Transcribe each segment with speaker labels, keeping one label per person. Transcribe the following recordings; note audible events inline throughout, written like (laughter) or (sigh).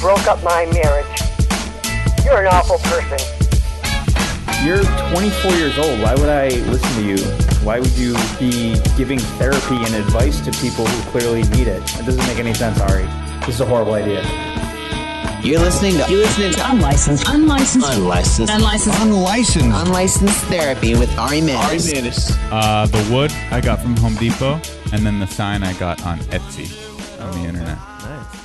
Speaker 1: broke up my marriage. You're an awful person.
Speaker 2: You're 24 years old. Why would I listen to you? Why would you be giving therapy and advice to people who clearly need it? It doesn't make any sense, Ari. This is a horrible idea.
Speaker 3: You're listening to You're listening to
Speaker 4: Unlicensed. Unlicensed.
Speaker 3: Unlicensed
Speaker 4: Unlicensed.
Speaker 5: Unlicensed.
Speaker 3: Unlicensed Therapy with Ari
Speaker 5: Ari
Speaker 3: Manis.
Speaker 5: Manis.
Speaker 6: Uh, the wood I got from Home Depot, and then the sign I got on Etsy on the internet.
Speaker 7: Nice.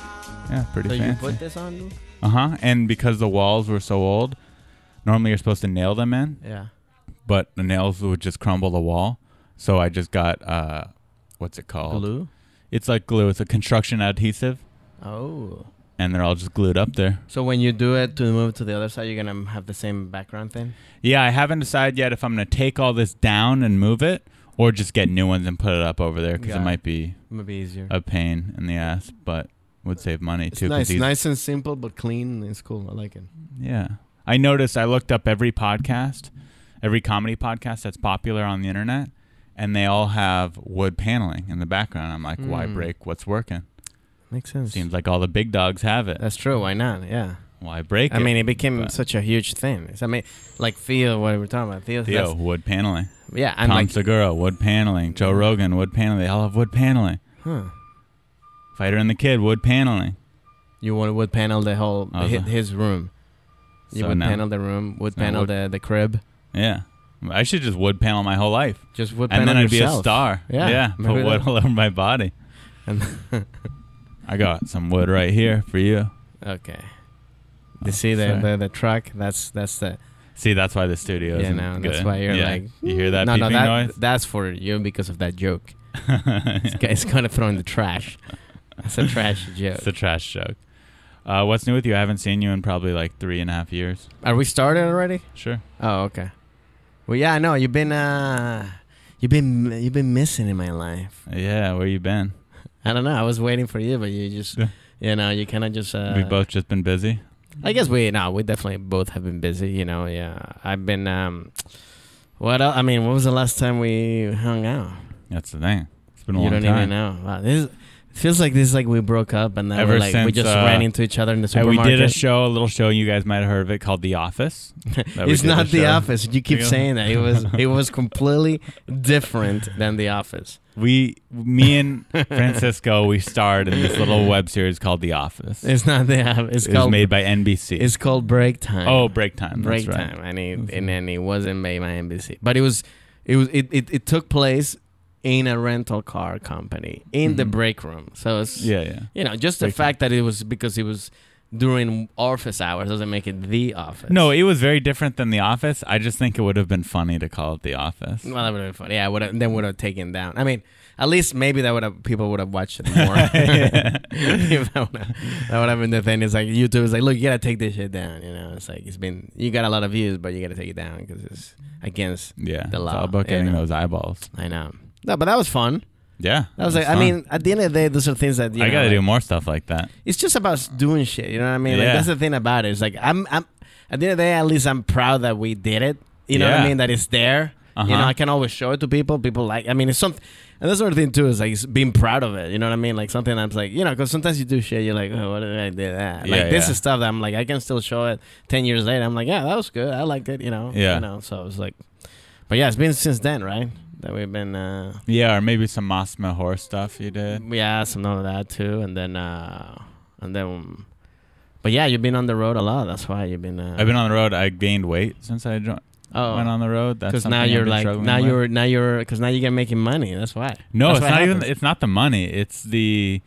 Speaker 6: Yeah, pretty
Speaker 7: So you
Speaker 6: fancy.
Speaker 7: put this on?
Speaker 6: Uh huh. And because the walls were so old, normally you're supposed to nail them in,
Speaker 7: Yeah.
Speaker 6: but the nails would just crumble the wall. So I just got uh, what's it called?
Speaker 7: Glue.
Speaker 6: It's like glue. It's a construction adhesive,
Speaker 7: Oh.
Speaker 6: and they're all just glued up there.
Speaker 7: So when you do it to move to the other side, you're gonna have the same background thing.
Speaker 6: Yeah, I haven't decided yet if I'm gonna take all this down and move it, or just get new ones and put it up over there because
Speaker 7: Got
Speaker 6: it
Speaker 7: it.
Speaker 6: might be
Speaker 7: Maybe easier.
Speaker 6: a pain in the ass, but would save money
Speaker 7: it's
Speaker 6: too. 'cause
Speaker 7: nice,
Speaker 6: these-
Speaker 7: nice and simple, but clean. It's cool. I like it.
Speaker 6: Yeah. I noticed I looked up every podcast, every comedy podcast that's popular on the internet, and they all have wood paneling in the background. I'm like, why
Speaker 7: Mm.
Speaker 6: break what's working?
Speaker 7: Makes sense.
Speaker 6: Seems like all the big dogs have it.
Speaker 7: That's true. Why not? Yeah.
Speaker 6: Why break
Speaker 7: I
Speaker 6: it?
Speaker 7: mean, it became
Speaker 6: but-
Speaker 7: such a huge thing. It's, I mean, like Theo, what we're talking about. Theo,
Speaker 6: Theo,
Speaker 7: that's-
Speaker 6: wood paneling.
Speaker 7: yeah, and
Speaker 6: Tom
Speaker 7: like,
Speaker 6: Segura, wood paneling. Joe Rogan, wood paneling. They all have wood paneling.
Speaker 7: huh?
Speaker 6: Fighter and the Kid, wood paneling.
Speaker 7: You would wood panel the whole
Speaker 6: Oh,
Speaker 7: hi-
Speaker 6: the-
Speaker 7: his room. You
Speaker 6: So
Speaker 7: would
Speaker 6: now-
Speaker 7: panel the room. Would
Speaker 6: so now
Speaker 7: panel
Speaker 6: wood-
Speaker 7: the the crib.
Speaker 6: Yeah. I should just wood panel my whole life.
Speaker 7: Just wood
Speaker 6: and
Speaker 7: panel
Speaker 6: then I'd be a
Speaker 7: yourself.
Speaker 6: star.
Speaker 7: Yeah.
Speaker 6: Yeah.
Speaker 7: maybe
Speaker 6: Put wood
Speaker 7: that-
Speaker 6: all over my body.
Speaker 7: and- (laughs)
Speaker 6: I got some wood right here for you.
Speaker 7: okay. You see the,
Speaker 6: sorry.
Speaker 7: the the truck? That's that's the
Speaker 6: See, that's why the studio
Speaker 7: Yeah,
Speaker 6: isn't
Speaker 7: no,
Speaker 6: good.
Speaker 7: that's why you're
Speaker 6: Yeah.
Speaker 7: like,
Speaker 6: you hear that
Speaker 7: no no
Speaker 6: beeping
Speaker 7: that
Speaker 6: noise?
Speaker 7: that's for you because of that joke. (laughs)
Speaker 6: (laughs)
Speaker 7: It's go- It's gonna throw in the trash. That's
Speaker 6: (laughs)
Speaker 7: a trash joke.
Speaker 6: it's a trash joke. Uh, what's new with you? I haven't seen you in probably like three and a half years.
Speaker 7: Are we started already?
Speaker 6: Sure.
Speaker 7: Oh, okay. Well, yeah, I know you've been uh, you've been you've been missing in my life.
Speaker 6: Yeah, where you been?
Speaker 7: I don't know. I was waiting for you, but you just
Speaker 6: Yeah.
Speaker 7: you know you kind of just uh,
Speaker 6: we both just been busy.
Speaker 7: I guess we no, we definitely both have been busy. You know, yeah. I've been um, what el I mean, when was the last time we hung out?
Speaker 6: That's the thing. It's been a
Speaker 7: you
Speaker 6: long
Speaker 7: don't
Speaker 6: time.
Speaker 7: even know. Wow, this it feels like this is like we broke up and then
Speaker 6: Ever
Speaker 7: we're like we
Speaker 6: since,
Speaker 7: just
Speaker 6: uh,
Speaker 7: ran into each other in the
Speaker 6: And we
Speaker 7: supermarket.
Speaker 6: did a show, a little show. You guys might have heard of it called The
Speaker 7: (laughs)
Speaker 6: Office. that we
Speaker 7: it's
Speaker 6: did a
Speaker 7: not the
Speaker 6: show.
Speaker 7: office. You keep
Speaker 6: Yeah.
Speaker 7: saying that it
Speaker 6: (laughs)
Speaker 7: was it was completely different than the office.
Speaker 6: We, me
Speaker 7: (laughs)
Speaker 6: and Francisco, we starred in this little web series called The Office.
Speaker 7: It's not the office. It's
Speaker 6: it was
Speaker 7: called
Speaker 6: made by NBC.
Speaker 7: It's called Break Time.
Speaker 6: oh, break time.
Speaker 7: Break
Speaker 6: that's right.
Speaker 7: Time, and it and then it wasn't made by NBC, but it was, it was it it, it took place in a rental car company in the
Speaker 6: Mhm.
Speaker 7: break room. So it's
Speaker 6: Yeah, yeah.
Speaker 7: you know just the
Speaker 6: Break
Speaker 7: fact that it was because it was during office hours doesn't make it the office.
Speaker 6: No, it was very different than The Office. I just think it would have been funny to call it The Office.
Speaker 7: well, that would have been funny. Yeah, would have then would have taken down. I mean, at least maybe that would have people would have watched it more.
Speaker 6: (laughs) Yeah.
Speaker 7: (laughs) If that would have that would have been the thing. It's like YouTube is like, look, you gotta take this shit down. You know, it's like it's been you got a lot of views, but you gotta take it down because it's against
Speaker 6: Yeah,
Speaker 7: The
Speaker 6: it's
Speaker 7: law,
Speaker 6: all about
Speaker 7: yeah,
Speaker 6: getting
Speaker 7: no.
Speaker 6: those eyeballs.
Speaker 7: I know. No, but that was fun.
Speaker 6: Yeah,
Speaker 7: That was
Speaker 6: that's
Speaker 7: like, I
Speaker 6: fun.
Speaker 7: mean, at the end of the day, those are things that you
Speaker 6: I
Speaker 7: know,
Speaker 6: gotta do
Speaker 7: like,
Speaker 6: more stuff like that.
Speaker 7: It's just about doing shit. You know what I mean? Like,
Speaker 6: Yeah.
Speaker 7: that's the thing about it. It's like I'm, I'm. At the end of the day, at least I'm proud that we did it. You know what
Speaker 6: Yeah.
Speaker 7: I mean? That it's there. You know,
Speaker 6: Uh-huh.
Speaker 7: I can always show it to people. People like. I mean, it's something. And that's another thing too. Is like it's being proud of it. You know what I mean? Like something that's like you know, because sometimes you do shit. You're like, oh, what did I do that?
Speaker 6: Yeah,
Speaker 7: like this
Speaker 6: yeah.
Speaker 7: is stuff that I'm like, I can still show it ten years later. I'm like, yeah, that was good. I liked it. You know.
Speaker 6: Yeah.
Speaker 7: You know. So it was like, but yeah, it's been since then, right? That we've been. uh
Speaker 6: Yeah, or maybe some Masma horse stuff you did.
Speaker 7: yeah some of that too and then uh and then but yeah you've been on the road a lot that's why you've been uh,
Speaker 6: I've been on the road. I gained weight since I jo- went
Speaker 7: oh
Speaker 6: on the road. That's
Speaker 7: because
Speaker 6: something
Speaker 7: now
Speaker 6: I've
Speaker 7: you're
Speaker 6: been
Speaker 7: like
Speaker 6: struggling
Speaker 7: now
Speaker 6: with.
Speaker 7: you're now you're because now you're making money that's why
Speaker 6: no,
Speaker 7: that's
Speaker 6: it's
Speaker 7: what
Speaker 6: not even.
Speaker 7: happens.
Speaker 6: It's not the money. It's the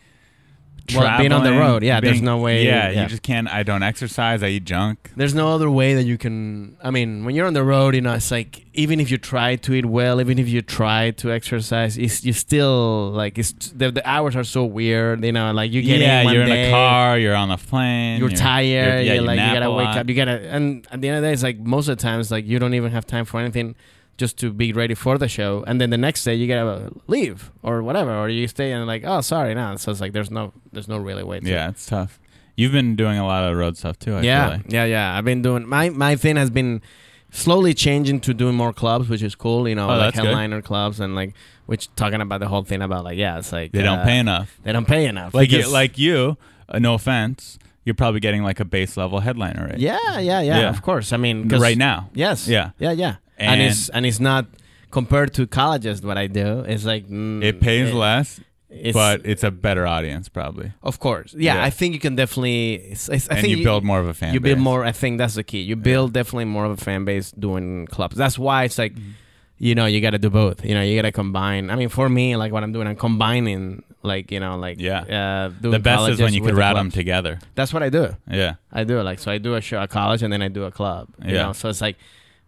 Speaker 7: Well, being on the
Speaker 6: traveling,
Speaker 7: road, yeah, there's no way-
Speaker 6: Yeah,
Speaker 7: yeah.
Speaker 6: you just can't. I don't exercise. I eat junk.
Speaker 7: there's no other way that you can i mean when you're on the road you know it's like even if you try to eat well even if you try to exercise it's you still like it's the, the hours are so weird you know like you get
Speaker 6: yeah,
Speaker 7: in one
Speaker 6: you're in
Speaker 7: day,
Speaker 6: a car. You're on a plane.
Speaker 7: you're,
Speaker 6: you're-
Speaker 7: tired.
Speaker 6: yeah,
Speaker 7: You're, like
Speaker 6: nap
Speaker 7: you
Speaker 6: a
Speaker 7: gotta wake
Speaker 6: lot.
Speaker 7: up. You gotta and at the end of the day, it's like most of the times like you don't even have time for anything, just to be ready for the show. And then the next day you gotta leave or whatever, or you stay and like oh sorry now. So it's like there's no there's no really way. To,
Speaker 6: Yeah, it's tough. You've been doing a lot of road stuff too. I
Speaker 7: yeah,
Speaker 6: feel like.
Speaker 7: yeah, yeah. I've been doing my my thing has been slowly changing to doing more clubs, which is cool. You know,
Speaker 6: Oh,
Speaker 7: like
Speaker 6: that's good.
Speaker 7: headliner clubs and like which talking about the whole thing about like yeah, it's like
Speaker 6: They don't
Speaker 7: uh,
Speaker 6: pay enough.
Speaker 7: They don't pay enough.
Speaker 6: Like you,
Speaker 7: because-
Speaker 6: like you. Uh, no offense. you're probably getting like a base level headliner rate.
Speaker 7: Yeah, yeah, yeah,
Speaker 6: Yeah.
Speaker 7: Of course. I mean, 'cause-
Speaker 6: Right now.
Speaker 7: Yes.
Speaker 6: Yeah.
Speaker 7: Yeah, yeah.
Speaker 6: And-
Speaker 7: And, it's and it's not compared to colleges. What I do It's like mm,
Speaker 6: It pays
Speaker 7: it-
Speaker 6: less,
Speaker 7: It's,
Speaker 6: but it's a better audience probably.
Speaker 7: of course, yeah,
Speaker 6: Yeah.
Speaker 7: I think you can definitely. It's, it's, I
Speaker 6: and
Speaker 7: think
Speaker 6: you, build more of a fan
Speaker 7: You build
Speaker 6: base.
Speaker 7: more. I think that's the key. You build definitely more of a fan base doing clubs. That's why it's like,
Speaker 6: Mm-hmm.
Speaker 7: you know, you got to do both. You know, you got to combine. I mean, for me, like what I'm doing, I'm combining. Like you know, like
Speaker 6: Yeah.
Speaker 7: uh, doing
Speaker 6: The best is
Speaker 7: colleges
Speaker 6: when you
Speaker 7: with
Speaker 6: could
Speaker 7: the
Speaker 6: route them
Speaker 7: clubs.
Speaker 6: together.
Speaker 7: That's what I do.
Speaker 6: Yeah.
Speaker 7: I do like so I do a show at college and then I do a club. You
Speaker 6: Yeah.
Speaker 7: know, so it's like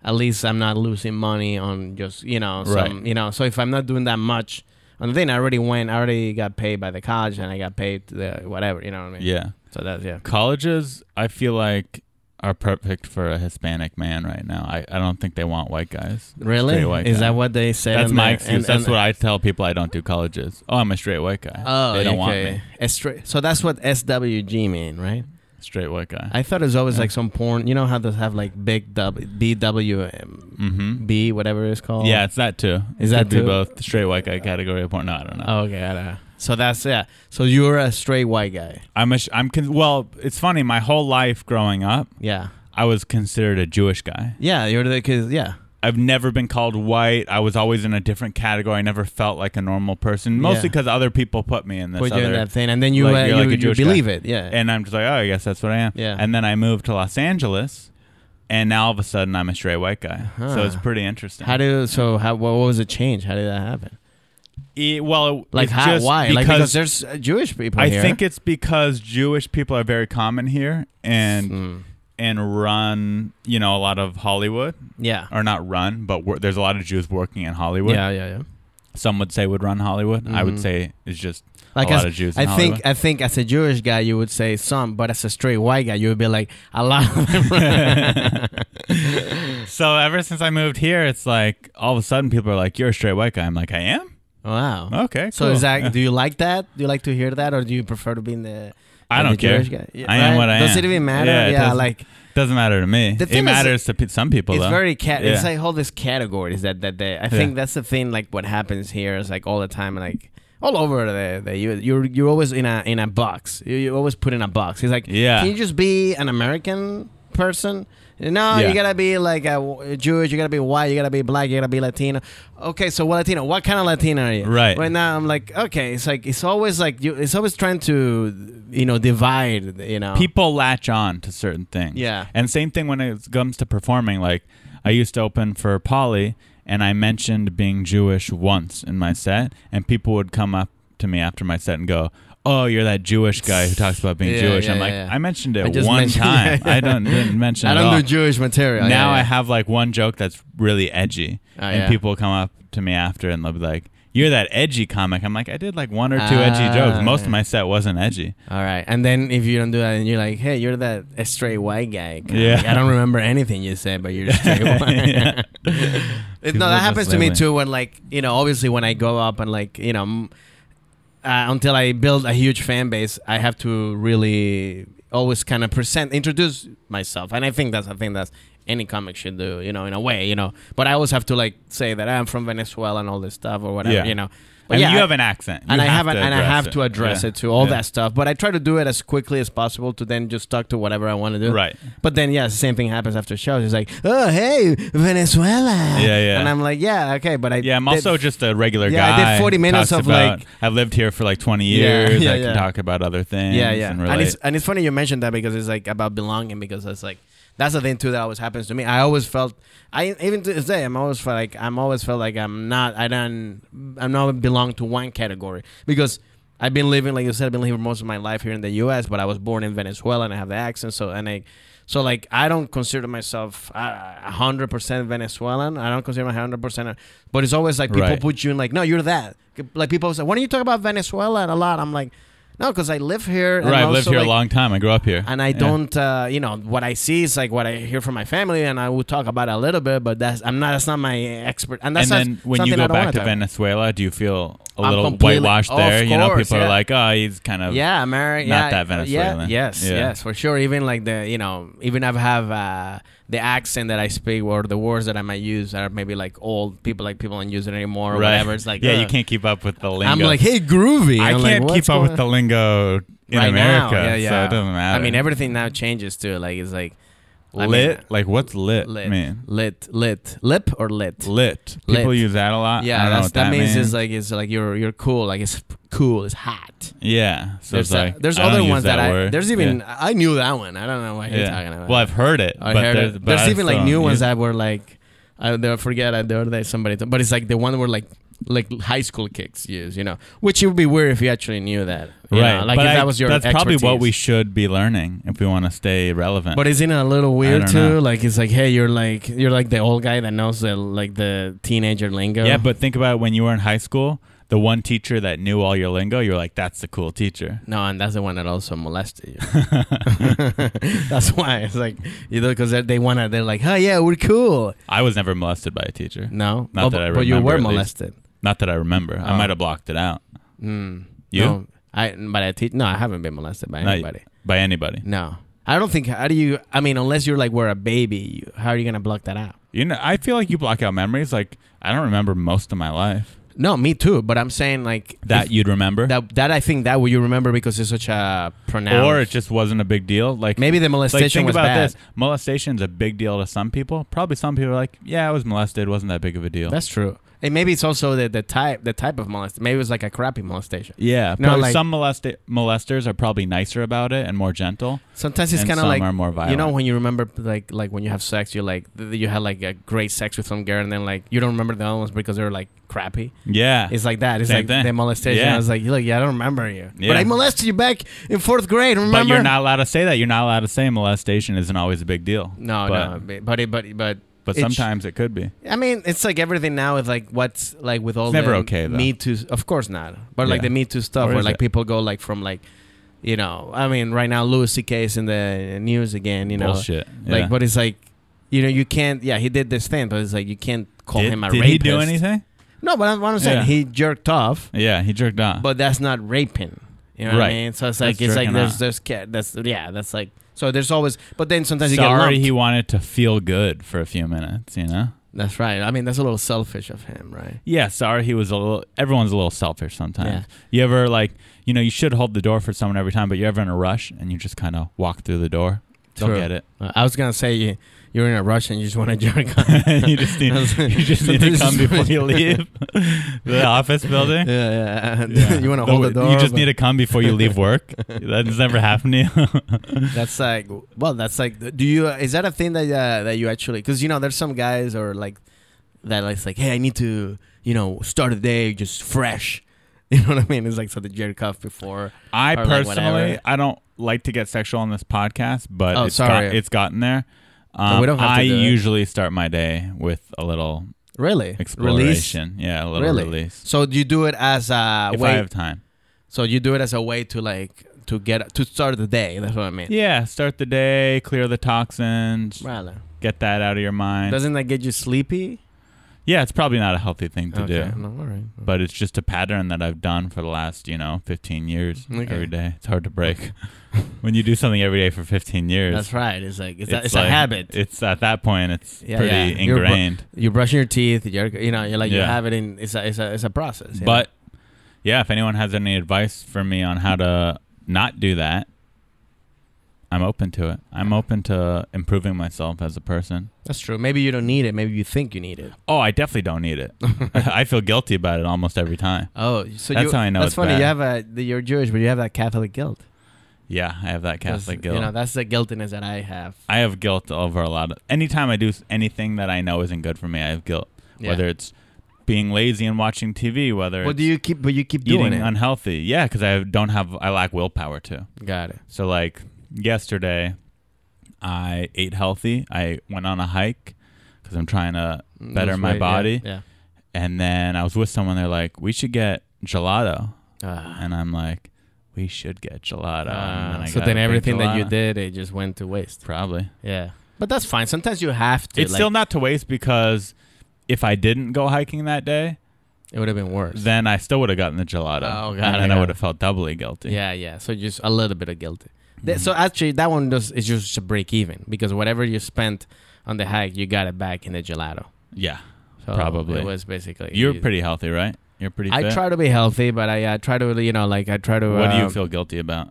Speaker 7: at least I'm not losing money on just you know some
Speaker 6: Right.
Speaker 7: you know. So if I'm not doing that much on the thing, I already went. I already got paid by the college and I got paid to the whatever. You know what I mean?
Speaker 6: Yeah.
Speaker 7: So that's yeah.
Speaker 6: Colleges, I feel like are perfect for a Hispanic man right now. I, I don't think they want white guys.
Speaker 7: Really?
Speaker 6: Straight white
Speaker 7: Is
Speaker 6: guy.
Speaker 7: that what they say?
Speaker 6: That's
Speaker 7: on
Speaker 6: my
Speaker 7: the-
Speaker 6: excuse.
Speaker 7: and-
Speaker 6: That's
Speaker 7: and-
Speaker 6: what I tell people I don't do colleges. Oh, I'm a straight white guy.
Speaker 7: Oh,
Speaker 6: they don't want
Speaker 7: okay.
Speaker 6: me.
Speaker 7: A stra- so that's what SWG mean, right?
Speaker 6: Straight white guy.
Speaker 7: I thought it was always like some porn. You know how they have like big W, BWB,
Speaker 6: mm-hmm.
Speaker 7: whatever it's called.
Speaker 6: Yeah, it's that too.
Speaker 7: Is
Speaker 6: It
Speaker 7: that
Speaker 6: could be
Speaker 7: too?
Speaker 6: both the straight white guy category or porn? No, I don't know.
Speaker 7: Oh, okay. I don't know. So that's yeah. So you're a straight white guy.
Speaker 6: I'm a sh- I'm con- well. It's funny. My whole life growing up,
Speaker 7: Yeah.
Speaker 6: I was considered a Jewish guy.
Speaker 7: Yeah, you're the cause yeah.
Speaker 6: I've never been called white. I was always in a different category. I never felt like a normal person, mostly
Speaker 7: Yeah.
Speaker 6: because other people put me in this
Speaker 7: Put you in
Speaker 6: other-
Speaker 7: that thing and then you
Speaker 6: like,
Speaker 7: uh,
Speaker 6: you're
Speaker 7: you,
Speaker 6: like a
Speaker 7: you
Speaker 6: Jewish guy.
Speaker 7: believe it. Yeah.
Speaker 6: and I'm just like, oh, I guess that's what I am.
Speaker 7: Yeah.
Speaker 6: And then I moved to Los Angeles, and now all of a sudden I'm a straight white guy. So
Speaker 7: Huh.
Speaker 6: it's pretty interesting.
Speaker 7: how do so how what, what was the change? How did that happen?
Speaker 6: It- E, well, it-
Speaker 7: Like
Speaker 6: it's
Speaker 7: how
Speaker 6: just
Speaker 7: why? like because
Speaker 6: Because
Speaker 7: there's uh, Jewish people
Speaker 6: I
Speaker 7: here.
Speaker 6: think it's because Jewish people are very common here and
Speaker 7: Mm.
Speaker 6: and run, you know, a lot of Hollywood
Speaker 7: Yeah.
Speaker 6: or not run, but wor- there's a lot of Jews working in Hollywood.
Speaker 7: Yeah, Mm-hmm. yeah, yeah.
Speaker 6: Some would say would run Hollywood. I would say it's just
Speaker 7: Like
Speaker 6: a
Speaker 7: as,
Speaker 6: lot of Jews.
Speaker 7: I
Speaker 6: in
Speaker 7: think
Speaker 6: Hollywood.
Speaker 7: I think as a Jewish guy you would say some, but as a straight white guy you would be like a lot of
Speaker 6: (laughs)
Speaker 7: them.
Speaker 6: so. Ever since I moved here, it's like all of a sudden people are like, "You're a straight white guy." I'm like, "I am."
Speaker 7: Wow.
Speaker 6: Okay.
Speaker 7: So
Speaker 6: cool.
Speaker 7: is that
Speaker 6: Yeah.
Speaker 7: do you like that? Do you like to hear that or do you prefer to be in the
Speaker 6: I
Speaker 7: in the
Speaker 6: don't care.
Speaker 7: Jewish guy? Yeah,
Speaker 6: I am
Speaker 7: right?
Speaker 6: what I
Speaker 7: Does
Speaker 6: am.
Speaker 7: it even matter?
Speaker 6: it
Speaker 7: yeah
Speaker 6: doesn't-
Speaker 7: like
Speaker 6: doesn't matter to me.
Speaker 7: The
Speaker 6: it
Speaker 7: thing is-
Speaker 6: matters to pe- some people.
Speaker 7: it's
Speaker 6: though.
Speaker 7: very cat. It's
Speaker 6: Yeah.
Speaker 7: like all these categories that that they. I think that's the thing. Like what happens here is like all the time, like all over the, the you you're you're always in a in a box. You you always put in a box. It's like
Speaker 6: Yeah.
Speaker 7: Can you just be an American person? No,
Speaker 6: Yeah.
Speaker 7: you gotta be like a w- Jewish. You gotta be white. You gotta be black. You gotta be Latino. Okay, so what Latino? What kind of Latino are you?
Speaker 6: Right.
Speaker 7: Right now, I'm like, okay, it's like it's always like you. It's always trying to you know divide. You know,
Speaker 6: people latch on to certain things.
Speaker 7: Yeah.
Speaker 6: And same thing when it comes to performing. Like I used to open for Polly, and I mentioned being Jewish once in my set, and people would come up to me after my set and go. Oh, you're that Jewish guy who talks about being
Speaker 7: Yeah,
Speaker 6: Jewish.
Speaker 7: yeah,
Speaker 6: I'm like,
Speaker 7: yeah, yeah.
Speaker 6: I mentioned it
Speaker 7: I just
Speaker 6: one
Speaker 7: mentioned-
Speaker 6: time.
Speaker 7: (laughs) Yeah, yeah.
Speaker 6: I don't didn't mention
Speaker 7: I
Speaker 6: it
Speaker 7: don't
Speaker 6: all.
Speaker 7: do Jewish material. Yeah,
Speaker 6: now I
Speaker 7: yeah.
Speaker 6: have like one joke that's really edgy,
Speaker 7: Oh,
Speaker 6: and
Speaker 7: yeah.
Speaker 6: people come up to me after and they'll be like, "You're that edgy comic." I'm like, I did like one or two
Speaker 7: Ah,
Speaker 6: edgy jokes. Most of
Speaker 7: yeah.
Speaker 6: my set wasn't edgy.
Speaker 7: All right, and then if you don't do that, and you're like, "Hey, you're that straight white guy." guy.
Speaker 6: Yeah.
Speaker 7: I don't remember anything you said, but
Speaker 6: (laughs)
Speaker 7: you're straight (laughs) white. It-
Speaker 6: People
Speaker 7: no, that
Speaker 6: just
Speaker 7: happens to me
Speaker 6: labeling.
Speaker 7: too. When like you know, obviously when I go up and like you know, m- uh, until I build a huge fan base, I have to really always kind of present, introduce myself, and I think that's I think that's any comic should do, you know, in a way, you know. But I always have to like say that I'm from Venezuela and all this stuff or whatever,
Speaker 6: Yeah.
Speaker 7: you know. But
Speaker 6: I mean,
Speaker 7: yeah,
Speaker 6: you
Speaker 7: I-
Speaker 6: have an accent, You
Speaker 7: and I haven't,
Speaker 6: to
Speaker 7: and I
Speaker 6: address
Speaker 7: have to address
Speaker 6: Yeah.
Speaker 7: it to all
Speaker 6: Yeah.
Speaker 7: that stuff. But I try to do it as quickly as possible to then just talk to whatever I want to do.
Speaker 6: Right.
Speaker 7: But then, yeah, the same thing happens after shows. It's like, oh hey, Venezuela.
Speaker 6: Yeah, yeah.
Speaker 7: And I'm like, yeah, okay, but I
Speaker 6: Yeah, I'm
Speaker 7: did-
Speaker 6: also just a regular
Speaker 7: Yeah, I
Speaker 6: guy.
Speaker 7: did
Speaker 6: who
Speaker 7: 40 minutes
Speaker 6: talks
Speaker 7: of,
Speaker 6: about-
Speaker 7: like-
Speaker 6: I've lived here for like 20
Speaker 7: Yeah,
Speaker 6: years.
Speaker 7: yeah,
Speaker 6: I can
Speaker 7: yeah.
Speaker 6: talk about other things.
Speaker 7: yeah, yeah.
Speaker 6: And,
Speaker 7: And,
Speaker 6: relate.
Speaker 7: it's and it's funny you mentioned that because it's like about belonging because it's like that's the thing too that always happens to me. I always felt I even to this day I'm always felt like I'm always felt like I'm not I don't I'm not belong to one category because I've been living like you said I've been living most of my life here in the U.S. but I was born in Venezuela and I have the accent so and I. So like I don't consider myself uh, a hundred percent Venezuelan. I don't consider myself hundred percent, but it's always like people
Speaker 6: Right.
Speaker 7: put you in like, no, you're that. Like people say, why don't you talk about Venezuela a lot? I'm like, no, because I live here. and
Speaker 6: right. I've lived
Speaker 7: also,
Speaker 6: here
Speaker 7: like-
Speaker 6: a long time. I grew up here,
Speaker 7: and I
Speaker 6: Yeah.
Speaker 7: don't, uh, you know, what I see is like what I hear from my family, and I will talk about it a little bit, but that's I'm not that's not my expert, and
Speaker 6: and
Speaker 7: that's not
Speaker 6: then when you
Speaker 7: something I
Speaker 6: go
Speaker 7: don't
Speaker 6: back
Speaker 7: wanna
Speaker 6: to
Speaker 7: talk-
Speaker 6: Venezuela, do you feel a
Speaker 7: I'm
Speaker 6: little
Speaker 7: completely-
Speaker 6: whitewashed
Speaker 7: Of
Speaker 6: there? you know,
Speaker 7: course,
Speaker 6: people
Speaker 7: yeah.
Speaker 6: are like, "Oh, he's kind of
Speaker 7: yeah, America,
Speaker 6: not
Speaker 7: yeah,
Speaker 6: that
Speaker 7: Yeah,
Speaker 6: Venezuelan.
Speaker 7: yes,
Speaker 6: Yeah.
Speaker 7: yes, for sure. Even like the, you know, even if I have uh, the accent that I speak or the words that I might use are maybe like old people, like people don't use it anymore or
Speaker 6: right."
Speaker 7: whatever. It's like
Speaker 6: yeah, you
Speaker 7: ugh.
Speaker 6: can't keep up with the lingo.
Speaker 7: I'm like, hey, groovy.
Speaker 6: I
Speaker 7: I'm like,
Speaker 6: can't
Speaker 7: "What's
Speaker 6: keep up
Speaker 7: going
Speaker 6: with
Speaker 7: on?"
Speaker 6: the lingo in
Speaker 7: right
Speaker 6: America,
Speaker 7: now. Yeah, yeah.
Speaker 6: so it doesn't matter.
Speaker 7: I mean, everything now changes too. Like it's like I mean,
Speaker 6: lit, like what's lit,
Speaker 7: lit,
Speaker 6: mean?
Speaker 7: lit, lit, lip or lit.
Speaker 6: Lit.
Speaker 7: Lit.
Speaker 6: People use that a lot. I
Speaker 7: Yeah,
Speaker 6: don't know
Speaker 7: that's,
Speaker 6: what
Speaker 7: that,
Speaker 6: that
Speaker 7: means, it's
Speaker 6: means.
Speaker 7: like it's like you're you're cool. Like it's cool. It's hot.
Speaker 6: yeah. So
Speaker 7: there's
Speaker 6: it's like
Speaker 7: a, there's
Speaker 6: I don't
Speaker 7: other
Speaker 6: use
Speaker 7: ones that, I
Speaker 6: word.
Speaker 7: there's even
Speaker 6: Yeah.
Speaker 7: I knew that one. I don't know what you're
Speaker 6: Yeah.
Speaker 7: talking about.
Speaker 6: Well, I've heard it.
Speaker 7: I
Speaker 6: but
Speaker 7: heard
Speaker 6: there's,
Speaker 7: it.
Speaker 6: but
Speaker 7: There's
Speaker 6: I
Speaker 7: even like
Speaker 6: still
Speaker 7: new
Speaker 6: don't
Speaker 7: ones
Speaker 6: use-
Speaker 7: that were like I don't know, I forget uh, the other day somebody t- but it's like the one where like like high school kids use, you know, which it would be weird if you actually knew that, you
Speaker 6: Right.
Speaker 7: know, Like
Speaker 6: but
Speaker 7: if
Speaker 6: I-
Speaker 7: that was your
Speaker 6: That's probably what
Speaker 7: expertise.
Speaker 6: we should be learning if we want to stay relevant.
Speaker 7: But isn't it a little
Speaker 6: I
Speaker 7: weird
Speaker 6: don't
Speaker 7: too?
Speaker 6: know.
Speaker 7: Like it's like, hey, you're like you're like the old guy that knows the like the teenager lingo.
Speaker 6: yeah, but think about when you were in high school, the one teacher that knew all your lingo, you're like, that's the cool teacher. (laughs)
Speaker 7: no, and that's the one that also molested you. (laughs) that's why it's like you know because they want to. They're like, oh yeah, we're cool.
Speaker 6: I was never molested by a teacher.
Speaker 7: No,
Speaker 6: Not
Speaker 7: Oh,
Speaker 6: that I
Speaker 7: but you
Speaker 6: remember,
Speaker 7: were
Speaker 6: at least.
Speaker 7: molested.
Speaker 6: Not that I remember. I
Speaker 7: Oh.
Speaker 6: might have blocked it out.
Speaker 7: Mm.
Speaker 6: You?
Speaker 7: No, I but I teach. No, I haven't been molested by
Speaker 6: Not-
Speaker 7: anybody.
Speaker 6: by anybody.
Speaker 7: No, I don't think. How do you? I mean, unless you're like we're a baby, you, how are you gonna block that out?
Speaker 6: You know, I feel like you block out memories. Like I don't remember most of my life
Speaker 7: No, me too. But I'm saying like
Speaker 6: that
Speaker 7: if-
Speaker 6: you'd remember,
Speaker 7: that that I think that what you remember because it's such a pronounced
Speaker 6: or it just wasn't a big deal. Like
Speaker 7: Maybe the molestation
Speaker 6: like, think
Speaker 7: was
Speaker 6: about
Speaker 7: bad.
Speaker 6: this. Molestation's a big deal to some people. Probably some people are like, yeah, I was molested. Wasn't that big of a deal?
Speaker 7: That's true. And maybe it's also the, the type the type of molestation. Maybe it was like a crappy molestation.
Speaker 6: yeah,
Speaker 7: No,
Speaker 6: probably
Speaker 7: like-
Speaker 6: some molesta- molesters are probably nicer about it and more gentle.
Speaker 7: Sometimes it's
Speaker 6: And
Speaker 7: kind of
Speaker 6: some
Speaker 7: like
Speaker 6: are more
Speaker 7: you know
Speaker 6: violent.
Speaker 7: when you remember like like when you have sex, you like th- you had like a great sex with some girl, and then like you don't remember the other ones because they're like crappy.
Speaker 6: Yeah,
Speaker 7: It's like that. It's
Speaker 6: Same
Speaker 7: like
Speaker 6: thing.
Speaker 7: the molestation.
Speaker 6: Yeah.
Speaker 7: I was like, look, yeah, I don't remember you,
Speaker 6: Yeah.
Speaker 7: but I molested you back in fourth grade. Remember?
Speaker 6: but you're not allowed to say that. You're not allowed to say molestation isn't always a big deal.
Speaker 7: No,
Speaker 6: but,
Speaker 7: no, but it, but but
Speaker 6: But
Speaker 7: it sh-
Speaker 6: sometimes it could be.
Speaker 7: I mean, it's like everything now is like what's like with all
Speaker 6: It's never
Speaker 7: the
Speaker 6: okay, though.
Speaker 7: Me Too, of course not. But like
Speaker 6: Yeah.
Speaker 7: the Me Too stuff,
Speaker 6: Or
Speaker 7: where
Speaker 6: is
Speaker 7: like
Speaker 6: it?
Speaker 7: people go like from like, you know, I mean, right now Louis C.K. is in the news again, you know,
Speaker 6: Bullshit.
Speaker 7: like,
Speaker 6: Yeah.
Speaker 7: but it's like, you know, you can't. Yeah, he did this thing, but it's like you can't call
Speaker 6: did,
Speaker 7: him a
Speaker 6: did
Speaker 7: rapist.
Speaker 6: he do anything?
Speaker 7: No, but I'm, what I'm saying,
Speaker 6: Yeah.
Speaker 7: he jerked off,
Speaker 6: Yeah, he jerked off.
Speaker 7: but that's not raping. You know what I
Speaker 6: Right.
Speaker 7: mean? So it's like
Speaker 6: That's
Speaker 7: it's like
Speaker 6: jerking
Speaker 7: there's
Speaker 6: off.
Speaker 7: there's ca- that's yeah that's like so there's always but then sometimes you get
Speaker 6: sorry
Speaker 7: lumped.
Speaker 6: he wanted to feel good for a few minutes, you know?
Speaker 7: that's right. I mean that's a little selfish of him, right?
Speaker 6: Yeah, sorry he was a little everyone's a little selfish sometimes.
Speaker 7: Yeah.
Speaker 6: You ever like you know, you should hold the door for someone every time, but you're ever in a rush and you just kinda walk through the door. Don't
Speaker 7: True.
Speaker 6: get
Speaker 7: (laughs)
Speaker 6: it. (laughs)
Speaker 7: Uh, I was gonna say you, you're in a rush and you just want to (laughs) jerk off.
Speaker 6: (laughs) you just need
Speaker 7: (laughs)
Speaker 6: you just need to come before you leave (laughs) the office
Speaker 7: Yeah,
Speaker 6: building.
Speaker 7: yeah.
Speaker 6: Yeah.
Speaker 7: (laughs) you want to
Speaker 6: The-
Speaker 7: hold the door.
Speaker 6: You just
Speaker 7: but
Speaker 6: need to come before you leave
Speaker 7: (laughs)
Speaker 6: work. That's never happened to you.
Speaker 7: That's like well, that's like. Do you is that a thing that uh, that you actually? Because you know, there's some guys or like that. Like, it's like, hey, I need to you know start the day just fresh. (laughs) You know what I mean? It's like so the jerk off before.
Speaker 6: I
Speaker 7: or, like,
Speaker 6: personally,
Speaker 7: whatever.
Speaker 6: I don't like to get sexual on this podcast, but
Speaker 7: Oh,
Speaker 6: it's,
Speaker 7: sorry.
Speaker 6: got- it's gotten there. Um,
Speaker 7: we don't have to
Speaker 6: I
Speaker 7: do it.
Speaker 6: usually start my day with a little
Speaker 7: Really? Release?
Speaker 6: exploration. Yeah, a little
Speaker 7: Really?
Speaker 6: release.
Speaker 7: So you do it as a
Speaker 6: If
Speaker 7: way.
Speaker 6: I have time.
Speaker 7: so you do it as a way to like to get to start the day. That's what I mean.
Speaker 6: Yeah, start the day, clear the toxins,
Speaker 7: Rather.
Speaker 6: get that out of your mind.
Speaker 7: Doesn't that get you sleepy?
Speaker 6: yeah, it's probably not a healthy thing to
Speaker 7: okay.
Speaker 6: do,
Speaker 7: No, all right.
Speaker 6: but it's just a pattern that I've done for the last, you know, 15 years
Speaker 7: Okay.
Speaker 6: every day. It's hard to break. (laughs) when you do something every day for 15 years,
Speaker 7: That's right. It's like it's, a,
Speaker 6: it's
Speaker 7: it's
Speaker 6: like-
Speaker 7: a habit.
Speaker 6: It's at that point, it's
Speaker 7: Yeah,
Speaker 6: pretty
Speaker 7: yeah. You're br-
Speaker 6: ingrained.
Speaker 7: you're brushing your teeth. You're you know you're like you
Speaker 6: Yeah.
Speaker 7: have it in. It's a it's a, it's a process. you
Speaker 6: But yeah, if anyone has any advice for me on how to not do that, I'm open to it. I'm open to improving myself as a person.
Speaker 7: know? that's true. Maybe you don't need it. Maybe you think you need it.
Speaker 6: Oh, I definitely don't need
Speaker 7: (laughs)
Speaker 6: it. (laughs) I feel guilty about it almost every time.
Speaker 7: Oh, so
Speaker 6: That's
Speaker 7: you,
Speaker 6: how I know
Speaker 7: That's
Speaker 6: it's
Speaker 7: funny. You
Speaker 6: bad.
Speaker 7: have a the, you're Jewish, but you have that Catholic guilt.
Speaker 6: Yeah, I have that
Speaker 7: 'Cause,
Speaker 6: Catholic guilt.
Speaker 7: You know that's the guiltiness that I have.
Speaker 6: I have guilt over a lot of. Anytime I do s- anything that I know isn't good for me, I have guilt.
Speaker 7: Yeah.
Speaker 6: Whether it's being lazy and watching TV, whether
Speaker 7: Well,
Speaker 6: it's
Speaker 7: do you keep? But you keep
Speaker 6: eating
Speaker 7: doing it.
Speaker 6: unhealthy. Yeah, because I don't have. I lack willpower to.
Speaker 7: Got it.
Speaker 6: So like yesterday, I ate healthy. I went on a hike because I'm trying to better
Speaker 7: Mm, Lose
Speaker 6: my
Speaker 7: weight, yeah,
Speaker 6: body.
Speaker 7: Yeah.
Speaker 6: And then I was with someone. They're like, "We should get gelato,"
Speaker 7: Ah.
Speaker 6: and I'm like, "We should get gelato." and
Speaker 7: Ah,
Speaker 6: I
Speaker 7: so
Speaker 6: got a
Speaker 7: then
Speaker 6: big
Speaker 7: everything that you
Speaker 6: gelato.
Speaker 7: did, it just went to waste.
Speaker 6: probably
Speaker 7: Yeah. But that's fine. Sometimes you have to.
Speaker 6: it's
Speaker 7: like,
Speaker 6: still not to waste because if I didn't go hiking that day,
Speaker 7: It would have been worse.
Speaker 6: then I still would have gotten the gelato.
Speaker 7: Oh, God,
Speaker 6: and then
Speaker 7: I
Speaker 6: I,
Speaker 7: got
Speaker 6: would
Speaker 7: it.
Speaker 6: have felt doubly guilty. Mm-hmm.
Speaker 7: Yeah, yeah. So just a little bit of guilty. Th- So actually, that one does is just a break even because whatever you spent on the hike, you got it back in the gelato.
Speaker 6: yeah.
Speaker 7: So
Speaker 6: Probably.
Speaker 7: it was basically
Speaker 6: You're
Speaker 7: you-
Speaker 6: pretty healthy, right? You're pretty.
Speaker 7: I
Speaker 6: fit?
Speaker 7: try to be healthy, but I uh, try to, you know, like I try to.
Speaker 6: What do
Speaker 7: uh,
Speaker 6: you feel guilty about?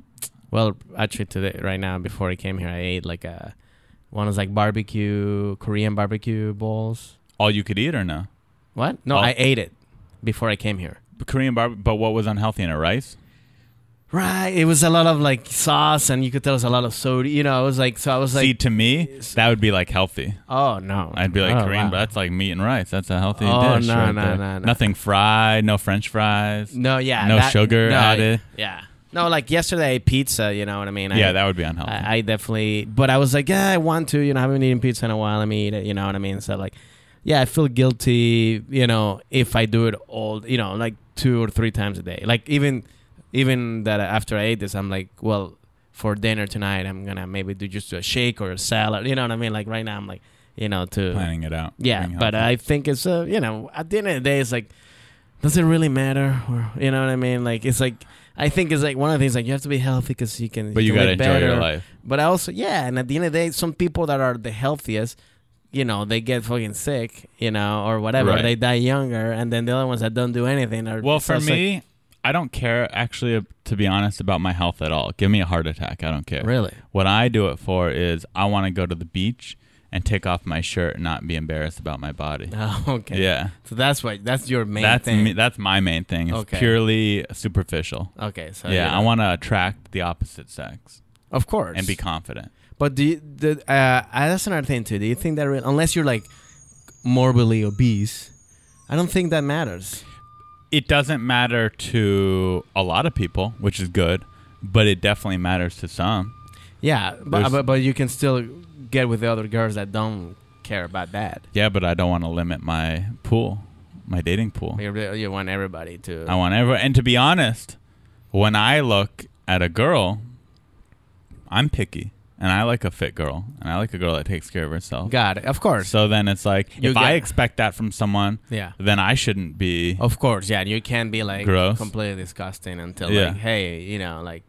Speaker 7: Well, actually, today, right now, before I came here, I ate like a one was like barbecue Korean barbecue balls.
Speaker 6: All you could eat or no?
Speaker 7: What? No,
Speaker 6: Oh.
Speaker 7: I ate it before I came here.
Speaker 6: Korean barbecue, but what was unhealthy in it? Rice.
Speaker 7: Right. It was a lot of like sauce, and you could tell it's a lot of soda. You know, it was like so. I was like,
Speaker 6: See, to me, that would be like healthy.
Speaker 7: oh no.
Speaker 6: I'd be like
Speaker 7: Oh,
Speaker 6: Korean,
Speaker 7: wow.
Speaker 6: but that's like meat and rice. That's a healthy
Speaker 7: Oh,
Speaker 6: dish.
Speaker 7: no,
Speaker 6: right
Speaker 7: no,
Speaker 6: there.
Speaker 7: no, no.
Speaker 6: Nothing fried, no French fries.
Speaker 7: No, yeah.
Speaker 6: No sugar added.
Speaker 7: Yeah. No, like yesterday I ate pizza. You know what I mean?
Speaker 6: yeah,
Speaker 7: I,
Speaker 6: that would be unhealthy.
Speaker 7: I, I definitely, but I was like, yeah, I want to. You know, I haven't eaten pizza in a while. Let me eat it. You know what I mean? So like, yeah, I feel guilty. You know, if I do it all, you know, like two or three times a day. Like even, even that after I ate this, I'm like, well, for dinner tonight, I'm gonna maybe do just a shake or a salad. You know what I mean? Like right now, I'm like, you know, to
Speaker 6: Planning it out.
Speaker 7: yeah,
Speaker 6: being
Speaker 7: but
Speaker 6: healthy.
Speaker 7: I think it's uh, you know at the end of the day, it's like, does it really matter? Or you know what I mean? Like it's like I think it's like one of the things like you have to be healthy because you can.
Speaker 6: But you
Speaker 7: can
Speaker 6: gotta
Speaker 7: live
Speaker 6: enjoy your
Speaker 7: better.
Speaker 6: life.
Speaker 7: But I also yeah, and at the end of the day, some people that are the healthiest, you know, they get fucking sick, you know, or whatever.
Speaker 6: Right.
Speaker 7: They die younger, and then the other ones that don't do anything are
Speaker 6: Well,
Speaker 7: so
Speaker 6: for
Speaker 7: it's like-
Speaker 6: me, I don't care actually, uh, to be honest, about my health at all. Give me a heart attack. I don't care.
Speaker 7: Really?
Speaker 6: What I do it for is I want to go to the beach and take off my shirt and not be embarrassed about my body.
Speaker 7: (laughs) Oh, okay.
Speaker 6: Yeah.
Speaker 7: So that's why that's your main
Speaker 6: That's
Speaker 7: thing.
Speaker 6: me, that's my main thing. It's
Speaker 7: Okay. Oh,
Speaker 6: purely superficial.
Speaker 7: Okay. So
Speaker 6: yeah,
Speaker 7: you
Speaker 6: I
Speaker 7: know.
Speaker 6: want to attract the opposite sex
Speaker 7: Of course.
Speaker 6: and be confident.
Speaker 7: But do you, the, uh, uh, that's another thing too. Do you think that real, unless you're like morbidly obese, I don't think that matters.
Speaker 6: It doesn't matter to a lot of people, which is good, but it definitely matters to some.
Speaker 7: Yeah, but
Speaker 6: There's-
Speaker 7: but, but you can still get with the other girls that don't care about that.
Speaker 6: Yeah, but I don't want to limit my pool, my dating pool.
Speaker 7: You re- you want everybody to.
Speaker 6: I want everyone. And to be honest, when I look at a girl, I'm picky, and I like a fit girl, and I like a girl that takes care of herself.
Speaker 7: God, of course.
Speaker 6: So then it's like
Speaker 7: You
Speaker 6: if I
Speaker 7: get-
Speaker 6: expect that from someone,
Speaker 7: Yeah.
Speaker 6: then I shouldn't be.
Speaker 7: Of course, yeah. You can't be like
Speaker 6: Gross.
Speaker 7: completely disgusting until
Speaker 6: Yeah.
Speaker 7: like, hey, you know, like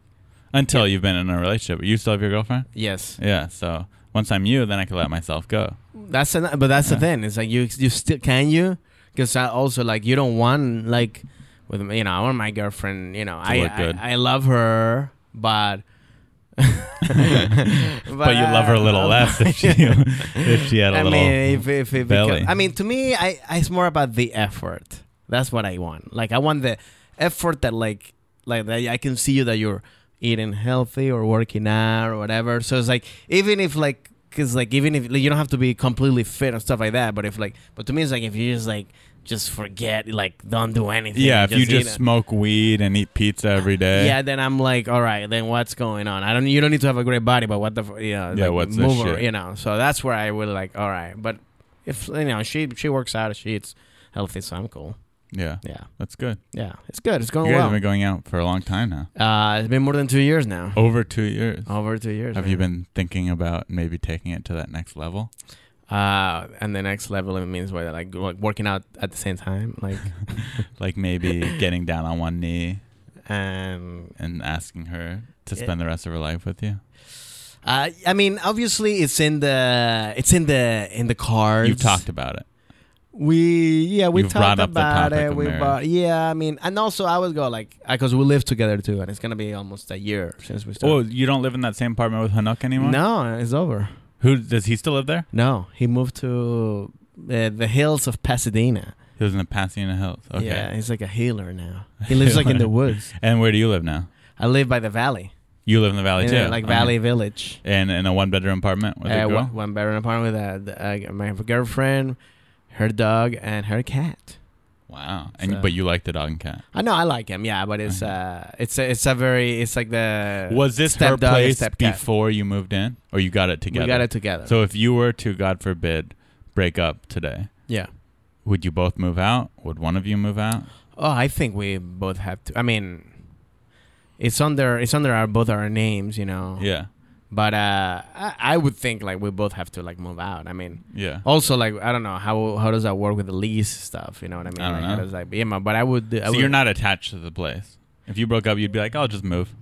Speaker 6: until you've been in a relationship. You still have your girlfriend?
Speaker 7: yes,
Speaker 6: Yeah. So once I'm you, then I can let myself
Speaker 7: (laughs)
Speaker 6: go. (laughs)
Speaker 7: that's an, but that's the thing. It's like you you still can you because I also like you don't want like with you know I want my girlfriend you know I,
Speaker 6: look good.
Speaker 7: I I love her but but,
Speaker 6: But you love her a little less if she (laughs)
Speaker 7: (laughs)
Speaker 6: if she had a
Speaker 7: I
Speaker 6: little.
Speaker 7: mean if if, if becomes-
Speaker 6: belly.
Speaker 7: I mean to me I, I it's more about the effort that's what I want like I want the effort that like like that I can see you that you're eating healthy or working out or whatever so it's like even if like because like even if like, you don't have to be completely fit and stuff like that but if like but to me it's like if you just like just forget like don't do anything
Speaker 6: yeah, if you
Speaker 7: eat
Speaker 6: just
Speaker 7: it.
Speaker 6: smoke weed and eat pizza every day.
Speaker 7: yeah, then I'm like, all right, then what's going on? I don't. You don't need to have a great body, but what the f- you know,
Speaker 6: Yeah,
Speaker 7: like,
Speaker 6: what's this
Speaker 7: move her,
Speaker 6: shit?
Speaker 7: You know, so that's where I would like, all right, but if you know she she works out, she eats healthy, so I'm cool.
Speaker 6: Yeah. Oh,
Speaker 7: Yeah,
Speaker 6: That's good.
Speaker 7: yeah, it's good. It's going
Speaker 6: you guys have
Speaker 7: well.
Speaker 6: been going out for a long time (laughs) now.
Speaker 7: uh, it's been more than two years now.
Speaker 6: Over two years.
Speaker 7: Over two years.
Speaker 6: Oh. have you been thinking about maybe taking it to that next level?
Speaker 7: been? Uh, and the next level it means what like like working out at the same time, like
Speaker 6: (laughs) Like maybe (laughs) getting down on one knee
Speaker 7: and
Speaker 6: and asking her to
Speaker 7: Yeah.
Speaker 6: spend the rest of her life with you?
Speaker 7: uh, I mean, obviously it's in the it's in the in the cards.
Speaker 6: You've talked about it.
Speaker 7: We yeah we
Speaker 6: You've
Speaker 7: talked
Speaker 6: brought up the
Speaker 7: about
Speaker 6: topic
Speaker 7: it.
Speaker 6: of
Speaker 7: We
Speaker 6: marriage.
Speaker 7: brought, yeah, I mean, and also I would go like because we live together too, and it's gonna be almost a year since we
Speaker 6: Oh,
Speaker 7: started.
Speaker 6: you don't live in that same apartment with Hanuk anymore?
Speaker 7: no, it's over.
Speaker 6: Who does he still live there?
Speaker 7: No, he moved to uh, the hills of Pasadena.
Speaker 6: He lives in the Pasadena Hills. Okay.
Speaker 7: Yeah, he's like a healer
Speaker 6: (laughs)
Speaker 7: now. He lives like in the woods.
Speaker 6: And where do you live now?
Speaker 7: I live by the valley,
Speaker 6: You live in the valley
Speaker 7: in
Speaker 6: too,
Speaker 7: a, like
Speaker 6: Okay.
Speaker 7: Valley Village.
Speaker 6: and in a one-bedroom apartment with a
Speaker 7: Uh,
Speaker 6: girl.
Speaker 7: one, one bedroom apartment with uh, the, uh, my girlfriend, her dog, and her cat.
Speaker 6: Wow! And
Speaker 7: So-
Speaker 6: but you like the dog and cat.
Speaker 7: I know I like him, yeah, but it's uh, it's a, it's a very, it's like the
Speaker 6: Uh-huh. Was this her
Speaker 7: Uh, stepdog and
Speaker 6: place
Speaker 7: stepcat.
Speaker 6: before you moved in, or you got it together?
Speaker 7: We got it together.
Speaker 6: So if you were to, God forbid, break up today,
Speaker 7: yeah.
Speaker 6: would you both move out? Would one of you move out?
Speaker 7: Oh, I think we both have to. I mean, it's under it's under our both our names, you know.
Speaker 6: Yeah,
Speaker 7: But uh, I, I would think like we both have to like move out. I mean,
Speaker 6: yeah.
Speaker 7: also like I don't know how how does that work with the lease stuff? You know what I mean?
Speaker 6: I don't
Speaker 7: like, How
Speaker 6: know.
Speaker 7: does that be? Yeah, ma- but I would. I
Speaker 6: so
Speaker 7: would-
Speaker 6: you're not attached to the place. If you broke up, you'd be like, "I'll just move."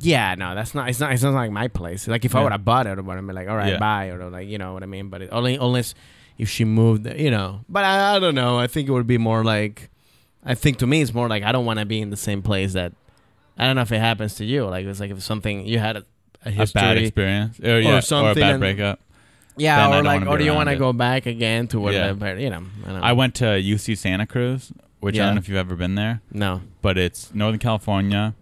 Speaker 7: Yeah, no, that's not. It's not. It's not like my place. Like if I
Speaker 6: Yeah.
Speaker 7: would have bought it, I would have been like, all right,
Speaker 6: Yeah.
Speaker 7: bye, or like you know what I mean. But it, only unless if she moved, you know. But I, I don't know. I think it would be more like I think to me it's more like I don't want to be in the same place that I don't know if it happens to you. Like it's like if something you had a, a
Speaker 6: a
Speaker 7: history,
Speaker 6: bad experience or, yeah, or a
Speaker 7: something
Speaker 6: bad
Speaker 7: and-
Speaker 6: breakup. then I
Speaker 7: yeah, or
Speaker 6: don't
Speaker 7: like,
Speaker 6: wanna
Speaker 7: or
Speaker 6: be
Speaker 7: do you
Speaker 6: around
Speaker 7: want to
Speaker 6: it.
Speaker 7: go back again to where
Speaker 6: Yeah.
Speaker 7: the, but, you know, I don't know.
Speaker 6: I went to UC Santa Cruz, which I
Speaker 7: Yeah.
Speaker 6: don't know if you've ever been there,
Speaker 7: no,
Speaker 6: but it's Northern California,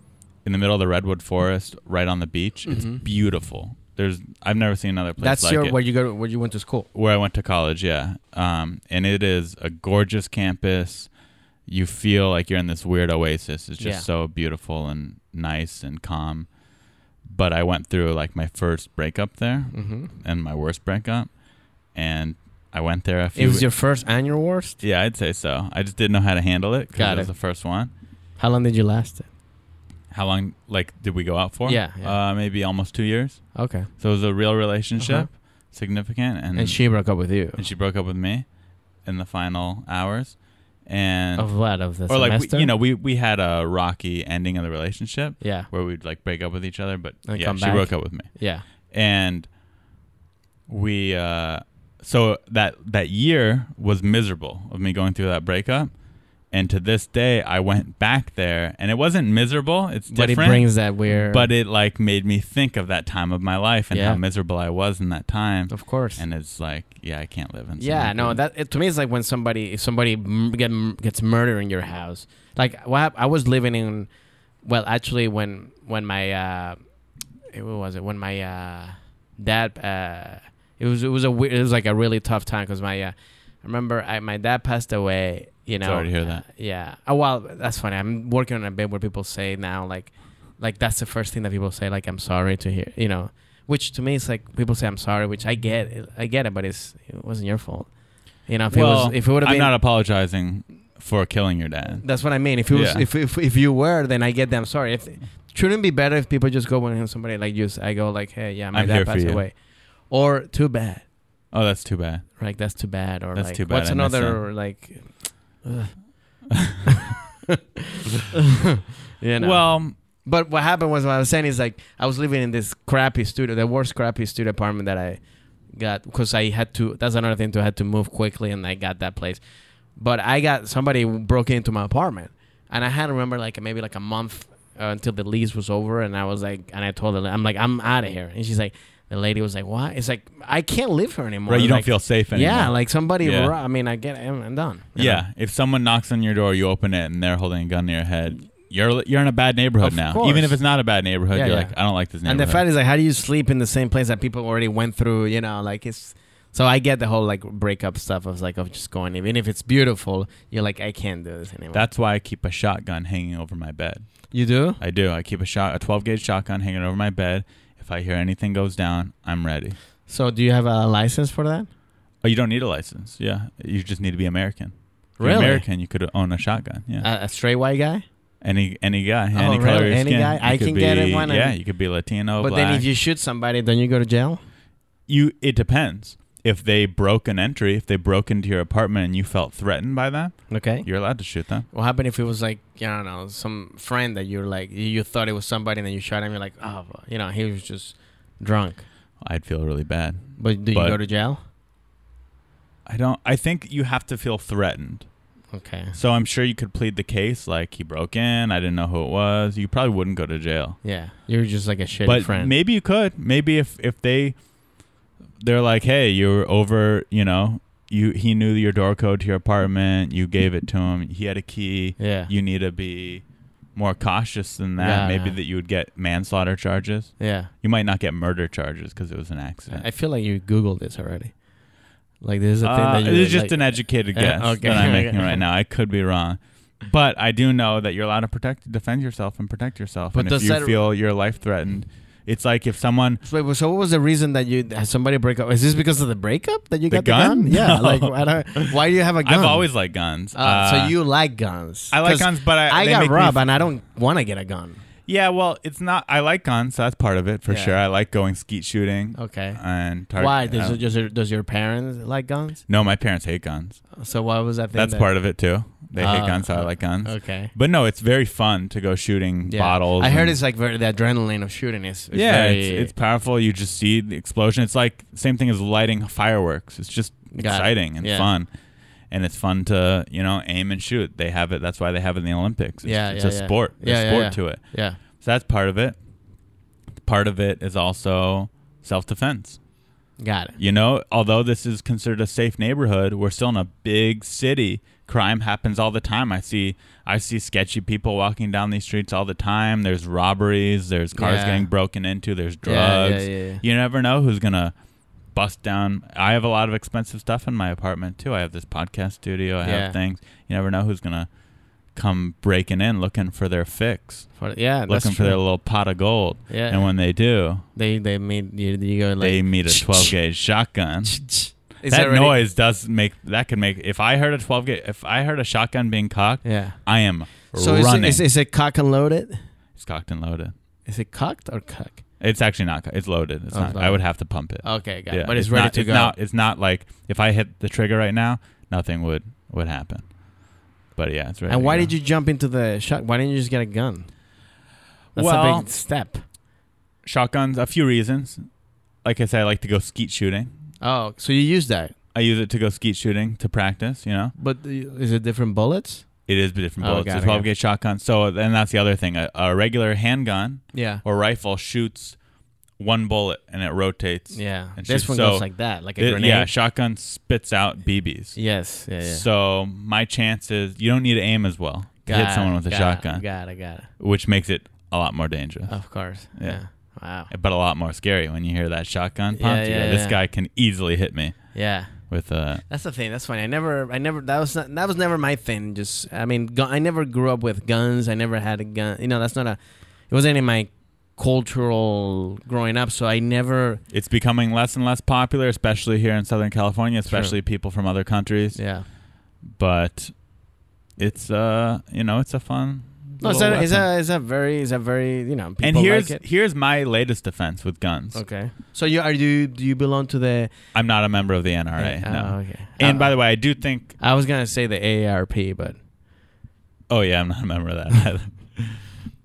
Speaker 6: in the middle of the redwood forest, right on the beach. It's beautiful. There's I've never seen another place
Speaker 7: Mm-hmm. that's
Speaker 6: like
Speaker 7: your
Speaker 6: it.
Speaker 7: where you go where you went to school.
Speaker 6: where I went to college, yeah. Um, and it is a gorgeous campus. You feel like you're in this weird oasis. It's just
Speaker 7: Yeah.
Speaker 6: so beautiful and nice and calm. But I went through like my first breakup there
Speaker 7: Mm.
Speaker 6: and my worst breakup. And I went there a few
Speaker 7: It was
Speaker 6: we-
Speaker 7: your first and your worst.
Speaker 6: Yeah, I'd say so. I just didn't know how to handle it because
Speaker 7: Got
Speaker 6: it was
Speaker 7: it.
Speaker 6: the first one.
Speaker 7: How long did you last? It?
Speaker 6: How long like did we go out for?
Speaker 7: Yeah, yeah.
Speaker 6: Uh, maybe almost two years.
Speaker 7: Okay,
Speaker 6: So it was a real relationship, significant and,
Speaker 7: Uh-huh. and she broke up with you.
Speaker 6: Mm. and she broke up with me in the final hours and
Speaker 7: Of what? Of the
Speaker 6: or like
Speaker 7: semester?
Speaker 6: we, you know we we had a rocky ending of the relationship
Speaker 7: Yeah.
Speaker 6: where we'd like break up with each other but
Speaker 7: And
Speaker 6: yeah
Speaker 7: come
Speaker 6: she
Speaker 7: back.
Speaker 6: broke up with me
Speaker 7: Yeah.
Speaker 6: and we uh so that that year was miserable of me going through that breakup and to this day I went back there and it wasn't miserable it's
Speaker 7: But it
Speaker 6: different
Speaker 7: brings that weird.
Speaker 6: but it like made me think of that time of my life and
Speaker 7: Yeah.
Speaker 6: how miserable I was in that time
Speaker 7: of course.
Speaker 6: and it's like yeah I can't live in
Speaker 7: Yeah,
Speaker 6: something
Speaker 7: no,
Speaker 6: like
Speaker 7: that it, to me it's like when somebody if somebody m- get, m- gets murdered in your house. Like what hap- I was living in, well, actually when when my uh, eh, what was it when my uh, dad uh, it was it was a weird, it was like a really tough time because my uh, I remember I, my dad passed away. You know,
Speaker 6: Sorry to hear that.
Speaker 7: uh, yeah. Oh well, that's funny. I'm working on a bit where people say now like like that's the first thing that people say like i'm sorry to hear you know which to me is like people say i'm sorry which i get i get it but it's it wasn't your fault you know if it was if it would have
Speaker 6: I'm
Speaker 7: been
Speaker 6: not apologizing for killing your dad.
Speaker 7: that's what i mean if it was
Speaker 6: Yeah.
Speaker 7: if, if if you were then i get that i'm sorry if shouldn't it be better if people just go when somebody like you i go like hey yeah my
Speaker 6: I'm here
Speaker 7: dad
Speaker 6: for
Speaker 7: passed
Speaker 6: you.
Speaker 7: away or too bad
Speaker 6: Oh, that's too bad.
Speaker 7: like that's too bad or
Speaker 6: That's
Speaker 7: like
Speaker 6: too bad,
Speaker 7: what's
Speaker 6: I missed
Speaker 7: another
Speaker 6: (laughs)
Speaker 7: like (laughs) ugh. you know
Speaker 6: Well,
Speaker 7: But what happened was what I was saying is like I was living in this crappy studio, the worst crappy studio apartment that I got because I had to. That's another thing too. I had to move quickly, and I got that place. But I got somebody broke into my apartment, and I had to remember like maybe like a month uh, until the lease was over, and I was like, and I told her I'm like I'm out of here, and she's like. The lady was like, "What?" It's like I can't live here anymore.
Speaker 6: right, you
Speaker 7: Like,
Speaker 6: don't feel safe anymore.
Speaker 7: Yeah, like somebody.
Speaker 6: Yeah.
Speaker 7: ro- I mean, I get. I'm, I'm done. you know?
Speaker 6: yeah. If someone knocks on your door, you open it, and they're holding a gun to your head. You're you're in a bad neighborhood
Speaker 7: Of
Speaker 6: now.
Speaker 7: course.
Speaker 6: Even if it's not a bad neighborhood,
Speaker 7: Yeah,
Speaker 6: you're
Speaker 7: yeah.
Speaker 6: like, I don't like this
Speaker 7: And
Speaker 6: neighborhood.
Speaker 7: the fact is, like, how do you sleep in the same place that people already went through? You know, like it's. So I get the whole like breakup stuff of like of just going even if it's beautiful, you're like I can't do this anymore.
Speaker 6: that's why I keep a shotgun hanging over my bed.
Speaker 7: you do.
Speaker 6: I do. I keep a shot a 12 gauge shotgun hanging over my bed. If I hear anything goes down, I'm ready.
Speaker 7: So do you have a license for that?
Speaker 6: Oh, you don't need a license. Yeah, you just need to be American. If you're
Speaker 7: Really?
Speaker 6: American, you could own a shotgun. Yeah.
Speaker 7: A, a straight white guy.
Speaker 6: Any any guy, Oh, any
Speaker 7: really?
Speaker 6: color of your
Speaker 7: Any
Speaker 6: skin.
Speaker 7: guy?
Speaker 6: You
Speaker 7: I
Speaker 6: could
Speaker 7: can get
Speaker 6: be-
Speaker 7: it when I'm-
Speaker 6: Yeah, you could be Latino,
Speaker 7: But
Speaker 6: black.
Speaker 7: then if you shoot somebody, don't you go to jail?
Speaker 6: you, it depends. If they broke an entry, if they broke into your apartment and you felt threatened by them,
Speaker 7: Okay.
Speaker 6: you're allowed to shoot them.
Speaker 7: What happened if it was like I don't know some friend that you're like you- you thought it was somebody and then you shot him? You're like oh you know he was just drunk.
Speaker 6: I'd feel really bad.
Speaker 7: But do you
Speaker 6: But-
Speaker 7: go to jail?
Speaker 6: I don't. I think you have to feel threatened.
Speaker 7: Okay.
Speaker 6: So I'm sure you could plead the case, like he broke in. I didn't know who it was. You probably wouldn't go to jail.
Speaker 7: Yeah, you're just like a shitty
Speaker 6: but
Speaker 7: friend.
Speaker 6: maybe you could maybe if if they they're like hey you're over you know you he knew your door code to your apartment you gave it to him he had a key
Speaker 7: Yeah.
Speaker 6: you need to be more cautious than
Speaker 7: Yeah,
Speaker 6: that maybe
Speaker 7: yeah.
Speaker 6: that you would get manslaughter charges
Speaker 7: yeah.
Speaker 6: you might not get murder charges because it was an accident
Speaker 7: I feel like you googled this already. Like this is a thing
Speaker 6: Uh,
Speaker 7: that you.
Speaker 6: it's just
Speaker 7: like-
Speaker 6: an educated
Speaker 7: Uh,
Speaker 6: guess
Speaker 7: okay.
Speaker 6: that i'm making
Speaker 7: (laughs) Okay.
Speaker 6: right now i could be wrong but I do know that you're allowed to protect, defend yourself, and protect yourself.
Speaker 7: But
Speaker 6: and if
Speaker 7: does
Speaker 6: you
Speaker 7: that-
Speaker 6: feel your life threatened, it's like if someone
Speaker 7: Wait, so what was the reason that you had somebody break up? Is this because of the breakup that you
Speaker 6: The
Speaker 7: got
Speaker 6: gun?
Speaker 7: the gun? Yeah,
Speaker 6: (laughs) No.
Speaker 7: like I don't, why do you have a gun?
Speaker 6: I've always liked guns.
Speaker 7: Uh,
Speaker 6: Uh,
Speaker 7: so you like guns?
Speaker 6: I like
Speaker 7: 'Cause
Speaker 6: guns, but I-
Speaker 7: I
Speaker 6: they
Speaker 7: got
Speaker 6: make me
Speaker 7: robbed,
Speaker 6: f-
Speaker 7: and I don't want to get a gun.
Speaker 6: Yeah, well, it's not. I like guns, so that's part of it for
Speaker 7: Yeah.
Speaker 6: sure. I like going skeet shooting.
Speaker 7: Okay.
Speaker 6: And tar-
Speaker 7: why?
Speaker 6: uh,
Speaker 7: Does, it just, does your parents like guns?
Speaker 6: no, my parents hate guns.
Speaker 7: So why was that thing?
Speaker 6: That's
Speaker 7: that,
Speaker 6: part of it too. They hate
Speaker 7: Ah,
Speaker 6: guns, so I like guns.
Speaker 7: Okay.
Speaker 6: But no, it's very fun to go shooting
Speaker 7: Yeah.
Speaker 6: bottles.
Speaker 7: I heard
Speaker 6: and-
Speaker 7: it's like very, the adrenaline of shooting is. is
Speaker 6: yeah,
Speaker 7: very-
Speaker 6: it's, it's powerful. You just see the explosion. It's like same thing as lighting fireworks. It's just
Speaker 7: Got it.
Speaker 6: exciting and
Speaker 7: Yeah.
Speaker 6: fun. and it's fun to you know aim and shoot. They have it. That's why they have it in the Olympics. It's,
Speaker 7: Yeah,
Speaker 6: it's
Speaker 7: yeah,
Speaker 6: a
Speaker 7: yeah.
Speaker 6: sport. There's
Speaker 7: Yeah, yeah,
Speaker 6: sport
Speaker 7: yeah.
Speaker 6: to it.
Speaker 7: Yeah.
Speaker 6: So that's part of it. Part of it is also self defense.
Speaker 7: Got it.
Speaker 6: You know, although this is considered a safe neighborhood, we're still in a big city. Crime happens all the time. I see I see sketchy people walking down these streets all the time. There's robberies, there's cars
Speaker 7: Yeah.
Speaker 6: getting broken into, there's
Speaker 7: Yeah, yeah,
Speaker 6: drugs.
Speaker 7: yeah, yeah.
Speaker 6: You never know who's going to bust down. I have a lot of expensive stuff in my apartment too. I have this podcast studio, I
Speaker 7: Yeah.
Speaker 6: have things. You never know who's going to come breaking in looking for their fix,
Speaker 7: For- yeah. that's
Speaker 6: looking for
Speaker 7: true.
Speaker 6: their little pot of gold.
Speaker 7: Yeah.
Speaker 6: And when they do,
Speaker 7: They they made you, you go like
Speaker 6: they meet a 12 gauge shotgun.
Speaker 7: It's
Speaker 6: that
Speaker 7: already-
Speaker 6: noise does make that could make if I heard a 12 gauge if I heard a shotgun being cocked,
Speaker 7: Yeah.
Speaker 6: I am
Speaker 7: So is it,
Speaker 6: running.
Speaker 7: is, is it cock and loaded?
Speaker 6: it's cocked and loaded.
Speaker 7: Is it cocked or cock?
Speaker 6: It's actually not. co- It's loaded. It's
Speaker 7: Oh,
Speaker 6: not.
Speaker 7: it's
Speaker 6: I
Speaker 7: loaded.
Speaker 6: would have to pump it.
Speaker 7: Okay, got
Speaker 6: Yeah,
Speaker 7: it. But it's, ready
Speaker 6: not,
Speaker 7: to
Speaker 6: it's
Speaker 7: go.
Speaker 6: Not, it's not like if I hit the trigger right now, nothing would would happen. But yeah, it's ready.
Speaker 7: and
Speaker 6: to
Speaker 7: why
Speaker 6: go.
Speaker 7: did you jump into the shot? Why didn't you just get a gun? That's a
Speaker 6: Well-
Speaker 7: big step.
Speaker 6: shotguns? A few reasons. Like I said, I like to go skeet shooting.
Speaker 7: Oh, so you use that,
Speaker 6: I use it to go skeet shooting to practice. You know.
Speaker 7: but uh, is it different bullets?
Speaker 6: It is different
Speaker 7: Oh,
Speaker 6: bullets.
Speaker 7: got
Speaker 6: a
Speaker 7: it,
Speaker 6: 12
Speaker 7: got it.
Speaker 6: gauge shotgun. So then that's the other thing. A, a regular handgun
Speaker 7: Yeah.
Speaker 6: or rifle shoots one bullet and it rotates.
Speaker 7: Yeah.
Speaker 6: And
Speaker 7: This
Speaker 6: shoots.
Speaker 7: one
Speaker 6: So
Speaker 7: goes like that, like a
Speaker 6: Th-
Speaker 7: grenade.
Speaker 6: yeah, shotgun spits out BBs.
Speaker 7: Yes. Yeah. yeah.
Speaker 6: So my chances, you don't need to aim as well to hit
Speaker 7: Got
Speaker 6: someone
Speaker 7: it,
Speaker 6: with a
Speaker 7: got it,
Speaker 6: shotgun,
Speaker 7: Got it. Got it. Uh-huh.
Speaker 6: which makes it a lot more dangerous,
Speaker 7: Of course.
Speaker 6: Yeah.
Speaker 7: Yeah. Wow.
Speaker 6: but a lot more scary when you hear that shotgun
Speaker 7: Yeah,
Speaker 6: pop. you
Speaker 7: yeah,
Speaker 6: go, this
Speaker 7: yeah.
Speaker 6: guy can easily hit me
Speaker 7: Yeah.
Speaker 6: with uh, a.
Speaker 7: That's the thing. That's funny. I never, I never. That was not, that was never my thing. Just, I mean, gu- I never grew up with guns. I never had a gun. You know, that's not a. It wasn't in my cultural growing up, so I never.
Speaker 6: It's becoming less and less popular, especially here in Southern California, especially people from other countries.
Speaker 7: Yeah.
Speaker 6: But it's uh, you know, it's a fun.
Speaker 7: No, it's
Speaker 6: little
Speaker 7: a, it's
Speaker 6: weapon.
Speaker 7: a, it's a very, it's a very, you know, people
Speaker 6: and here's
Speaker 7: like it.
Speaker 6: here's my latest defense with guns.
Speaker 7: Okay. So you are you do you belong to the?
Speaker 6: I'm not a member of the NRA.
Speaker 7: Uh,
Speaker 6: Eh, no.
Speaker 7: Okay.
Speaker 6: And
Speaker 7: Uh,
Speaker 6: by the way, I do think.
Speaker 7: I was gonna say the AARP, but
Speaker 6: Oh yeah, I'm not a member of that.
Speaker 7: (laughs)
Speaker 6: Either.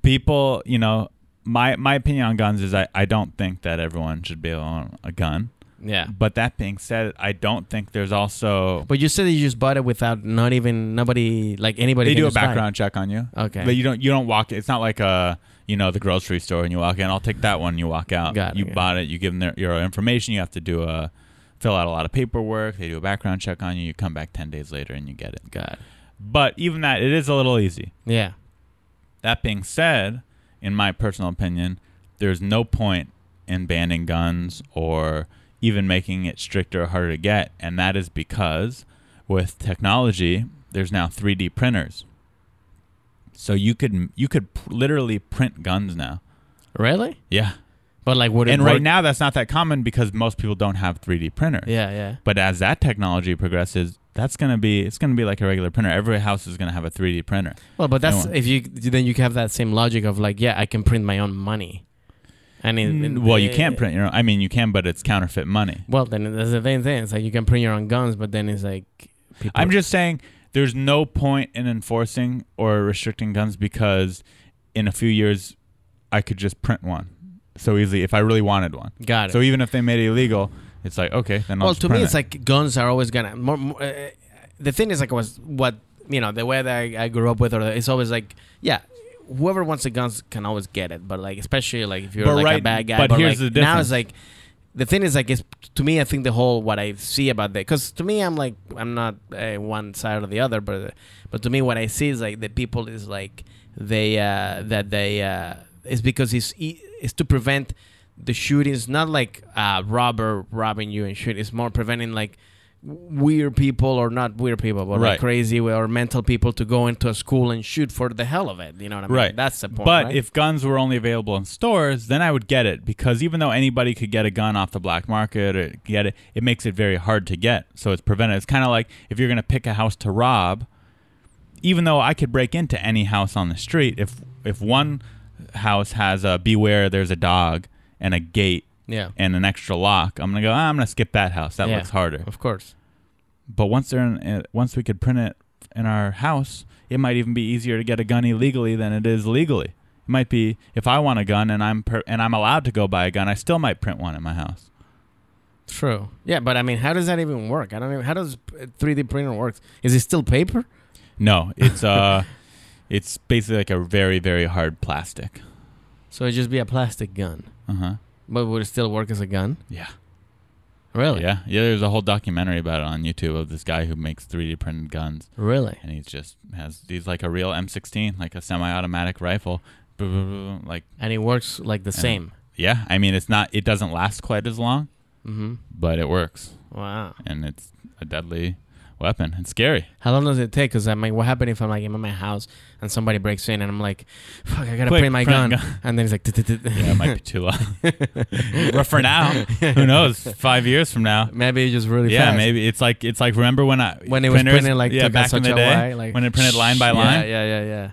Speaker 6: People, you know, my my opinion on guns is I, I don't think that everyone should be on a gun.
Speaker 7: yeah.
Speaker 6: But that being said, I don't think there's also
Speaker 7: But you said that you just bought it without not even nobody like anybody.
Speaker 6: they
Speaker 7: can
Speaker 6: do a
Speaker 7: just buy it.
Speaker 6: background check on you.
Speaker 7: Okay.
Speaker 6: But you don't you don't walk. It's not like a you know the grocery store and you walk in. I'll take that one. You walk out.
Speaker 7: Got it,
Speaker 6: you
Speaker 7: yeah.
Speaker 6: bought it. You give them their, your information. You have to do a fill out a lot of paperwork. They do a background check on you. You come back ten days later and you get it.
Speaker 7: God.
Speaker 6: But even that, it is a little easy.
Speaker 7: Yeah.
Speaker 6: That being said, in my personal opinion, there's no point in banning guns or even making it stricter or harder to get. And that is because with technology, there's now 3D printers. So you could you could pr- literally print guns now.
Speaker 7: Really?
Speaker 6: Yeah.
Speaker 7: But like, would it
Speaker 6: And right
Speaker 7: work-
Speaker 6: now that's not that common because most people don't have 3D printers.
Speaker 7: Yeah, yeah.
Speaker 6: But as that technology progresses, that's going to be it's going to be like a regular printer. Every house is going to have a 3D printer.
Speaker 7: Well, but that's
Speaker 6: Anyway.
Speaker 7: if you then you have that same logic of like, yeah, I can print my own money. And it,
Speaker 6: Mm, well, you can't print your own. I mean, you can, but it's counterfeit money.
Speaker 7: Well, then that's the same thing. It's like you can print your own guns, but then it's like people.
Speaker 6: I'm just saying there's no point in enforcing or restricting guns because in a few years I could just print one so easily if I really wanted one.
Speaker 7: got it.
Speaker 6: So even if they made it illegal, it's like okay, then I'll
Speaker 7: well,
Speaker 6: just
Speaker 7: to
Speaker 6: print
Speaker 7: me, it's
Speaker 6: it.
Speaker 7: like guns are always gonna. More, more, uh, the thing is like was what you know the way that I, I grew up with, or it's always like yeah. Whoever wants the guns can always get it, but like especially like if you're
Speaker 6: But
Speaker 7: like a
Speaker 6: right-
Speaker 7: bad guy.
Speaker 6: but here's
Speaker 7: like,
Speaker 6: the
Speaker 7: Now
Speaker 6: difference.
Speaker 7: it's like the thing is like it's to me. I think the whole what I see about that because to me I'm like I'm not uh, one side or the other, but but to me what I see is like the people is like they uh, that they uh, it's because it's e- it's to prevent the shootings. Not like uh, robber robbing you and shooting. It's more preventing like weird people or not weird people, but
Speaker 6: Right.
Speaker 7: like crazy or mental people to go into a school and shoot for the hell of it. You know what I mean?
Speaker 6: Right.
Speaker 7: That's the point.
Speaker 6: but
Speaker 7: right?
Speaker 6: if guns were only available in stores, then I would get it because even though anybody could get a gun off the black market or get it, it makes it very hard to get. So it's prevented. It's kind of like if you're going to pick a house to rob, even though I could break into any house on the street, if if one house has a beware, there's a dog and a gate
Speaker 7: yeah,
Speaker 6: and an extra lock, I'm gonna go. "Ah, I'm gonna skip that house. That
Speaker 7: Yeah.
Speaker 6: looks harder.
Speaker 7: of course.
Speaker 6: But once they're in, uh, once we could print it in our house, it might even be easier to get a gun illegally than it is legally. It might be if I want a gun and I'm per- and I'm allowed to go buy a gun, I still might print one in my house.
Speaker 7: True. Yeah, but I mean, how does that even work? I don't even. How does a 3D printer work? Is it still paper?
Speaker 6: No, it's uh, it's basically like a very very hard plastic.
Speaker 7: So it'd just be a plastic gun,
Speaker 6: Uh huh.
Speaker 7: but would it still work as a gun?
Speaker 6: Yeah.
Speaker 7: Really?
Speaker 6: Yeah. Yeah. There's a whole documentary about it on YouTube of this guy who makes 3D printed guns,
Speaker 7: Really?
Speaker 6: and he's just has he's like a real M16, like a semi-automatic rifle. Boo, boo, boo, Like,
Speaker 7: And it works like the same.
Speaker 6: yeah. I mean, it's not. It doesn't last quite as long,
Speaker 7: Mm-hmm.
Speaker 6: but it works,
Speaker 7: Wow.
Speaker 6: and it's a deadly weapon. It's scary.
Speaker 7: How long does it take? Because I mean, what happened if I'm like I'm in my house and somebody breaks in and I'm like, "Fuck, I gotta
Speaker 6: Quick,
Speaker 7: print my
Speaker 6: print
Speaker 7: gun,"
Speaker 6: gun.
Speaker 7: and then it's like, (laughs)
Speaker 6: Yeah, it might be too long. (laughs) but for now, who knows? Five years from now,
Speaker 7: maybe it's just really
Speaker 6: yeah,
Speaker 7: fast.
Speaker 6: maybe it's like it's like remember when I
Speaker 7: when it was
Speaker 6: printers-
Speaker 7: printed like
Speaker 6: yeah
Speaker 7: took
Speaker 6: back
Speaker 7: such
Speaker 6: in the
Speaker 7: a
Speaker 6: day
Speaker 7: while, like
Speaker 6: when it printed line by line.
Speaker 7: Yeah, yeah, yeah, yeah.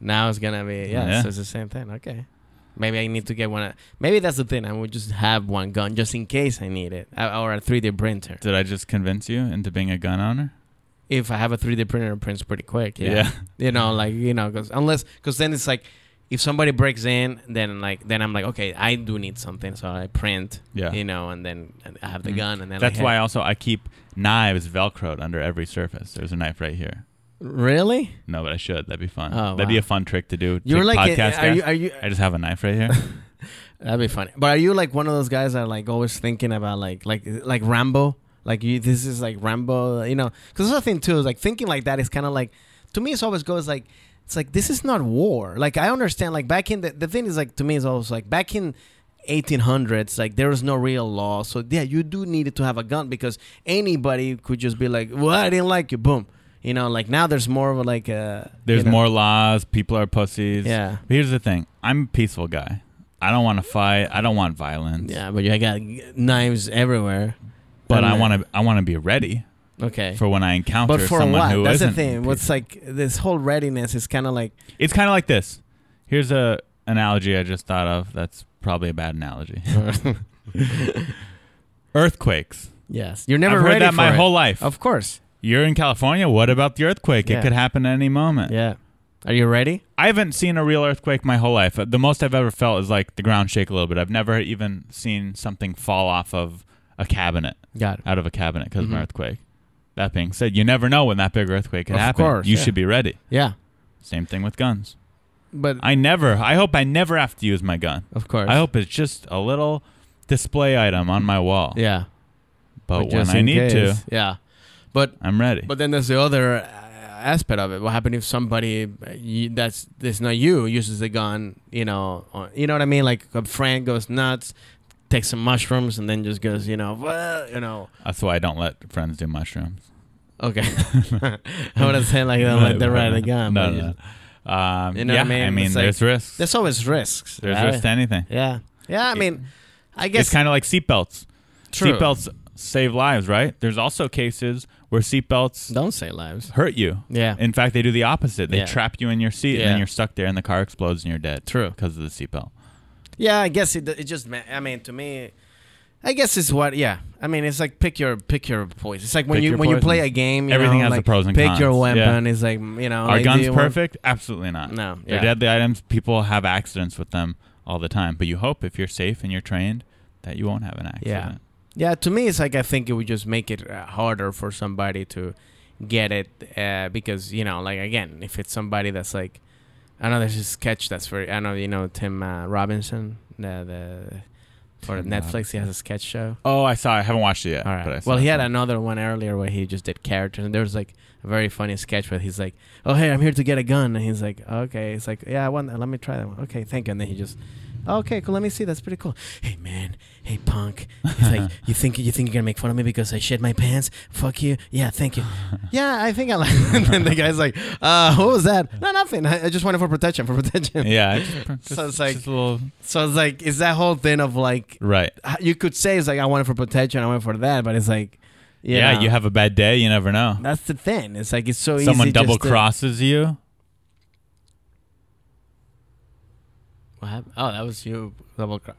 Speaker 7: Now it's gonna be yeah,
Speaker 6: Yeah.
Speaker 7: So it's the same thing. Okay, maybe I need to get one. Maybe that's the thing. I would just have one gun just in case I need it, Uh, or a 3D printer.
Speaker 6: Did I just convince you into being a gun owner?
Speaker 7: If I have a 3D printer, it prints pretty quick. Yeah. (laughs) you know, like you know, because unless because then it's like if somebody breaks in, then like then I'm like okay, I do need something, so I print.
Speaker 6: Yeah.
Speaker 7: you know, and then and I have the
Speaker 6: Mhm.
Speaker 7: gun, and then
Speaker 6: That's
Speaker 7: like,
Speaker 6: why
Speaker 7: hey-
Speaker 6: also I keep knives velcroed under every surface. There's a knife right here.
Speaker 7: really.
Speaker 6: No, but I should. That'd be fun.
Speaker 7: Oh,
Speaker 6: That'd be
Speaker 7: wow.
Speaker 6: a fun trick to do.
Speaker 7: You're
Speaker 6: Take
Speaker 7: like, a-
Speaker 6: podcast
Speaker 7: are you,
Speaker 6: guests.
Speaker 7: are you,
Speaker 6: I just have a knife right here.
Speaker 7: That'd be funny. But are you like one of those guys that like always thinking about like like like Rambo? Like you, this is like Rambo, you know? Because the thing too is like thinking like that is kind of like to me. It's always goes like it's like this is not war. Like I understand. Like back in the the thing is like to me is always like back in. 1800s like there was no real law so yeah you do needed to have a gun because anybody could just be like well i didn't like you boom you know like now there's more of a, like a
Speaker 6: There's
Speaker 7: you know,
Speaker 6: more laws. People are pussies.
Speaker 7: yeah
Speaker 6: But here's the thing. I'm a peaceful guy. I don't want to fight. I don't want violence.
Speaker 7: yeah but you got knives everywhere
Speaker 6: But I
Speaker 7: And, uh,
Speaker 6: want to. I want to be ready
Speaker 7: okay
Speaker 6: for when I encounter
Speaker 7: but for
Speaker 6: someone
Speaker 7: what?
Speaker 6: who
Speaker 7: That's the
Speaker 6: isn't
Speaker 7: thing. What's like this whole readiness is kind of (laughs) like
Speaker 6: It's kind of like this. Here's a analogy I just thought of. That's probably a bad
Speaker 7: (laughs)
Speaker 6: analogy. Earthquakes.
Speaker 7: yes, you're never
Speaker 6: I've heard
Speaker 7: ready
Speaker 6: that
Speaker 7: for
Speaker 6: my
Speaker 7: it.
Speaker 6: whole life.
Speaker 7: Of course,
Speaker 6: You're in California. What about the earthquake?
Speaker 7: Yeah.
Speaker 6: It could happen at any moment.
Speaker 7: yeah. Are you ready?
Speaker 6: I haven't seen a real earthquake my whole life. Uh, The most I've ever felt is like the ground shake a little bit. I've never even seen something fall off of a cabinet,
Speaker 7: Got it.
Speaker 6: out of a cabinet because of
Speaker 7: Mhm.
Speaker 6: an earthquake. That being said, you never know when that big earthquake could
Speaker 7: Of
Speaker 6: happen.
Speaker 7: course,
Speaker 6: you
Speaker 7: yeah.
Speaker 6: should be ready.
Speaker 7: Yeah,
Speaker 6: Same thing with guns.
Speaker 7: but
Speaker 6: I never, I hope I never have to use my gun.
Speaker 7: of course,
Speaker 6: I hope it's just a little display item on my wall.
Speaker 7: Yeah,
Speaker 6: But when
Speaker 7: just
Speaker 6: I
Speaker 7: in
Speaker 6: need to,
Speaker 7: case. yeah. But
Speaker 6: I'm ready.
Speaker 7: but then there's the other uh, aspect of it. What happened if somebody uh, you, that's that's not you uses the gun? You know, or, you know what I mean? Like a friend goes nuts, takes some mushrooms, and then just goes, you know, well, you know.
Speaker 6: That's why I don't let friends do mushrooms.
Speaker 7: Okay. (laughs) I wouldn't say like that, like they're right again.
Speaker 6: No,
Speaker 7: but
Speaker 6: no. no. Um,
Speaker 7: You know
Speaker 6: yeah,
Speaker 7: what I mean?
Speaker 6: I mean,
Speaker 7: It's like-
Speaker 6: there's risks. There's
Speaker 7: There's always risks. right?
Speaker 6: risks to anything.
Speaker 7: Yeah. Yeah, I mean, I
Speaker 6: It's
Speaker 7: guess
Speaker 6: kind of like seatbelts.
Speaker 7: True.
Speaker 6: Seatbelts save lives, right? There's also cases where seatbelts
Speaker 7: don't say lives.
Speaker 6: hurt you.
Speaker 7: Yeah.
Speaker 6: In fact, they do the opposite. They
Speaker 7: Yeah.
Speaker 6: trap you in your seat, and
Speaker 7: Yeah.
Speaker 6: then you're stuck there, and the car explodes, and you're dead.
Speaker 7: True.
Speaker 6: Because of the seatbelt.
Speaker 7: Yeah, I guess it, it just ma- I mean, to me I guess it's what yeah. I mean, it's like pick your pick your poison. It's like when
Speaker 6: Pick
Speaker 7: you
Speaker 6: your
Speaker 7: when you
Speaker 6: poison.
Speaker 7: play a game, you
Speaker 6: Everything
Speaker 7: know,
Speaker 6: has the
Speaker 7: like,
Speaker 6: pros and
Speaker 7: pick your
Speaker 6: cons. Yeah.
Speaker 7: weapon. It's like, you know,
Speaker 6: Are
Speaker 7: like, do
Speaker 6: guns
Speaker 7: you want-
Speaker 6: perfect? Absolutely not.
Speaker 7: No,
Speaker 6: They're
Speaker 7: yeah.
Speaker 6: deadly items. People have accidents with them all the time. But you hope if you're safe and you're trained that you won't have an
Speaker 7: Yeah.
Speaker 6: accident.
Speaker 7: Yeah, to me, it's like I think it would just make it uh, harder for somebody to get it uh, because you know, like again, if it's somebody that's like, I know there's a sketch that's very, I know you know Tim uh, Robinson, the the for
Speaker 6: Tim
Speaker 7: Netflix, he
Speaker 6: Robinson.
Speaker 7: has a sketch show.
Speaker 6: Oh, I saw. it. I haven't watched it yet.
Speaker 7: All
Speaker 6: But I
Speaker 7: right.
Speaker 6: saw
Speaker 7: Well, he had
Speaker 6: it.
Speaker 7: another one earlier where he just did characters, and there was like a very funny sketch where he's like, "Oh, hey, I'm here to get a gun," and he's like, "Okay." It's like, "Yeah, I want. That. Let me try that one." Okay, thank you. And then he just, "Oh, "Okay, cool. Let me see. That's pretty cool." Hey, man. Hey, punk. He's
Speaker 6: (laughs)
Speaker 7: like, "You think you think you're gonna make fun of me because I shed my pants? Fuck you. Yeah,
Speaker 6: (laughs)
Speaker 7: thank you. yeah, I think I like." (laughs) and then the guy's like, "Uh, what was that? No, nothing. I, I just wanted for protection. For protection." (laughs)
Speaker 6: Yeah. Just, just,
Speaker 7: So it's like-
Speaker 6: just a little
Speaker 7: So it's like, it's that whole thing of like,
Speaker 6: right.
Speaker 7: you could say it's like, "I wanted for protection. I wanted for that," but it's like. you
Speaker 6: Yeah.
Speaker 7: know.
Speaker 6: You have a bad day. You never know.
Speaker 7: That's the thing. It's like it's so easy.
Speaker 6: Someone
Speaker 7: just to-
Speaker 6: double crosses you.
Speaker 7: What happened? Oh, that was you double cross.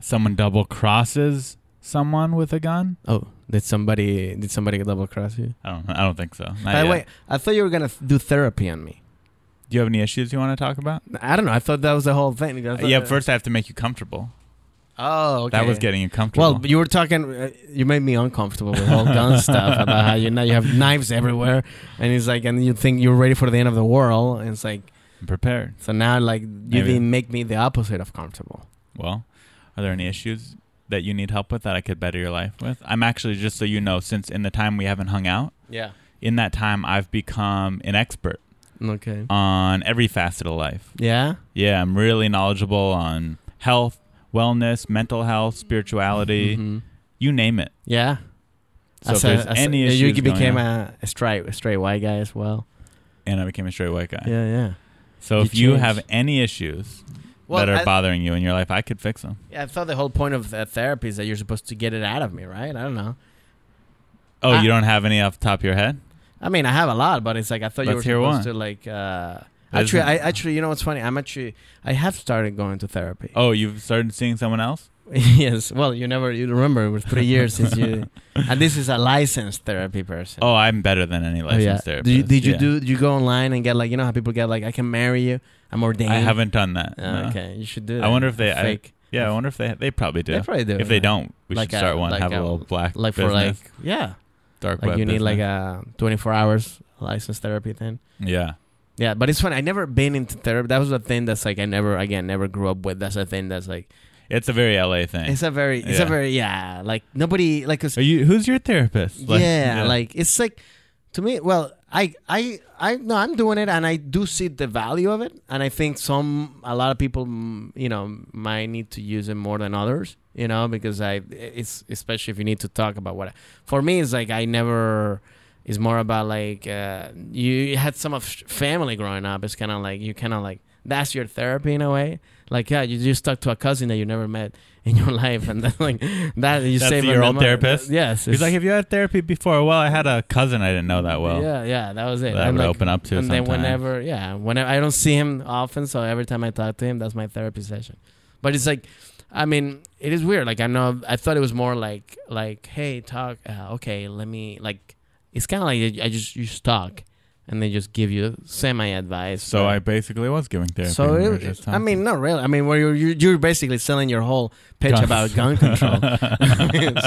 Speaker 6: Someone double crosses someone with a gun.
Speaker 7: Oh, did somebody did somebody double cross you?
Speaker 6: I don't. I don't think so. Not
Speaker 7: By the
Speaker 6: yet.
Speaker 7: way, I thought you were gonna do therapy on me.
Speaker 6: do you have any issues you want to talk about?
Speaker 7: I don't know. I thought that was the whole thing. I thought-
Speaker 6: yeah. First, I have to make you comfortable.
Speaker 7: Oh, okay.
Speaker 6: That was getting uncomfortable.
Speaker 7: Well, you were talking. Uh, you made me uncomfortable with all (laughs) gun stuff about how you now you have knives everywhere, and it's like, and you think you're ready for the end of the world, and it's like,
Speaker 6: I'm prepared.
Speaker 7: so now like you
Speaker 6: Maybe.
Speaker 7: didn't make me the opposite of comfortable.
Speaker 6: Well, are there any issues that you need help with that I could better your life with? I'm actually just so you know, since in the time we haven't hung out,
Speaker 7: Yeah.
Speaker 6: in that time I've become an expert
Speaker 7: Okay.
Speaker 6: on every facet of life.
Speaker 7: Yeah.
Speaker 6: Yeah, I'm really knowledgeable on health, wellness, mental health, spirituality,
Speaker 7: Mhm.
Speaker 6: you name it.
Speaker 7: Yeah.
Speaker 6: Mm-hmm. So if there's any issues,
Speaker 7: you became
Speaker 6: going on-
Speaker 7: a, a straight, a straight white guy as well.
Speaker 6: and I became a straight white guy.
Speaker 7: Yeah, yeah.
Speaker 6: So
Speaker 7: You
Speaker 6: if you
Speaker 7: changed.
Speaker 6: have any issues that are
Speaker 7: I,
Speaker 6: bothering you in your life, I could fix them.
Speaker 7: I thought the whole point of the therapy is that you're supposed to get it out of me, right? I don't know.
Speaker 6: Oh,
Speaker 7: I-
Speaker 6: you don't have any off the top of your head?
Speaker 7: I mean, I have a lot, but it's like I thought you
Speaker 6: Let's
Speaker 7: were
Speaker 6: hear
Speaker 7: supposed
Speaker 6: one.
Speaker 7: to like. Uh,
Speaker 6: There's
Speaker 7: actually,
Speaker 6: n-
Speaker 7: I actually, you know what's funny? I'm actually, I have started going to therapy.
Speaker 6: Oh, you've started seeing someone else?
Speaker 7: (laughs) yes. Well, you never, you remember it was three years
Speaker 6: (laughs)
Speaker 7: since you, and this is a licensed therapy person.
Speaker 6: Oh, I'm better than any licensed
Speaker 7: Did
Speaker 6: therapist.
Speaker 7: you, did you
Speaker 6: Yeah.
Speaker 7: do? Did you go online and get like you know how people get like I can marry you, I'm ordained.
Speaker 6: I haven't done that.
Speaker 7: Oh,
Speaker 6: no.
Speaker 7: Okay, you should do. That.
Speaker 6: I wonder if they- I-
Speaker 7: fake.
Speaker 6: Yeah, I wonder if they they probably do.
Speaker 7: They probably do.
Speaker 6: if they
Speaker 7: yeah.
Speaker 6: don't, we
Speaker 7: Like
Speaker 6: should
Speaker 7: a-
Speaker 6: start one.
Speaker 7: like
Speaker 6: have a,
Speaker 7: a-
Speaker 6: little black
Speaker 7: like for
Speaker 6: business,
Speaker 7: like yeah,
Speaker 6: dark
Speaker 7: like
Speaker 6: web
Speaker 7: you need like
Speaker 6: business.
Speaker 7: a 24 hours licensed therapy thing.
Speaker 6: yeah.
Speaker 7: Yeah, but it's funny. I never been into therapy. That was a thing that's like I never again never grew up with. That's a thing that's like
Speaker 6: It's a very LA thing.
Speaker 7: it's a very it's
Speaker 6: Yeah.
Speaker 7: a very yeah like nobody like 'cause-
Speaker 6: Are you who's your therapist?
Speaker 7: yeah, like it's like to me well I I I no I'm doing it and I do see the value of it and I think some a lot of people mm, you know might need to use it more than others you know because I it's especially if you need to talk about what for me it's like I never it's more about like uh, you had some of sh- family growing up it's kind of like you kind of like that's your therapy in a way like yeah you just talk to a cousin that you never met in your (laughs) life and then like that you
Speaker 6: That's
Speaker 7: save
Speaker 6: your
Speaker 7: them
Speaker 6: old
Speaker 7: money.
Speaker 6: therapist?
Speaker 7: yes
Speaker 6: He's
Speaker 7: it's-
Speaker 6: like, have you had therapy before? Well, I had a cousin I didn't know that well.
Speaker 7: yeah, yeah, that was it.
Speaker 6: That I
Speaker 7: And,
Speaker 6: would
Speaker 7: like,
Speaker 6: open up to.
Speaker 7: and
Speaker 6: sometimes.
Speaker 7: then whenever, yeah, whenever I don't see him often, so every time I talk to him, that's my therapy session. But it's like, I mean, it is weird. Like I know, I thought it was more like, like, hey, talk. Uh, okay, let me like. It's kind of like I just you just talk, and they just give you semi advice.
Speaker 6: So I basically was giving therapy.
Speaker 7: So
Speaker 6: when we were
Speaker 7: it,
Speaker 6: just
Speaker 7: I
Speaker 6: talking.
Speaker 7: mean, not really. I mean, where you're you're you're basically selling your whole pitch
Speaker 6: Gun-
Speaker 7: about gun control.
Speaker 6: (laughs)
Speaker 7: (laughs)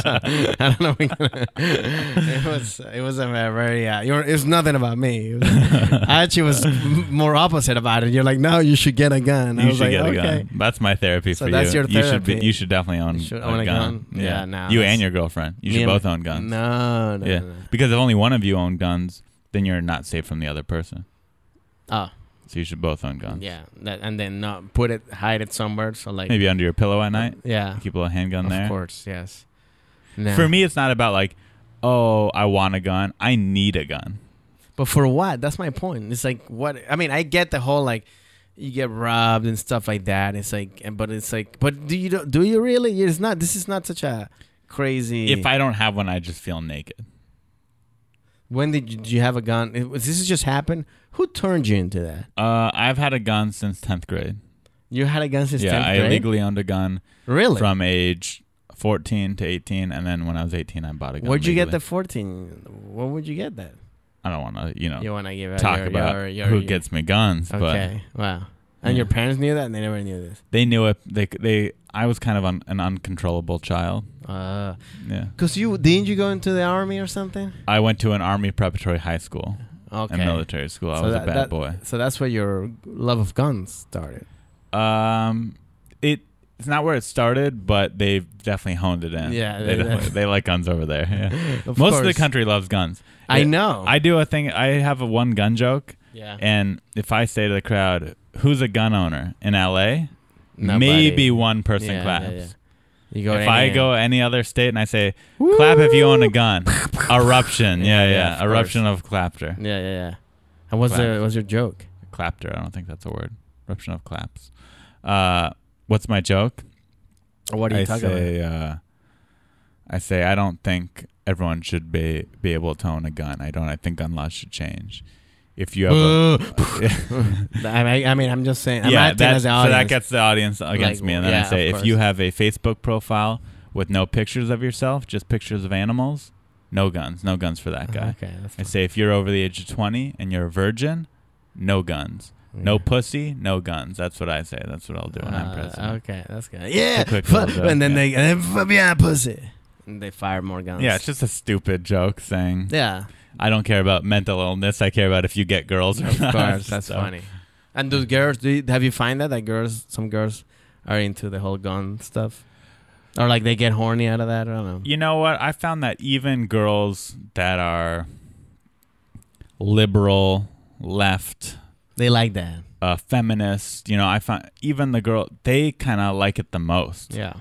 Speaker 7: So, I don't know. (laughs) it was it was a very uh, you're, it was nothing about me. It was- I actually was m- more opposite about it. You're like, no, you should get a gun. I
Speaker 6: you
Speaker 7: was
Speaker 6: should
Speaker 7: like,
Speaker 6: get a
Speaker 7: okay.
Speaker 6: gun. That's my therapy
Speaker 7: So
Speaker 6: for
Speaker 7: that's
Speaker 6: you.
Speaker 7: your
Speaker 6: You should be,
Speaker 7: therapy.
Speaker 6: you should definitely own,
Speaker 7: You should
Speaker 6: a,
Speaker 7: own a
Speaker 6: gun.
Speaker 7: gun. Yeah, no,
Speaker 6: you
Speaker 7: that's-
Speaker 6: and your girlfriend. You
Speaker 7: Me
Speaker 6: should
Speaker 7: and-
Speaker 6: both own guns.
Speaker 7: No, no,
Speaker 6: Yeah.
Speaker 7: no, no.
Speaker 6: Because if only one of you own guns, then you're not safe from the other person.
Speaker 7: Oh,
Speaker 6: So you should both own guns.
Speaker 7: yeah. That, and then not put it, hide it somewhere. So like,
Speaker 6: Maybe under your pillow at night.
Speaker 7: Yeah.
Speaker 6: Keep a little handgun
Speaker 7: Of
Speaker 6: there.
Speaker 7: course, yes. No.
Speaker 6: For me, it's not about like, oh, I want a gun. I need a gun.
Speaker 7: But for what? That's my point. It's like what I mean. I get the whole like you get robbed and stuff like that. It's like, and- but it's like, but do you do do you really? It's not. This is not such a crazy.
Speaker 6: If I don't have one, I just feel naked.
Speaker 7: when did you, did you have a gun? It, was this just happen? Who turned you into that?
Speaker 6: Uh, I've had a gun since tenth grade.
Speaker 7: You had a gun since
Speaker 6: yeah,
Speaker 7: tenth
Speaker 6: I
Speaker 7: grade.
Speaker 6: legally owned a gun
Speaker 7: really?
Speaker 6: from age fourteen to eighteen, and then when I was eighteen, I bought a gun.
Speaker 7: Where'd you get
Speaker 6: legally.
Speaker 7: the fourteen? Where would you get that?
Speaker 6: I don't want to, you know,
Speaker 7: You want to give out
Speaker 6: talk
Speaker 7: your-
Speaker 6: about
Speaker 7: your- your-
Speaker 6: who
Speaker 7: your-
Speaker 6: gets me guns, but
Speaker 7: Okay, wow. And
Speaker 6: Yeah.
Speaker 7: your parents knew that, and they never knew this.
Speaker 6: they knew it. They they I was kind of un, an uncontrollable child.
Speaker 7: Uh,
Speaker 6: Yeah,
Speaker 7: cause you didn't you go into the army or something?
Speaker 6: I went to an army preparatory high school
Speaker 7: Okay.
Speaker 6: and military school. I
Speaker 7: So
Speaker 6: was a
Speaker 7: that-
Speaker 6: bad
Speaker 7: that-
Speaker 6: boy.
Speaker 7: So that's where your love of guns started.
Speaker 6: Um, it it's not where it started, but they've definitely honed it in.
Speaker 7: Yeah,
Speaker 6: they
Speaker 7: they-
Speaker 6: definitely- they like guns over
Speaker 7: (laughs)
Speaker 6: there. Yeah.
Speaker 7: Of
Speaker 6: Most of the
Speaker 7: course.
Speaker 6: country loves guns.
Speaker 7: I
Speaker 6: It-
Speaker 7: know.
Speaker 6: I do a thing. I have a one gun joke,
Speaker 7: yeah.
Speaker 6: and if I say to the crowd, "Who's a gun owner in L.A.?"
Speaker 7: Nobody.
Speaker 6: Maybe one person
Speaker 7: Yeah,
Speaker 6: claps.
Speaker 7: yeah, yeah. You go.
Speaker 6: If
Speaker 7: in
Speaker 6: I
Speaker 7: and-
Speaker 6: go any other state and I say, "Clap if you own a gun,"
Speaker 7: (laughs)
Speaker 6: eruption. Yeah,
Speaker 7: Yeah,
Speaker 6: yeah,
Speaker 7: yeah, of course.
Speaker 6: eruption of clapter.
Speaker 7: Yeah, yeah, yeah. And what's
Speaker 6: Clap.
Speaker 7: the what's your joke?
Speaker 6: Clapter. I don't think that's a word. Eruption of claps. Uh, what's my joke?
Speaker 7: Or what are you
Speaker 6: I
Speaker 7: talking
Speaker 6: say, Uh, I say I don't think everyone should be be able to own a gun. I don't. I think gun laws should change. If you have (laughs) a
Speaker 7: about? I, I mean, I'm just saying. I'm
Speaker 6: yeah,
Speaker 7: acting
Speaker 6: that,
Speaker 7: as
Speaker 6: so
Speaker 7: an
Speaker 6: that
Speaker 7: audience.
Speaker 6: gets the audience against
Speaker 7: Like,
Speaker 6: me, and then
Speaker 7: yeah,
Speaker 6: I
Speaker 7: of
Speaker 6: say if you
Speaker 7: course.
Speaker 6: have a Facebook profile with no pictures of yourself, just pictures of animals, no guns, no
Speaker 7: Uh-huh.
Speaker 6: guns for that guy.
Speaker 7: Okay. That's
Speaker 6: I say if you're over the age of 20 and you're a virgin, no guns. No pussy, no guns. That's what I say. That's what I'll do when I'm
Speaker 7: Uh,
Speaker 6: president.
Speaker 7: Okay, that's good. Yeah,
Speaker 6: quick
Speaker 7: fu-
Speaker 6: little joke,
Speaker 7: (laughs) and then
Speaker 6: yeah.
Speaker 7: they and then fuck yeah, pussy. And they fire more guns.
Speaker 6: Yeah, it's just a stupid joke saying
Speaker 7: yeah.
Speaker 6: I don't care about mental illness. I care about if you get girls or (laughs)
Speaker 7: Of
Speaker 6: not.
Speaker 7: course, that's
Speaker 6: So,
Speaker 7: funny. And those girls, do you, have you find that that girls, some girls, are into the whole gun stuff, or like they get horny out of that? I don't know.
Speaker 6: You know what? I found that even girls that are liberal, left,
Speaker 7: They like that.
Speaker 6: uh, feminist, you know, I find even the girl they kind of like it the most.
Speaker 7: Yeah,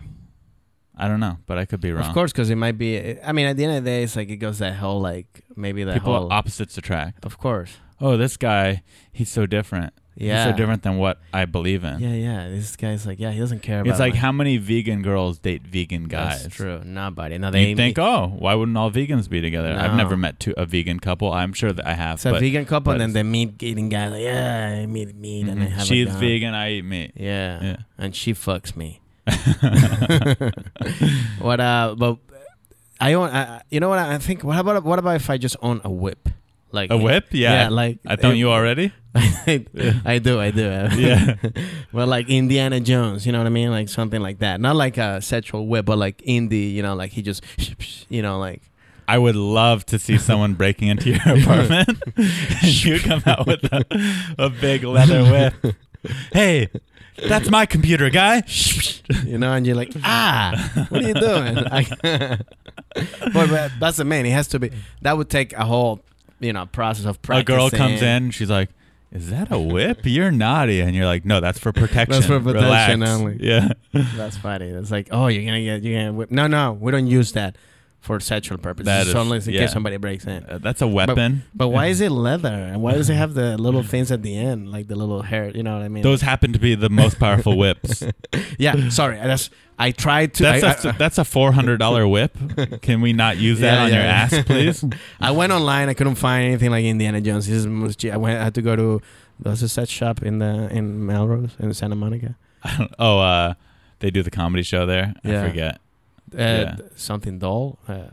Speaker 6: I don't know, but I could be wrong.
Speaker 7: of course, because it might be. I mean, at the end of the day, it's like it goes that whole like maybe that
Speaker 6: people
Speaker 7: whole.
Speaker 6: opposites attract.
Speaker 7: of course.
Speaker 6: Oh, this guy, he's so different.
Speaker 7: Yeah.
Speaker 6: He's so different than what I believe in.
Speaker 7: Yeah, yeah. This guy's like, yeah, he doesn't care about.
Speaker 6: It's like
Speaker 7: my-
Speaker 6: how many vegan girls date vegan guys?
Speaker 7: That's true. Nobody. No, they
Speaker 6: You think, oh, why wouldn't all vegans be together? I've
Speaker 7: No.
Speaker 6: never met two, a vegan couple. I'm sure that I have.
Speaker 7: It's a
Speaker 6: but-
Speaker 7: vegan couple,
Speaker 6: but
Speaker 7: and then the meat eating guy, like, yeah, I meat meat, and I
Speaker 6: Mhm.
Speaker 7: have a
Speaker 6: she's
Speaker 7: gun."
Speaker 6: vegan. I eat meat.
Speaker 7: Yeah.
Speaker 6: Yeah.
Speaker 7: and she fucks me. (laughs) what? Uh, but I own. I, I- you know what? I think. What about? What about if I just own a whip?
Speaker 6: (laughs)
Speaker 7: Like
Speaker 6: A
Speaker 7: (laughs)
Speaker 6: whip? Yeah.
Speaker 7: Yeah, like
Speaker 6: I don't
Speaker 7: (laughs)
Speaker 6: you already?
Speaker 7: I, I do. I do. (laughs)
Speaker 6: Yeah.
Speaker 7: well, like Indiana Jones. You know what I mean? Like something like that. Not like a sexual whip, but like indie. You know, like he just. You know, like.
Speaker 6: I would love to see
Speaker 7: (laughs)
Speaker 6: someone breaking into your apartment. and (laughs) you come out with a, a big leather
Speaker 7: (laughs)
Speaker 6: whip. Hey, that's my computer, guy.
Speaker 7: you know, and you're like, ah, what are you doing? (laughs) Like, but, but that's the man. It has to be. That would take a whole, you know, process of
Speaker 6: a
Speaker 7: practicing.
Speaker 6: girl comes in, she's like, "Is that a
Speaker 7: (laughs)
Speaker 6: whip? You're naughty." And you're like, "No, that's for protection.
Speaker 7: That's for protection
Speaker 6: Relax."
Speaker 7: only.
Speaker 6: Yeah.
Speaker 7: (laughs) That's funny. It's like, oh, you're gonna get, you're gonna. Whip. No, no, we don't use that for sexual purposes.
Speaker 6: That
Speaker 7: It's
Speaker 6: is-
Speaker 7: only in
Speaker 6: yeah.
Speaker 7: case somebody breaks in.
Speaker 6: Uh, that's a weapon.
Speaker 7: But why is it leather? And why does it have the
Speaker 6: (laughs)
Speaker 7: little things at the end, like the little hair? You know what I mean?
Speaker 6: Those happen to be the most powerful
Speaker 7: (laughs)
Speaker 6: whips.
Speaker 7: Yeah. Sorry, that's. I tried to.
Speaker 6: That's
Speaker 7: I-
Speaker 6: a
Speaker 7: I-
Speaker 6: that's a four hundred
Speaker 7: (laughs)
Speaker 6: dollar whip. Can we not use that
Speaker 7: Yeah,
Speaker 6: on
Speaker 7: yeah,
Speaker 6: your
Speaker 7: yeah.
Speaker 6: ass,
Speaker 7: (laughs)
Speaker 6: please?
Speaker 7: I went online. I couldn't find anything like Indiana Jones. This is most, I went. I had to go to. There's a set shop in the in Melrose in Santa Monica.
Speaker 6: I don't, oh, uh, they do the comedy show there.
Speaker 7: Yeah.
Speaker 6: I forget.
Speaker 7: Uh,
Speaker 6: Yeah.
Speaker 7: Something doll. Uh,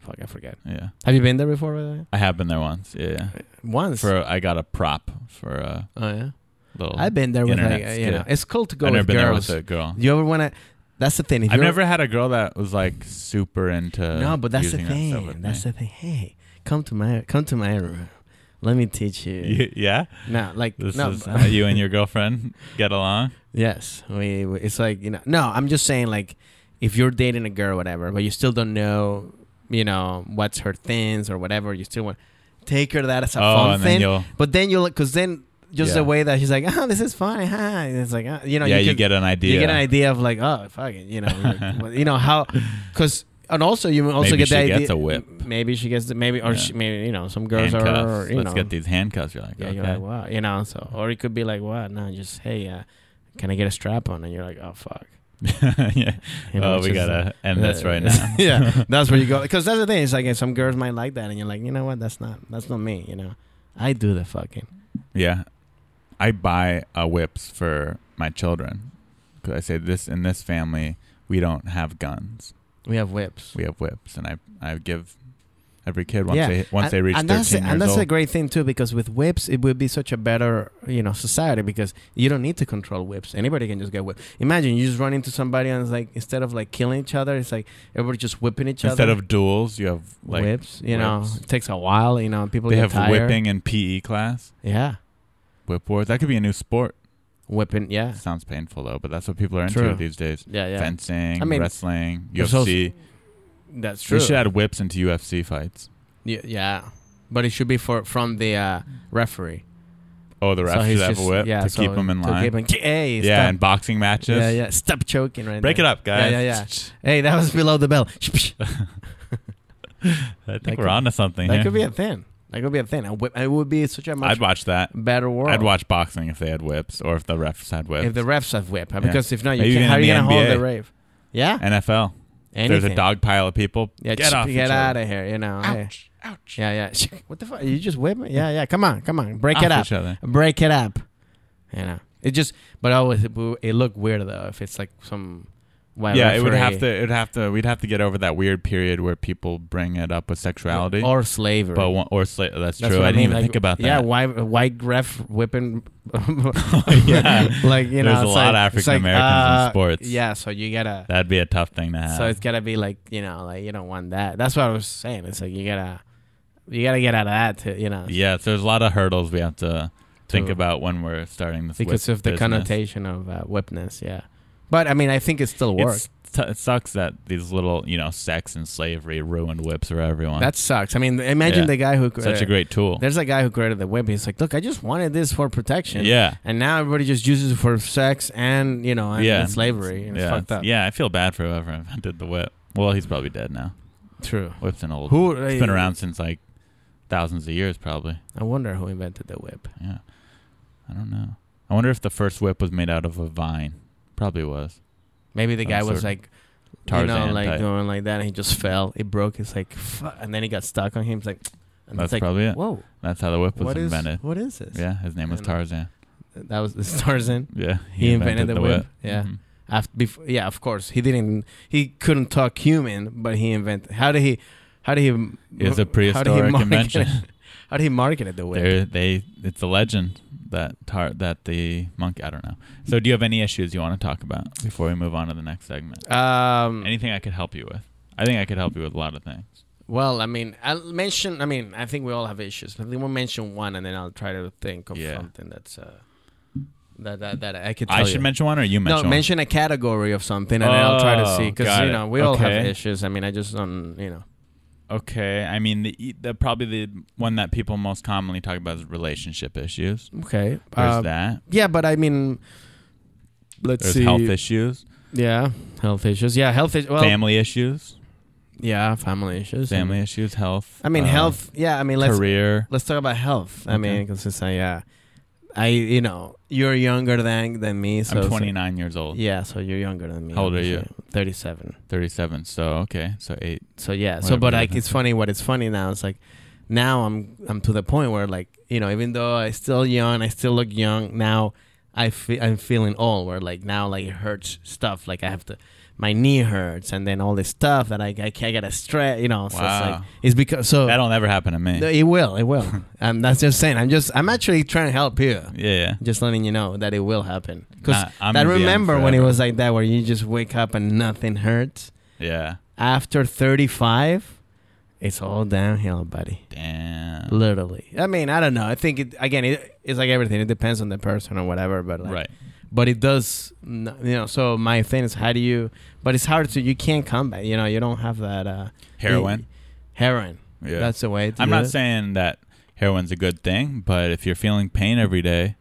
Speaker 7: fuck, I forget.
Speaker 6: Yeah,
Speaker 7: Have you been there before? by the way?
Speaker 6: I have been there once. Yeah, yeah.
Speaker 7: Once.
Speaker 6: for I got a prop for a
Speaker 7: oh yeah.
Speaker 6: little.
Speaker 7: I've been there with
Speaker 6: internet
Speaker 7: like uh, you
Speaker 6: skit.
Speaker 7: know. It's cool to go
Speaker 6: I've never
Speaker 7: with
Speaker 6: been
Speaker 7: girls.
Speaker 6: there with a girl.
Speaker 7: You ever wanna? That's the thing. If
Speaker 6: I've
Speaker 7: you're-
Speaker 6: never had a girl that was like super into.
Speaker 7: No, but that's the
Speaker 6: using that stuff
Speaker 7: thing.
Speaker 6: with
Speaker 7: that's
Speaker 6: me.
Speaker 7: the thing. Hey, come to my come to my room. Let me teach you.
Speaker 6: You- (laughs) yeah,
Speaker 7: No, like
Speaker 6: this
Speaker 7: no,
Speaker 6: is
Speaker 7: but-
Speaker 6: how
Speaker 7: (laughs)
Speaker 6: you and your girlfriend get along.
Speaker 7: Yes, we, we. It's like you know. No, I'm just saying like, if you're dating a girl, or whatever, but you still don't know, you know, what's her things or whatever. You still want take her to that as (laughs) a
Speaker 6: oh,
Speaker 7: fun
Speaker 6: and
Speaker 7: thing.
Speaker 6: then you'll
Speaker 7: but then you'll, cause then just
Speaker 6: Yeah.
Speaker 7: the way that she's like, oh, this is funny, hi. and It's like, ah, you know,
Speaker 6: yeah, you,
Speaker 7: can-
Speaker 6: get an idea.
Speaker 7: you get an idea of like, oh, fucking, you know,
Speaker 6: (laughs)
Speaker 7: like, well, you know how, cause. And also, you also
Speaker 6: Maybe
Speaker 7: get the
Speaker 6: she
Speaker 7: idea.
Speaker 6: gets a whip.
Speaker 7: Maybe she gets the, maybe, or
Speaker 6: Yeah.
Speaker 7: she, maybe you know, some girls
Speaker 6: Handcuffs.
Speaker 7: are, you
Speaker 6: Let's
Speaker 7: know,
Speaker 6: get these handcuffs. You're like,
Speaker 7: yeah,
Speaker 6: okay.
Speaker 7: you're like, wow, you know. So, or it could be like, what? No, just hey, uh, can I get a strap on? And you're like, oh fuck.
Speaker 6: (laughs) yeah.
Speaker 7: You know,
Speaker 6: Oh,
Speaker 7: it's
Speaker 6: we
Speaker 7: just,
Speaker 6: gotta end this
Speaker 7: uh,
Speaker 6: right now. (laughs)
Speaker 7: (laughs) yeah, that's where you go. Because that's the thing. It's like uh, some girls might like that, and you're like, you know what? That's not that's not me. You know, I do the fucking.
Speaker 6: Yeah, I buy uh, whips for my children because I say this in this family we don't have guns,
Speaker 7: We have whips.
Speaker 6: we have whips, and I I give every kid once
Speaker 7: yeah.
Speaker 6: they once they
Speaker 7: And-
Speaker 6: reach
Speaker 7: and
Speaker 6: thirteen
Speaker 7: that's,
Speaker 6: years
Speaker 7: and that's
Speaker 6: old.
Speaker 7: a great thing too, because with whips, it would be such a better you know society because you don't need to control whips. Anybody can just get whipped. Imagine you just run into somebody and it's like instead of like killing each other, it's like everybody just whipping each
Speaker 6: Instead
Speaker 7: other.
Speaker 6: of duels, you have like
Speaker 7: whips, you know,
Speaker 6: whips.
Speaker 7: it takes a while. You know, people
Speaker 6: they have
Speaker 7: get tired.
Speaker 6: whipping in PE class,
Speaker 7: Yeah.
Speaker 6: whip wars. That could be a new sport.
Speaker 7: Whipping, yeah.
Speaker 6: Sounds painful though, but that's what people are into
Speaker 7: True.
Speaker 6: these days.
Speaker 7: Yeah, yeah.
Speaker 6: Fencing,
Speaker 7: I mean,
Speaker 6: wrestling,
Speaker 7: there's also-
Speaker 6: UFC.
Speaker 7: That's
Speaker 6: They should add whips into UFC fights.
Speaker 7: Yeah, yeah. But it should be for from the uh, referee.
Speaker 6: Oh, the refs should have a whip to
Speaker 7: so
Speaker 6: keep them in
Speaker 7: to
Speaker 6: line.
Speaker 7: keep him- hey,
Speaker 6: yeah,
Speaker 7: stop.
Speaker 6: and boxing matches.
Speaker 7: yeah, yeah. Stop choking right
Speaker 6: Break
Speaker 7: there.
Speaker 6: it up, guys.
Speaker 7: Yeah, yeah, yeah. Hey, that was below the (laughs) bell.
Speaker 6: (laughs) I think
Speaker 7: That
Speaker 6: we're
Speaker 7: could-
Speaker 6: onto something
Speaker 7: that
Speaker 6: here.
Speaker 7: could be a thing. That could be a thing. A whip, it would be such a much
Speaker 6: I'd watch that.
Speaker 7: better world.
Speaker 6: I'd watch boxing if they had whips or if the refs had whips. (laughs)
Speaker 7: if the refs have whip,
Speaker 6: Yeah.
Speaker 7: because if not, you
Speaker 6: Maybe
Speaker 7: can't,
Speaker 6: even
Speaker 7: how are
Speaker 6: in
Speaker 7: you
Speaker 6: the
Speaker 7: gonna hold
Speaker 6: NBA.
Speaker 7: the rave? Yeah,
Speaker 6: NFL.
Speaker 7: anything.
Speaker 6: There's a dog pile of people.
Speaker 7: Yeah,
Speaker 6: get
Speaker 7: ch-
Speaker 6: off.
Speaker 7: get
Speaker 6: each
Speaker 7: out
Speaker 6: other.
Speaker 7: of here. You know. hey.
Speaker 6: Ouch. Ouch.
Speaker 7: Yeah, (laughs) yeah. What the fuck? You just whip me? Yeah, yeah. Come on, come on. Break it
Speaker 6: Off
Speaker 7: up.
Speaker 6: each other.
Speaker 7: break it up. You know, it just, but always it, wo- it look weird though if it's like some While
Speaker 6: yeah, it would
Speaker 7: referee-
Speaker 6: have to. It would have to. We'd have to get over that weird period where people bring it up with sexuality.
Speaker 7: or slavery.
Speaker 6: but one, or sla- that's,
Speaker 7: That's
Speaker 6: true.
Speaker 7: what
Speaker 6: I, didn't
Speaker 7: mean,
Speaker 6: even
Speaker 7: like,
Speaker 6: think about that.
Speaker 7: Yeah, why white ref whipping? (laughs)
Speaker 6: (laughs) Yeah.
Speaker 7: like you know,
Speaker 6: There's a
Speaker 7: it's
Speaker 6: lot
Speaker 7: like-
Speaker 6: of
Speaker 7: it's
Speaker 6: African
Speaker 7: like,
Speaker 6: Americans in
Speaker 7: uh,
Speaker 6: sports. uh,
Speaker 7: Yeah, so you gotta.
Speaker 6: that'd be a tough thing to have.
Speaker 7: so it's gotta be like you know, like you don't want that. That's what I was saying. It's like you gotta, you gotta get out of that. To, you know,
Speaker 6: yeah, so there's a lot of hurdles we have to think
Speaker 7: To-
Speaker 6: about when we're starting this
Speaker 7: because
Speaker 6: whip
Speaker 7: of the
Speaker 6: business.
Speaker 7: connotation of uh, whipness. Yeah, but I mean, I think it still works.
Speaker 6: It's, t- it sucks that these little, you know, sex and slavery ruined whips for everyone.
Speaker 7: That sucks. I mean, imagine
Speaker 6: Yeah.
Speaker 7: the guy who
Speaker 6: such
Speaker 7: uh,
Speaker 6: a great tool.
Speaker 7: There's a guy who created the whip. He's like, look, I just wanted this for protection.
Speaker 6: Yeah.
Speaker 7: And now everybody just uses it for sex and you know and,
Speaker 6: Yeah.
Speaker 7: and slavery. And
Speaker 6: yeah,
Speaker 7: It's fucked
Speaker 6: it's-
Speaker 7: up.
Speaker 6: yeah, I feel bad for whoever (laughs) invented the whip. Well, he's probably dead now.
Speaker 7: True.
Speaker 6: Whip's an old.
Speaker 7: Who-
Speaker 6: it's been around since like thousands of years, probably.
Speaker 7: I wonder who invented the whip.
Speaker 6: Yeah, I don't know. I wonder if the first whip was made out of a vine. Probably was.
Speaker 7: Maybe the
Speaker 6: Some
Speaker 7: guy
Speaker 6: sort
Speaker 7: was
Speaker 6: of
Speaker 7: like, you know,
Speaker 6: Tarzan
Speaker 7: like
Speaker 6: type.
Speaker 7: going like that, and he just fell. It broke. It's like, fuck, and then he got stuck on him. It's like, and
Speaker 6: That's
Speaker 7: it's like,
Speaker 6: probably it.
Speaker 7: Whoa,
Speaker 6: That's how the whip was
Speaker 7: what is
Speaker 6: invented.
Speaker 7: what is this?
Speaker 6: Yeah, his name was
Speaker 7: And-
Speaker 6: Tarzan.
Speaker 7: That was the Tarzan.
Speaker 6: Yeah,
Speaker 7: He invented the whip. Yeah.
Speaker 6: Mhm.
Speaker 7: After, before, yeah, of course, he didn't. He couldn't talk human, but he invented. How did he? How did he? m-
Speaker 6: It's a
Speaker 7: how did he
Speaker 6: prehistoric
Speaker 7: market
Speaker 6: invention.
Speaker 7: it? (laughs) How did he market it the whip?
Speaker 6: There, they. It's a legend that tar that the monkey. I don't know. So, do you have any issues you want to talk about before we move on to the next segment?
Speaker 7: Um,
Speaker 6: Anything I could help you with? I think I could help you with a lot of things.
Speaker 7: well, I mean, I'll mention. I mean, I think we all have issues. I think we'll mention one, and then I'll try to think of
Speaker 6: Yeah.
Speaker 7: something that's uh, that, that that I could. Tell
Speaker 6: I should
Speaker 7: you.
Speaker 6: mention one, or you
Speaker 7: Oh, No,
Speaker 6: mention. one?
Speaker 7: mention a category of something, and then I'll try to
Speaker 6: Oh,
Speaker 7: see because
Speaker 6: got
Speaker 7: you
Speaker 6: it.
Speaker 7: know we all have
Speaker 6: Okay.
Speaker 7: issues. I mean, I just don't, you know.
Speaker 6: Okay, I mean the, e- the probably the one that people most commonly talk about is relationship issues.
Speaker 7: Okay.
Speaker 6: There's that.
Speaker 7: Yeah, but I mean, Uh, let's
Speaker 6: There's
Speaker 7: see.
Speaker 6: health issues,
Speaker 7: Yeah, health issues. Yeah, health issues. Well,
Speaker 6: family issues,
Speaker 7: yeah, family issues.
Speaker 6: family issues, health.
Speaker 7: I mean,
Speaker 6: uh,
Speaker 7: health. Yeah, I mean, let's
Speaker 6: career.
Speaker 7: let's talk about health. I
Speaker 6: Okay.
Speaker 7: mean, because it's like, yeah, I you know you're younger than than me. So
Speaker 6: I'm
Speaker 7: so-
Speaker 6: 29 years old,
Speaker 7: yeah, so you're younger than me.
Speaker 6: How old are you?
Speaker 7: Thirty-seven.
Speaker 6: 37. So okay, so eight.
Speaker 7: So yeah. so
Speaker 6: Whatever
Speaker 7: but
Speaker 6: that
Speaker 7: like it's
Speaker 6: is.
Speaker 7: funny what it's funny now. It's like now I'm I'm to the point where like, you know, even though I still young, I still look young, now I feel I'm feeling old where like now like it hurts stuff. Like I have to my knee hurts and then all this stuff that I I, can't get a stretch, you know. So it's like
Speaker 6: Wow.
Speaker 7: it's because so
Speaker 6: That'll never happen to me.
Speaker 7: no, it will, it
Speaker 6: (laughs)
Speaker 7: will. um, that's just saying. I'm just I'm actually trying to help you.
Speaker 6: yeah,
Speaker 7: Just letting you know that it will happen.
Speaker 6: Nah,
Speaker 7: Because
Speaker 6: I'm
Speaker 7: I
Speaker 6: gonna be young
Speaker 7: remember when it
Speaker 6: forever.
Speaker 7: was like that, where you just wake up and nothing hurts
Speaker 6: yeah.
Speaker 7: after 35 it's all downhill buddy
Speaker 6: Damn.
Speaker 7: literally i mean i don't know i think it again it, it's like everything it depends on the person or whatever but like,
Speaker 6: right.
Speaker 7: but it does n- you know so my thing is how do you but it's hard to you can't combat you know you don't have that uh
Speaker 6: Heroin.
Speaker 7: heroin
Speaker 6: Yeah.
Speaker 7: that's the way to
Speaker 6: I'm
Speaker 7: do
Speaker 6: not
Speaker 7: it.
Speaker 6: saying that heroin's a good thing, but if you're feeling pain every day,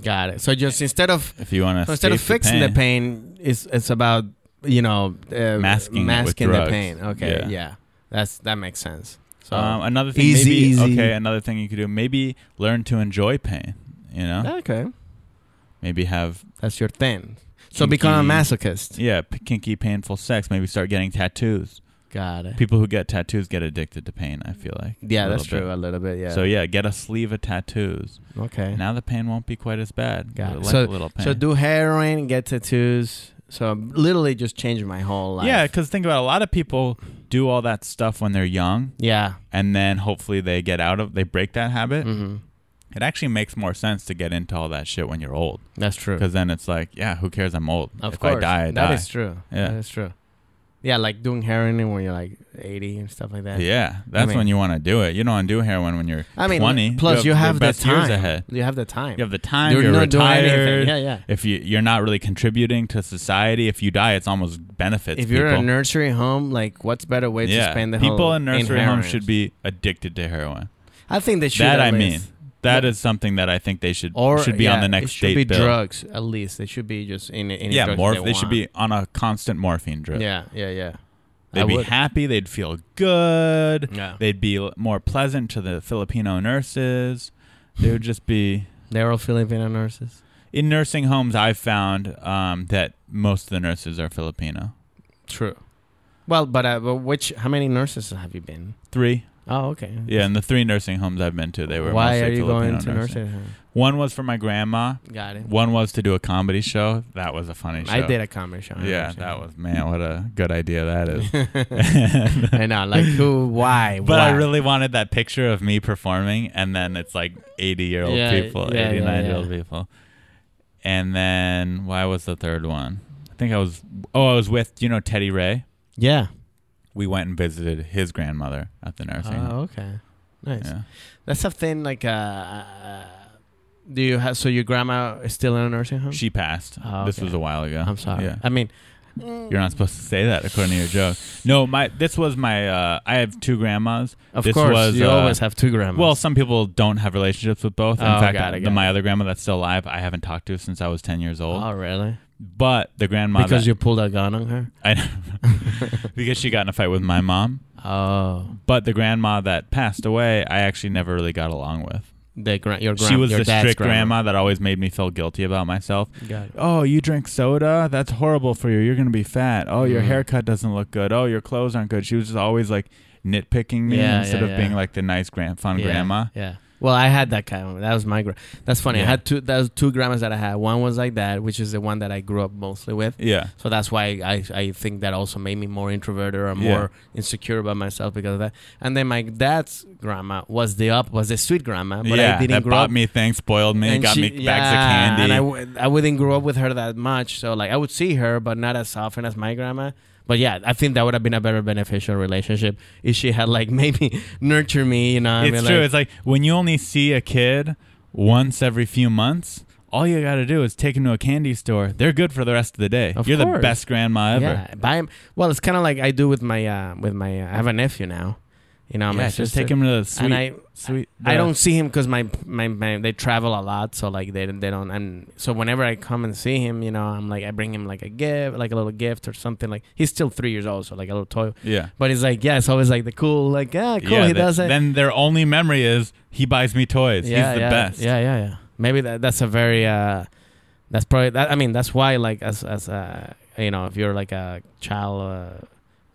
Speaker 7: got it so just instead of
Speaker 6: if you want to
Speaker 7: so instead of fixing the pain it's it's about you know uh,
Speaker 6: Masking it with
Speaker 7: masking the
Speaker 6: drugs.
Speaker 7: pain okay
Speaker 6: Yeah.
Speaker 7: yeah. that's that makes sense so
Speaker 6: Um, another thing,
Speaker 7: Easy,
Speaker 6: maybe
Speaker 7: easy.
Speaker 6: okay. Another thing you could do, maybe learn to enjoy pain. You know,
Speaker 7: okay
Speaker 6: maybe have
Speaker 7: That's your thing. So become a
Speaker 6: Kinky.
Speaker 7: masochist.
Speaker 6: yeah p- kinky, painful sex. Maybe start getting tattoos.
Speaker 7: Got it.
Speaker 6: People who get tattoos get addicted to pain. I feel like
Speaker 7: yeah,
Speaker 6: a
Speaker 7: that's
Speaker 6: little
Speaker 7: true.
Speaker 6: bit.
Speaker 7: A little bit. Yeah.
Speaker 6: So yeah, get a sleeve of tattoos.
Speaker 7: okay.
Speaker 6: Now the pain won't be quite as bad.
Speaker 7: Got
Speaker 6: You
Speaker 7: it.
Speaker 6: Like
Speaker 7: So-
Speaker 6: a little pain.
Speaker 7: So do heroin, get tattoos. So literally just changed my whole life.
Speaker 6: yeah, because think about it, a lot of people do all that stuff when they're young,
Speaker 7: Yeah.
Speaker 6: and then hopefully they get out of they break that habit.
Speaker 7: hmm
Speaker 6: It actually makes more sense to get into all that shit when you're old,
Speaker 7: That's true.
Speaker 6: because then it's like, yeah, who cares? I'm old.
Speaker 7: Of
Speaker 6: if
Speaker 7: course.
Speaker 6: I die, I die.
Speaker 7: That is true.
Speaker 6: Yeah.
Speaker 7: That is true. Yeah, like doing heroin when you're like 80 and stuff like that.
Speaker 6: Yeah, that's
Speaker 7: mean-
Speaker 6: when you want to do it. You don't want to do heroin when you're
Speaker 7: I mean,
Speaker 6: 20.
Speaker 7: plus you have,
Speaker 6: your
Speaker 7: the
Speaker 6: best years
Speaker 7: time.
Speaker 6: ahead.
Speaker 7: You have the time.
Speaker 6: You have the time.
Speaker 7: You're
Speaker 6: You're,
Speaker 7: not doing anything.
Speaker 6: retired.
Speaker 7: Yeah, yeah.
Speaker 6: If you you're not really contributing to society, if you die, it's almost benefits.
Speaker 7: if you're in
Speaker 6: people.
Speaker 7: a nursery home, like what's better way
Speaker 6: yeah,
Speaker 7: to spend the
Speaker 6: people
Speaker 7: whole
Speaker 6: in nursery
Speaker 7: heroin?
Speaker 6: homes should be addicted to heroin.
Speaker 7: I think they should.
Speaker 6: that
Speaker 7: at
Speaker 6: I mean,
Speaker 7: least.
Speaker 6: that is
Speaker 7: Yeah.
Speaker 6: something that I think they should
Speaker 7: or
Speaker 6: should be
Speaker 7: yeah,
Speaker 6: on the next
Speaker 7: it should
Speaker 6: date
Speaker 7: be
Speaker 6: bill.
Speaker 7: drugs at least they should be just in any
Speaker 6: yeah,
Speaker 7: drugs
Speaker 6: morph.
Speaker 7: they,
Speaker 6: They, should
Speaker 7: want.
Speaker 6: be on a constant morphine drip.
Speaker 7: yeah yeah yeah
Speaker 6: They'd
Speaker 7: I
Speaker 6: be
Speaker 7: would. Mm.
Speaker 6: happy. They'd feel good.
Speaker 7: Yeah.
Speaker 6: They'd be l- more pleasant to the Filipino nurses. They would just be.
Speaker 7: they're all Filipino nurses
Speaker 6: In nursing homes, I've found um, that most of the nurses are Filipino.
Speaker 7: true well but, uh, but which how many nurses have you been
Speaker 6: Three.
Speaker 7: Oh, okay.
Speaker 6: Yeah, and the three nursing homes I've been to, they were
Speaker 7: Why
Speaker 6: mostly
Speaker 7: are you
Speaker 6: Filipino
Speaker 7: going
Speaker 6: nursing.
Speaker 7: to nursing home?
Speaker 6: One was for my grandma.
Speaker 7: Got it.
Speaker 6: One was to do a comedy show. That was a funny show.
Speaker 7: I did a comedy show. I
Speaker 6: Yeah,
Speaker 7: understand.
Speaker 6: that was man. What a good idea that (laughs)
Speaker 7: (laughs)
Speaker 6: is.
Speaker 7: I know, like who, (laughs) why,
Speaker 6: But I
Speaker 7: why?
Speaker 6: really wanted that picture of me performing, and then it's like 80 year old
Speaker 7: Yeah,
Speaker 6: people,
Speaker 7: yeah, yeah,
Speaker 6: 89 year old
Speaker 7: yeah.
Speaker 6: people. And then why was the third one? I think I was, oh, I was with, you know, Teddy Ray.
Speaker 7: yeah.
Speaker 6: We went and visited his grandmother at the nursing home.
Speaker 7: Oh, okay. Nice.
Speaker 6: Yeah.
Speaker 7: That's something like uh, do you have so your grandma is still in a nursing home?
Speaker 6: She passed.
Speaker 7: Oh,
Speaker 6: This
Speaker 7: okay.
Speaker 6: was a while ago.
Speaker 7: I'm sorry.
Speaker 6: Yeah.
Speaker 7: I mean,
Speaker 6: You're not supposed to say that according to your joke. No, my this was my uh I have two grandmas.
Speaker 7: of
Speaker 6: This
Speaker 7: course,
Speaker 6: was,
Speaker 7: you
Speaker 6: uh,
Speaker 7: always have two grandmas.
Speaker 6: Well, some people don't have relationships with both. In
Speaker 7: Oh,
Speaker 6: fact,
Speaker 7: got it,
Speaker 6: the-
Speaker 7: got
Speaker 6: my other grandma that's still alive, I haven't talked to since I was 10 years old.
Speaker 7: oh really?
Speaker 6: But the grandma
Speaker 7: Because
Speaker 6: that-
Speaker 7: you pulled a gun on her.
Speaker 6: I know. (laughs) because she got in a fight with my mom.
Speaker 7: Oh,
Speaker 6: But the grandma that passed away, I actually never really got along with.
Speaker 7: the gra- your grandma.
Speaker 6: She was
Speaker 7: your
Speaker 6: the
Speaker 7: dad's
Speaker 6: strict grandma. that always made me feel guilty about myself.
Speaker 7: Got it.
Speaker 6: Oh, you drink soda? That's horrible for you. You're going to be fat. Oh, your
Speaker 7: Mm.
Speaker 6: haircut doesn't look good. Oh, your clothes aren't good. She was just always like nitpicking me
Speaker 7: Yeah,
Speaker 6: instead of
Speaker 7: yeah, yeah.
Speaker 6: being like the nice grand fun
Speaker 7: Yeah,
Speaker 6: grandma.
Speaker 7: Yeah. Well, I had that kind of. That was my. Gra- that's funny. I
Speaker 6: Yeah.
Speaker 7: had two. That was two grandmas that I had. One was like that, which is the one that I grew up mostly with.
Speaker 6: Yeah.
Speaker 7: So that's why I, I think that also made me more introverted or
Speaker 6: Yeah.
Speaker 7: more insecure about myself because of that. And then my dad's grandma was the up was the sweet grandma, but
Speaker 6: yeah,
Speaker 7: I didn't
Speaker 6: that
Speaker 7: grow
Speaker 6: bought
Speaker 7: up.
Speaker 6: me things, spoiled me,
Speaker 7: and
Speaker 6: got
Speaker 7: she-
Speaker 6: me bags of candy.
Speaker 7: And I, w- I wouldn't grow up with her that much. So like I would see her, but not as often as my grandma. But yeah, I think that would have been a better beneficial relationship if she had like (laughs) maybe nurture me. You know, I
Speaker 6: it's
Speaker 7: mean,
Speaker 6: true.
Speaker 7: Like,
Speaker 6: it's like when you only see a kid once every few months, all you got to do is take him to a candy store. They're good for the rest of the day.
Speaker 7: Of
Speaker 6: You're the
Speaker 7: course.
Speaker 6: best grandma ever.
Speaker 7: Yeah, buy him. Well, it's kind of like I do with my uh, with my. Uh, I have a nephew now. You know, my
Speaker 6: Yeah, just
Speaker 7: sister.
Speaker 6: take him to the sweet.
Speaker 7: and I
Speaker 6: sweet
Speaker 7: I
Speaker 6: the-
Speaker 7: don't see him because my, my my they travel a lot, so like they they don't and so whenever I come and see him, you know, I'm like I bring him like a gift, like a little gift or something. Like he's still three years old, so like a little toy.
Speaker 6: Yeah.
Speaker 7: But it's like yeah, it's always like the cool, like yeah, cool.
Speaker 6: yeah,
Speaker 7: he
Speaker 6: the-
Speaker 7: does it.
Speaker 6: Then their only memory is he buys me toys.
Speaker 7: yeah,
Speaker 6: He's the
Speaker 7: yeah,
Speaker 6: best.
Speaker 7: Yeah, yeah, yeah. Maybe that, that's a very uh, that's probably that. I mean, that's why like as as uh, you know, if you're like a child. Uh,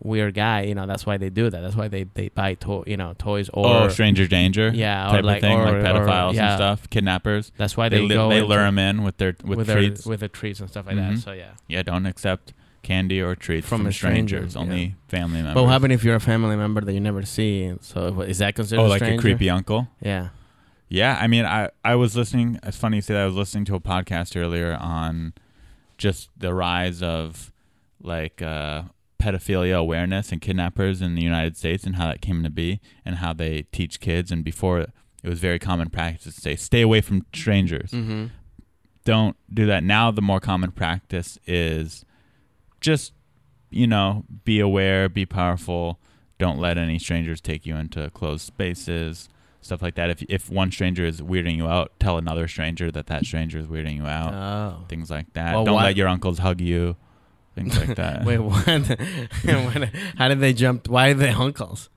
Speaker 7: Weird guy, you know. That's why they do that. That's why they they buy to you know toys or
Speaker 6: Or, stranger danger.
Speaker 7: Yeah, or
Speaker 6: Type
Speaker 7: like-
Speaker 6: of thing,
Speaker 7: or-
Speaker 6: like
Speaker 7: or-
Speaker 6: pedophiles
Speaker 7: yeah.
Speaker 6: and stuff, kidnappers.
Speaker 7: that's why
Speaker 6: They
Speaker 7: they
Speaker 6: li-
Speaker 7: go
Speaker 6: they
Speaker 7: into-
Speaker 6: lure them in with their with,
Speaker 7: with
Speaker 6: treats.
Speaker 7: their, with the treats and stuff like
Speaker 6: Mhm.
Speaker 7: that. So yeah.
Speaker 6: yeah, don't accept candy or treats
Speaker 7: From
Speaker 6: from,
Speaker 7: a stranger,
Speaker 6: strangers.
Speaker 7: yeah.
Speaker 6: Only family members.
Speaker 7: But what happened if you're a family member that you never see? So wha- is that considered?
Speaker 6: Oh, like a
Speaker 7: stranger?
Speaker 6: creepy uncle.
Speaker 7: Yeah.
Speaker 6: Yeah, I mean, I I was listening. It's funny you say that. I was listening to a podcast earlier on just the rise of like uh, pedophilia awareness and kidnappers in the United States and how that came to be and how they teach kids. And before it was very common practice to say, "Stay away from strangers."
Speaker 7: Mm-hmm.
Speaker 6: Don't do that. Now the more common practice is just you know be aware, be powerful. Don't let any strangers take you into closed spaces stuff like that. If if one stranger is weirding you out, tell another stranger that that stranger is weirding you out.
Speaker 7: Oh.
Speaker 6: things like that.
Speaker 7: Well,
Speaker 6: Don't
Speaker 7: why-
Speaker 6: let your uncles hug you. Things
Speaker 7: (laughs)
Speaker 6: like that.
Speaker 7: Wait, what?
Speaker 6: (laughs)
Speaker 7: When- How did they jump? Why are they uncles?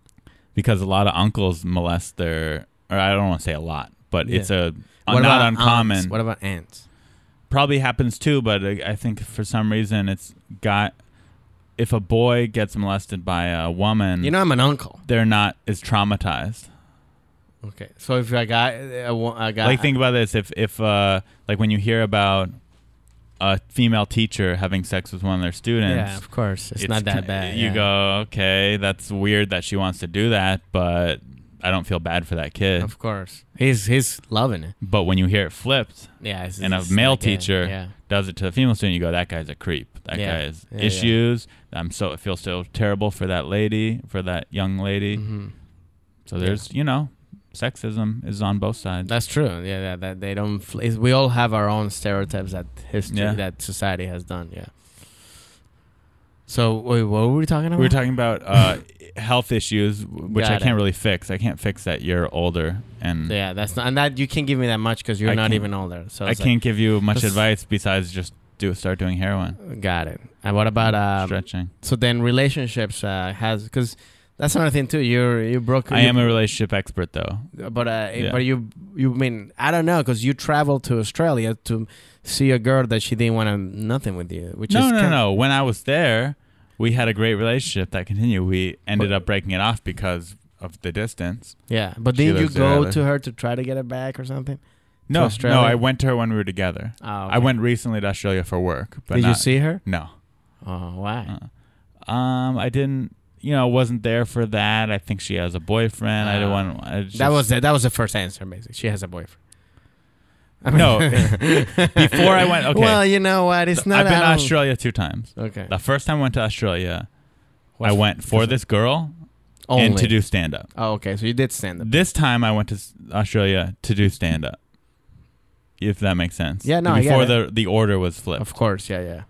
Speaker 6: Because a lot of uncles molest their, or I don't want to say a lot, but it's a Uh, not
Speaker 7: What about
Speaker 6: uncommon.
Speaker 7: Aunts? What about ants?
Speaker 6: Probably happens too, but I I think for some reason it's got. If a boy gets molested by a woman,
Speaker 7: You know, I'm an uncle.
Speaker 6: they're not as traumatized.
Speaker 7: Okay. So if I got a, wo- a guy,
Speaker 6: like think about this if if uh like when you hear about a female teacher having sex with one of their students
Speaker 7: Yeah, of course, it's,
Speaker 6: it's
Speaker 7: not
Speaker 6: ki-
Speaker 7: that bad.
Speaker 6: you
Speaker 7: yeah.
Speaker 6: go okay that's weird that she wants to do that but i don't feel bad for that kid
Speaker 7: Of course, he's he's loving it.
Speaker 6: but when you hear it flipped
Speaker 7: Yeah. It's,
Speaker 6: and a
Speaker 7: it's
Speaker 6: male
Speaker 7: like
Speaker 6: teacher
Speaker 7: yeah.
Speaker 6: does it to a female student you go that guy's a creep that
Speaker 7: Yeah.
Speaker 6: guy has
Speaker 7: Yeah, yeah.
Speaker 6: issues i'm so i feel so terrible for that lady for that young lady
Speaker 7: hmm
Speaker 6: so there's you know sexism is on both sides
Speaker 7: That's true. Yeah, that, that they don't. Fl- it's- we all have our own stereotypes that history
Speaker 6: Yeah.
Speaker 7: that society has done. Yeah. So wait, what were we talking about?
Speaker 6: We were talking about
Speaker 7: (laughs)
Speaker 6: uh, health issues, w- which
Speaker 7: Got
Speaker 6: I
Speaker 7: it.
Speaker 6: can't really fix. I can't fix that you're older, and
Speaker 7: Yeah, that's not, and that you can't give me that much because you're
Speaker 6: I
Speaker 7: not
Speaker 6: can't-
Speaker 7: even older. So
Speaker 6: I
Speaker 7: it's
Speaker 6: can't give you much
Speaker 7: Just-
Speaker 6: advice besides just do start doing heroin,
Speaker 7: Like, got it. And what about
Speaker 6: Mm,
Speaker 7: um,
Speaker 6: stretching.
Speaker 7: so then relationships uh, has because that's another thing too. You're you broke.
Speaker 6: I
Speaker 7: you-
Speaker 6: am a relationship expert, though.
Speaker 7: but uh,
Speaker 6: Yeah.
Speaker 7: but you you mean I don't know because you traveled to Australia to see a girl that she didn't want to nothing with you, which
Speaker 6: no,
Speaker 7: is
Speaker 6: no,
Speaker 7: kin-
Speaker 6: no. When I was there, we had a great relationship that continued. We ended up breaking it off because of the distance.
Speaker 7: Yeah, but
Speaker 6: She
Speaker 7: didn't you
Speaker 6: lives there,
Speaker 7: go
Speaker 6: Alex.
Speaker 7: to her to try to get it back or something?
Speaker 6: No,
Speaker 7: Australia?
Speaker 6: no, I went to her when we were together.
Speaker 7: Oh,
Speaker 6: I
Speaker 7: okay.
Speaker 6: went recently to Australia for work, but
Speaker 7: Did you
Speaker 6: not-
Speaker 7: see her?
Speaker 6: No,
Speaker 7: Oh, why?
Speaker 6: um, I didn't. You know, wasn't there for that. I think she has a boyfriend. I don't want. I just,
Speaker 7: Ah. that was the, that was the first answer. Basically, she has a boyfriend.
Speaker 6: (laughs)
Speaker 7: I (laughs)
Speaker 6: no. Before I went, okay.
Speaker 7: Well, you know what? It's not.
Speaker 6: I've been to
Speaker 7: I don't-
Speaker 6: Australia two times.
Speaker 7: Okay.
Speaker 6: The first time I went to Australia,
Speaker 7: What's-
Speaker 6: I went for this girl
Speaker 7: Only.
Speaker 6: and to do stand up.
Speaker 7: Oh, okay. So you did stand up.
Speaker 6: This time I went to s- Australia to do stand up. If that makes sense.
Speaker 7: Yeah, no, I get
Speaker 6: Before
Speaker 7: it.
Speaker 6: the the order was flipped.
Speaker 7: Of course. Yeah, yeah.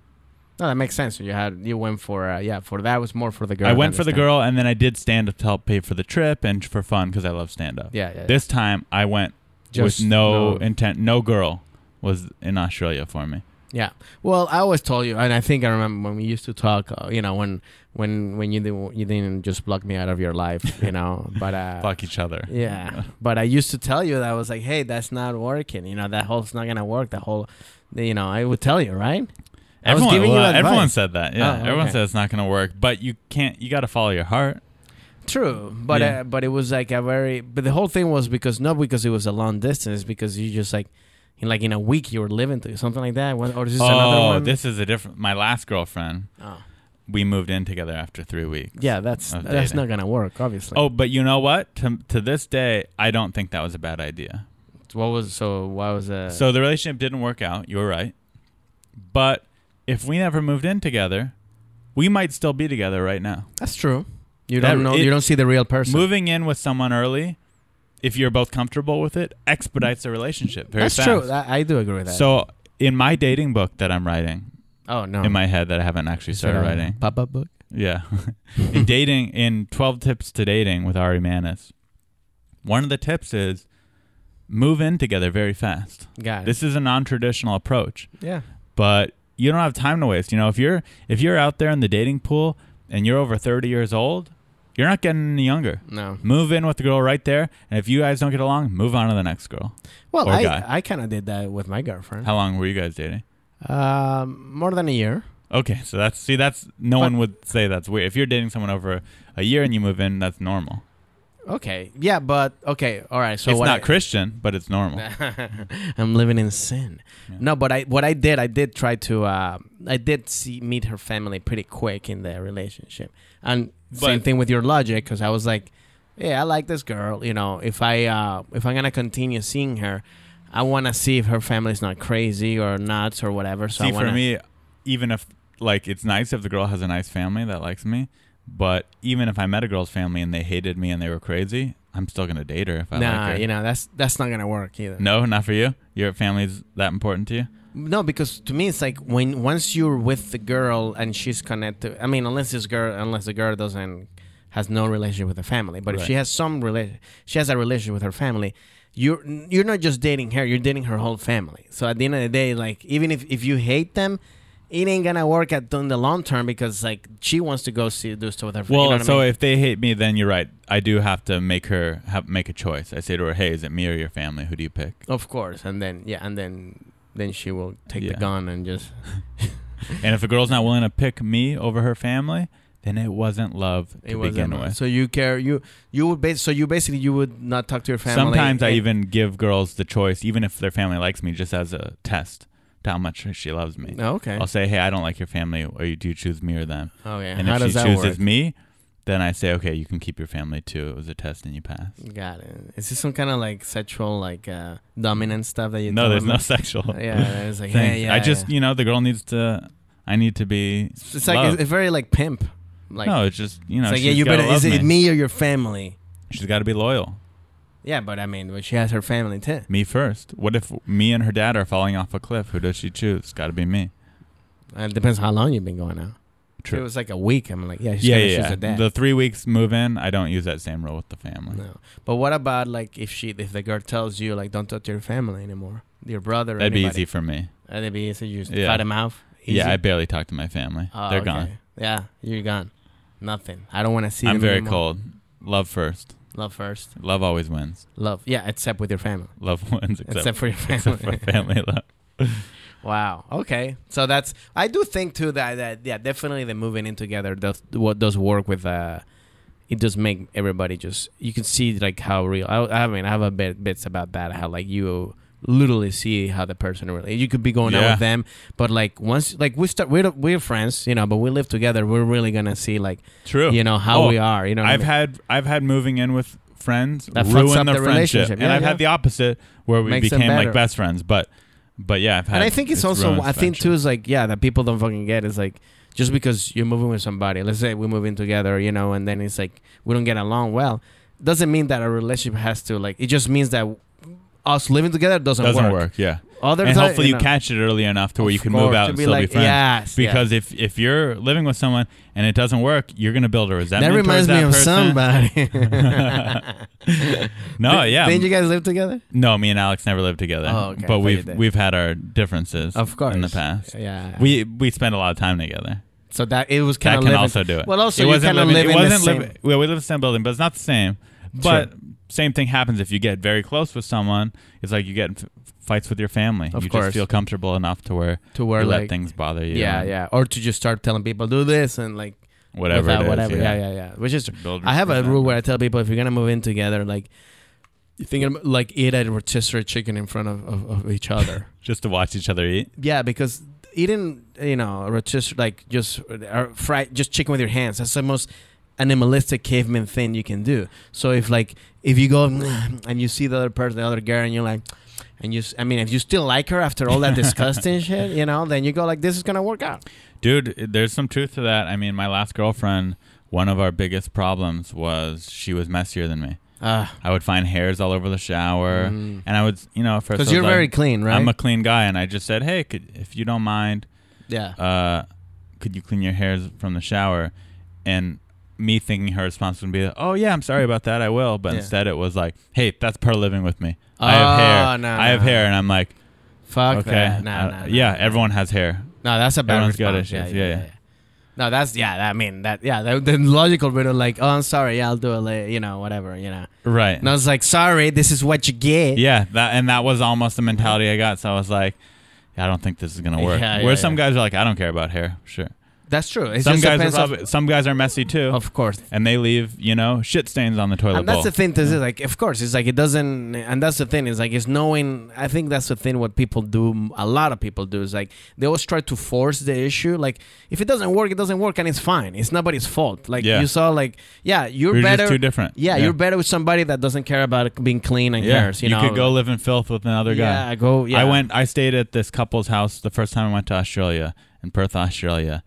Speaker 7: No, that makes sense. You had you went for uh, yeah for that was more for the girl.
Speaker 6: I went for the
Speaker 7: understand.
Speaker 6: girl, and then I did stand up to help pay for the trip and for fun because I love stand up.
Speaker 7: Yeah, yeah, yeah.
Speaker 6: This time I went
Speaker 7: Just
Speaker 6: with no,
Speaker 7: no-
Speaker 6: intent. No girl was in Australia for me.
Speaker 7: Yeah. Well, I always told you, and I think I remember when we used to talk. Uh, you know, when when when you didn't you didn't just block me out of your life. You know, but
Speaker 6: (laughs)
Speaker 7: uh,
Speaker 6: Fuck each other. (laughs)
Speaker 7: Yeah, but I used to tell you that I was like, "Hey, that's not working. You know, that whole's not gonna work. That whole, you know, I would tell you, right? I was
Speaker 6: Everyone,
Speaker 7: giving you
Speaker 6: well,
Speaker 7: advice.
Speaker 6: everyone said that. Yeah,
Speaker 7: Oh, okay.
Speaker 6: everyone said it's not going to work, but you can't. You got to follow your heart.
Speaker 7: True, but
Speaker 6: Yeah.
Speaker 7: uh, but it was like a very. But the whole thing was because not because it was a long distance, because you just like, in like in a week you were living through something like that. One- Or is this another
Speaker 6: oh,
Speaker 7: one?
Speaker 6: this is a different. My last girlfriend,
Speaker 7: Oh.
Speaker 6: we moved in together after three weeks.
Speaker 7: yeah, that's
Speaker 6: Of
Speaker 7: that's
Speaker 6: dating.
Speaker 7: not gonna work, obviously.
Speaker 6: Oh, but you know what? To, to this day, I don't think that was a bad idea.
Speaker 7: what was so? Why was uh?
Speaker 6: So the relationship didn't work out. You were right. But if we never moved in together, we might still be together right now.
Speaker 7: that's true. You
Speaker 6: That-
Speaker 7: don't know.
Speaker 6: it-
Speaker 7: you don't see the real person.
Speaker 6: Moving in with someone early, if you're both comfortable with it, expedites the relationship very
Speaker 7: that's
Speaker 6: fast.
Speaker 7: true. I, I do agree with that.
Speaker 6: So in my dating book that I'm writing,
Speaker 7: oh no,
Speaker 6: in my head that I haven't actually started writing.
Speaker 7: pop up book.
Speaker 6: Yeah. (laughs) in dating, in 12 tips to dating with Ari Manis, one of the tips is move in together very fast.
Speaker 7: Got it.
Speaker 6: This is a non-traditional approach,
Speaker 7: yeah.
Speaker 6: but you don't have time to waste. You know, if you're if you're out there in the dating pool and you're over 30 years old, you're not getting any younger.
Speaker 7: No.
Speaker 6: Move in with the girl right there, and if you guys don't get along, move on to the next girl.
Speaker 7: Well,
Speaker 6: or
Speaker 7: I,
Speaker 6: guy.
Speaker 7: I kind of did that with my girlfriend.
Speaker 6: How long were you guys dating?
Speaker 7: Um, more than a year.
Speaker 6: Okay, so that's see that's no one would say that's weird. If you're dating someone over a year and you move in, that's normal.
Speaker 7: Okay. Yeah, but okay. All right. So
Speaker 6: it's
Speaker 7: what
Speaker 6: not
Speaker 7: I,
Speaker 6: Christian, but it's normal.
Speaker 7: (laughs) I'm living in sin. No, but I what I did, I did try to. Uh, I did see meet her family pretty quick in the relationship, and same
Speaker 6: But-
Speaker 7: thing with your logic, because I was like, yeah, I like this girl. You know, if I uh, if I'm gonna continue seeing her, I want to see if her family's not crazy or nuts or whatever. So I
Speaker 6: see,
Speaker 7: wanna,
Speaker 6: for me, even if like it's nice if the girl has a nice family that likes me, but even if I met a girl's family and they hated me and they were crazy, I'm still gonna date her if I
Speaker 7: nah,
Speaker 6: like her.
Speaker 7: you know, that's that's not gonna work either.
Speaker 6: no, not for you. Your family's that important to you.
Speaker 7: No, because to me it's like when once you're with the girl and she's connected. I mean, unless this girl, unless the girl doesn't has no relationship with the family, but if
Speaker 6: Right.
Speaker 7: she has some relation, she has a relationship with her family. You're you're not just dating her; you're dating her whole family. So at the end of the day, like even if if you hate them. It ain't gonna work at in the long term because like she wants to go see do stuff with her. fam- you
Speaker 6: Well,
Speaker 7: know what I
Speaker 6: so
Speaker 7: mean?
Speaker 6: if they hate me, then you're right. I do have to make her have, make a choice. I say to her, "Hey, is it me or your family? Who do you
Speaker 7: (laughs)
Speaker 6: pick?"
Speaker 7: of course, and then yeah, and then then she will take
Speaker 6: Yeah.
Speaker 7: the gun and just
Speaker 6: And if a girl's not willing to pick me over her family, then it wasn't love to
Speaker 7: it was
Speaker 6: begin with.
Speaker 7: So you care you you would bas- so you basically you would not talk to your family.
Speaker 6: Sometimes I
Speaker 7: and-
Speaker 6: even give girls the choice, even if their family likes me, just as a test to how much she loves me.
Speaker 7: Oh, okay.
Speaker 6: I'll say, hey, I don't like your family, or you do you choose me or them.
Speaker 7: Oh yeah.
Speaker 6: And
Speaker 7: How
Speaker 6: if
Speaker 7: does
Speaker 6: she
Speaker 7: that
Speaker 6: chooses
Speaker 7: work?
Speaker 6: me, then I say, okay, you can keep your family too. It was a test and you passed.
Speaker 7: Got it. Is this some kind of like sexual like uh dominant stuff that you?
Speaker 6: no,
Speaker 7: told
Speaker 6: there's
Speaker 7: me?
Speaker 6: no (laughs) sexual.
Speaker 7: (laughs) Yeah, it's like
Speaker 6: thing.
Speaker 7: hey, yeah.
Speaker 6: I just,
Speaker 7: yeah.
Speaker 6: you know, the girl needs to. I need to be.
Speaker 7: it's like
Speaker 6: loved.
Speaker 7: it's very like pimp. Like
Speaker 6: no, it's just you know.
Speaker 7: it's like yeah,
Speaker 6: she's
Speaker 7: you
Speaker 6: gotta
Speaker 7: better. Is
Speaker 6: love
Speaker 7: it me or your family?
Speaker 6: She's got to be loyal.
Speaker 7: Yeah, but I mean, but she has her family too.
Speaker 6: Me first. What if me and her dad are falling off a cliff? Who does she choose? Got to be me.
Speaker 7: Uh, It depends how long you've been going out. If
Speaker 6: True.
Speaker 7: It was like a week. I'm like, yeah, she's
Speaker 6: yeah,
Speaker 7: gonna
Speaker 6: yeah.
Speaker 7: choose
Speaker 6: yeah.
Speaker 7: a dad.
Speaker 6: The three weeks move in, I don't use that same rule with the family.
Speaker 7: no, but what about like if she if the girl tells you like don't talk to your family anymore, your brother? Or
Speaker 6: That'd be
Speaker 7: anybody.
Speaker 6: easy for me.
Speaker 7: Uh, That'd be easy. You just
Speaker 6: Yeah.
Speaker 7: cut him off.
Speaker 6: Yeah, I
Speaker 7: Easy.
Speaker 6: barely talk to my family.
Speaker 7: Oh,
Speaker 6: They're
Speaker 7: okay.
Speaker 6: gone.
Speaker 7: Yeah, you're gone. Nothing. I don't want to see.
Speaker 6: I'm
Speaker 7: them
Speaker 6: very
Speaker 7: anymore.
Speaker 6: cold. Love first.
Speaker 7: Love first.
Speaker 6: Love always wins.
Speaker 7: Love. Yeah, except with your family.
Speaker 6: Love (laughs) wins except,
Speaker 7: Except for your
Speaker 6: except
Speaker 7: family.
Speaker 6: for family love.
Speaker 7: Wow. Okay. So that's. I do think too that that yeah, definitely the moving in together does what does work with uh, it does make everybody just you can see like how real. I, I mean, I have a bit bits about that how like you literally see how the person really you could be going out
Speaker 6: Yeah.
Speaker 7: with them but like once like we start we're, we're friends you know but we live together we're really gonna see like
Speaker 6: True.
Speaker 7: you know how
Speaker 6: Oh,
Speaker 7: we are you know what I
Speaker 6: I've
Speaker 7: mean?
Speaker 6: had I've had moving in with friends
Speaker 7: That fucks
Speaker 6: ruin
Speaker 7: up
Speaker 6: their
Speaker 7: the
Speaker 6: friendship,
Speaker 7: relationship.
Speaker 6: and
Speaker 7: Yeah,
Speaker 6: I've
Speaker 7: yeah.
Speaker 6: had the opposite where we
Speaker 7: Makes them
Speaker 6: became like
Speaker 7: better.
Speaker 6: best friends. But but yeah, I've had.
Speaker 7: and I think it's, also
Speaker 6: ruined
Speaker 7: I think
Speaker 6: friendship.
Speaker 7: too is like yeah that people don't fucking get is like just because you're moving with somebody let's say we move in together you know and then it's like we don't get along well doesn't mean that our relationship has to like it just means that us living together doesn't,
Speaker 6: doesn't work. Yeah,
Speaker 7: Other
Speaker 6: and
Speaker 7: time,
Speaker 6: hopefully you
Speaker 7: know,
Speaker 6: catch it early enough to where you
Speaker 7: of
Speaker 6: can move
Speaker 7: course,
Speaker 6: out
Speaker 7: to
Speaker 6: and
Speaker 7: be
Speaker 6: still be
Speaker 7: like,
Speaker 6: friends.
Speaker 7: yes, yeah.
Speaker 6: because if if you're living with someone and it doesn't work, you're gonna build a
Speaker 7: that
Speaker 6: resentment. towards
Speaker 7: reminds me
Speaker 6: that person.
Speaker 7: of somebody.
Speaker 6: (laughs)
Speaker 7: (laughs)
Speaker 6: No, yeah,
Speaker 7: Didn't you guys live together?
Speaker 6: no. Me and Alex never lived together,
Speaker 7: Oh, okay,
Speaker 6: but
Speaker 7: I thought you
Speaker 6: we've
Speaker 7: did.
Speaker 6: we've had our differences,
Speaker 7: Of course.
Speaker 6: in the past.
Speaker 7: Yeah.
Speaker 6: We we spent a lot of time together.
Speaker 7: so that it was
Speaker 6: That
Speaker 7: kind
Speaker 6: can
Speaker 7: of
Speaker 6: also do it.
Speaker 7: Well, also
Speaker 6: it
Speaker 7: you
Speaker 6: wasn't
Speaker 7: kind of
Speaker 6: living-
Speaker 7: live
Speaker 6: it
Speaker 7: in the
Speaker 6: wasn't
Speaker 7: same.
Speaker 6: living- Well, we live in the same building, but it's not the same. But same thing happens if you get very close with someone. It's like you get in f- fights with your family.
Speaker 7: Of
Speaker 6: you
Speaker 7: course.
Speaker 6: just feel comfortable enough to where
Speaker 7: To where,
Speaker 6: you let
Speaker 7: like-
Speaker 6: things bother you.
Speaker 7: yeah,
Speaker 6: and
Speaker 7: yeah. Or to just start telling people do this and like
Speaker 6: Whatever
Speaker 7: without
Speaker 6: it is.
Speaker 7: whatever. Yeah.
Speaker 6: yeah.
Speaker 7: yeah, yeah, Which is
Speaker 6: Build
Speaker 7: I have a
Speaker 6: resentment.
Speaker 7: rule where I tell people if you're gonna move in together, like you think of- like eat a rotisserie chicken in front of, of, of each other.
Speaker 6: Just to watch each other eat.
Speaker 7: (laughs) yeah, because eating you know a rotisserie like just or fried just chicken with your hands that's the most animalistic caveman thing you can do. So if like if you go (sniffs) and you see the other person, the other girl, and you're like. And you, s- I mean, if you still like her after all (laughs) that disgusting shit, you know, then you go like, this is gonna work out.
Speaker 6: Dude, there's some truth to that. I mean, my last girlfriend, one of our biggest problems was she was messier than me.
Speaker 7: Because
Speaker 6: I would find hairs all over the shower,
Speaker 7: Mm.
Speaker 6: and I would, you know, at first I was
Speaker 7: you're
Speaker 6: like,
Speaker 7: very clean, right?
Speaker 6: I'm a clean guy, and I just said, "Hey, could, if you don't mind,
Speaker 7: yeah.
Speaker 6: uh, could you clean your hairs from the shower?" And me thinking her response would be, "Oh yeah, I'm sorry about that. I will." But
Speaker 7: Yeah.
Speaker 6: instead, it was like, "Hey, that's part of living with me. I have
Speaker 7: Oh,
Speaker 6: hair.
Speaker 7: no,
Speaker 6: I have
Speaker 7: no.
Speaker 6: hair," and I'm like,
Speaker 7: Fuck
Speaker 6: "Okay,
Speaker 7: that. Nah,
Speaker 6: uh,
Speaker 7: nah, nah.
Speaker 6: yeah, everyone has hair.
Speaker 7: No, that's a bad
Speaker 6: Everyone's got
Speaker 7: response.
Speaker 6: issues. Yeah, yeah.
Speaker 7: No, that's yeah. I mean that yeah. The, the logical bit of like, oh, I'm sorry. Yeah, I'll do it later. You know, whatever. You know.
Speaker 6: Right?
Speaker 7: And I was like, sorry, this is what you get.
Speaker 6: Yeah, that and that was almost the mentality I got. So I was like." I don't think this is gonna work.
Speaker 7: Yeah,
Speaker 6: Where
Speaker 7: yeah,
Speaker 6: some
Speaker 7: yeah.
Speaker 6: guys are like, I don't care about hair. Sure.
Speaker 7: that's true. It
Speaker 6: some
Speaker 7: just
Speaker 6: guys are
Speaker 7: depends
Speaker 6: probably, some guys are messy too.
Speaker 7: of, of course.
Speaker 6: and they leave, you know, shit stains on the toilet
Speaker 7: And that's
Speaker 6: bowl.
Speaker 7: the thing, is like, of course, it's like it doesn't, and that's the thing, is like it's knowing. I think that's the thing. What people do, a lot of people do, is like they always try to force the issue. Like if it doesn't work, it doesn't work, and it's fine. It's nobody's fault. Like
Speaker 6: Yeah.
Speaker 7: you saw, like yeah, you're
Speaker 6: We're
Speaker 7: better.
Speaker 6: just too different.
Speaker 7: Yeah, you're better with somebody that doesn't care about being clean and
Speaker 6: Yeah.
Speaker 7: cares. You, know,
Speaker 6: could go live in filth with another guy.
Speaker 7: Yeah, go. Yeah,
Speaker 6: I went. I stayed at this couple's house the first time I went to Australia in Perth, Australia,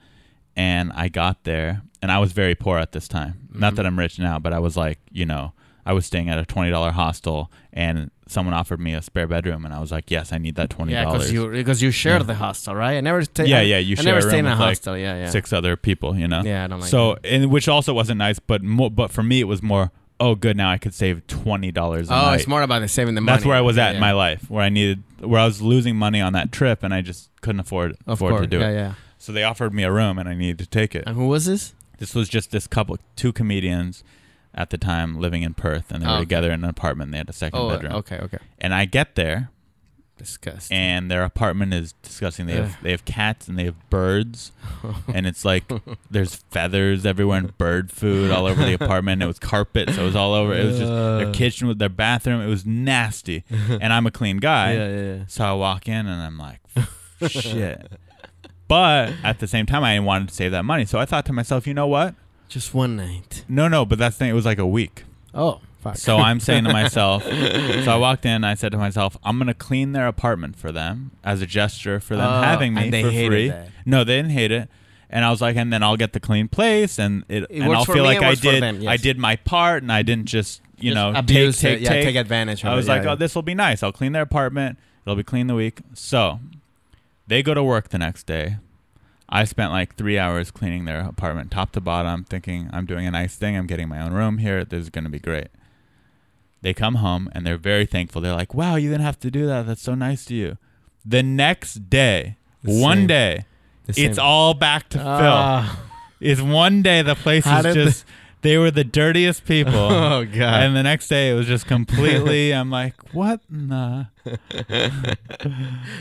Speaker 6: and I got there, and I was very poor at this time.
Speaker 7: Mm-hmm.
Speaker 6: Not that I'm rich now, but I was like, you know, I was staying at a twenty dollar hostel, and someone offered me a spare bedroom, and I was like, yes, I need that twenty
Speaker 7: Yeah,
Speaker 6: dollars.
Speaker 7: because you because you share the hostel, right? I never. stay.
Speaker 6: yeah,
Speaker 7: I,
Speaker 6: yeah, you
Speaker 7: I
Speaker 6: share
Speaker 7: never
Speaker 6: a
Speaker 7: stay
Speaker 6: room
Speaker 7: in a
Speaker 6: with, like,
Speaker 7: hostel. yeah, yeah.
Speaker 6: six other people, you know.
Speaker 7: Yeah, I don't like
Speaker 6: So, and which also wasn't nice, but more, but for me it was more. Oh, good. Now I could save twenty dollars.
Speaker 7: Oh, it's more about the saving the money.
Speaker 6: That's where I was at
Speaker 7: Yeah.
Speaker 6: in my life, where I needed, where I was losing money on that trip, and I just couldn't afford
Speaker 7: Of
Speaker 6: afford
Speaker 7: course.
Speaker 6: to do
Speaker 7: yeah, Um,
Speaker 6: it.
Speaker 7: yeah.
Speaker 6: So they offered me a room, and I needed to take it.
Speaker 7: And who was this?
Speaker 6: This was just this couple, two comedians, at the time living in Perth, and they
Speaker 7: Oh,
Speaker 6: were
Speaker 7: okay.
Speaker 6: together in an apartment. And they had a second
Speaker 7: Oh,
Speaker 6: bedroom.
Speaker 7: okay, okay.
Speaker 6: And I get there,
Speaker 7: Disgusting.
Speaker 6: and their apartment is disgusting. They
Speaker 7: Ugh.
Speaker 6: have they have cats and they have
Speaker 7: (laughs)
Speaker 6: birds, and it's like there's feathers everywhere and bird food all
Speaker 7: (laughs)
Speaker 6: over the apartment. It was carpet, so it was all over. It was just their
Speaker 7: Ugh.
Speaker 6: kitchen with their bathroom. It was
Speaker 7: (laughs)
Speaker 6: nasty, and I'm a clean guy,
Speaker 7: yeah, yeah, yeah.
Speaker 6: so I walk in and I'm like,
Speaker 7: (laughs)
Speaker 6: shit. But at the same time, I wanted to save that money, so I thought to myself, you know what?
Speaker 7: Just one night.
Speaker 6: No, no, but that's the thing. It was like a week.
Speaker 7: Oh, fuck.
Speaker 6: So I'm saying to
Speaker 7: (laughs)
Speaker 6: myself, so I walked in, I said to myself, I'm going to clean their apartment for them as a gesture for them
Speaker 7: Oh,
Speaker 6: having me
Speaker 7: and they
Speaker 6: for
Speaker 7: hated
Speaker 6: free.
Speaker 7: that.
Speaker 6: No, they didn't hate it. And I was like, and then I'll get the clean place and it,
Speaker 7: It
Speaker 6: and
Speaker 7: works
Speaker 6: I'll
Speaker 7: for
Speaker 6: feel
Speaker 7: me,
Speaker 6: like
Speaker 7: it
Speaker 6: I
Speaker 7: works for
Speaker 6: did
Speaker 7: them, yes.
Speaker 6: I did my part and I didn't just, you
Speaker 7: Just
Speaker 6: know, take
Speaker 7: abuse
Speaker 6: take
Speaker 7: it. Yeah,
Speaker 6: take.
Speaker 7: take advantage of
Speaker 6: I
Speaker 7: it.
Speaker 6: was
Speaker 7: Yeah,
Speaker 6: like,
Speaker 7: yeah.
Speaker 6: "Oh, this will be nice. I'll clean their apartment. It'll be clean the week." So, they go to work the next day. I spent like three hours cleaning their apartment top to bottom, thinking I'm doing a nice thing. I'm getting my own room here. This is going to be great. They come home and they're very thankful. They're like, wow, you didn't have to do that. That's so nice to you. The next day,
Speaker 7: The
Speaker 6: one
Speaker 7: same.
Speaker 6: day,
Speaker 7: The
Speaker 6: it's
Speaker 7: same-
Speaker 6: all back to filth.
Speaker 7: Ah.
Speaker 6: It's one day the place
Speaker 7: How
Speaker 6: is
Speaker 7: did
Speaker 6: just, they were the dirtiest people.
Speaker 7: (laughs) Oh,
Speaker 4: Uh,
Speaker 7: God.
Speaker 6: And the next day it was just
Speaker 4: (laughs)
Speaker 6: completely, I'm like, what in the?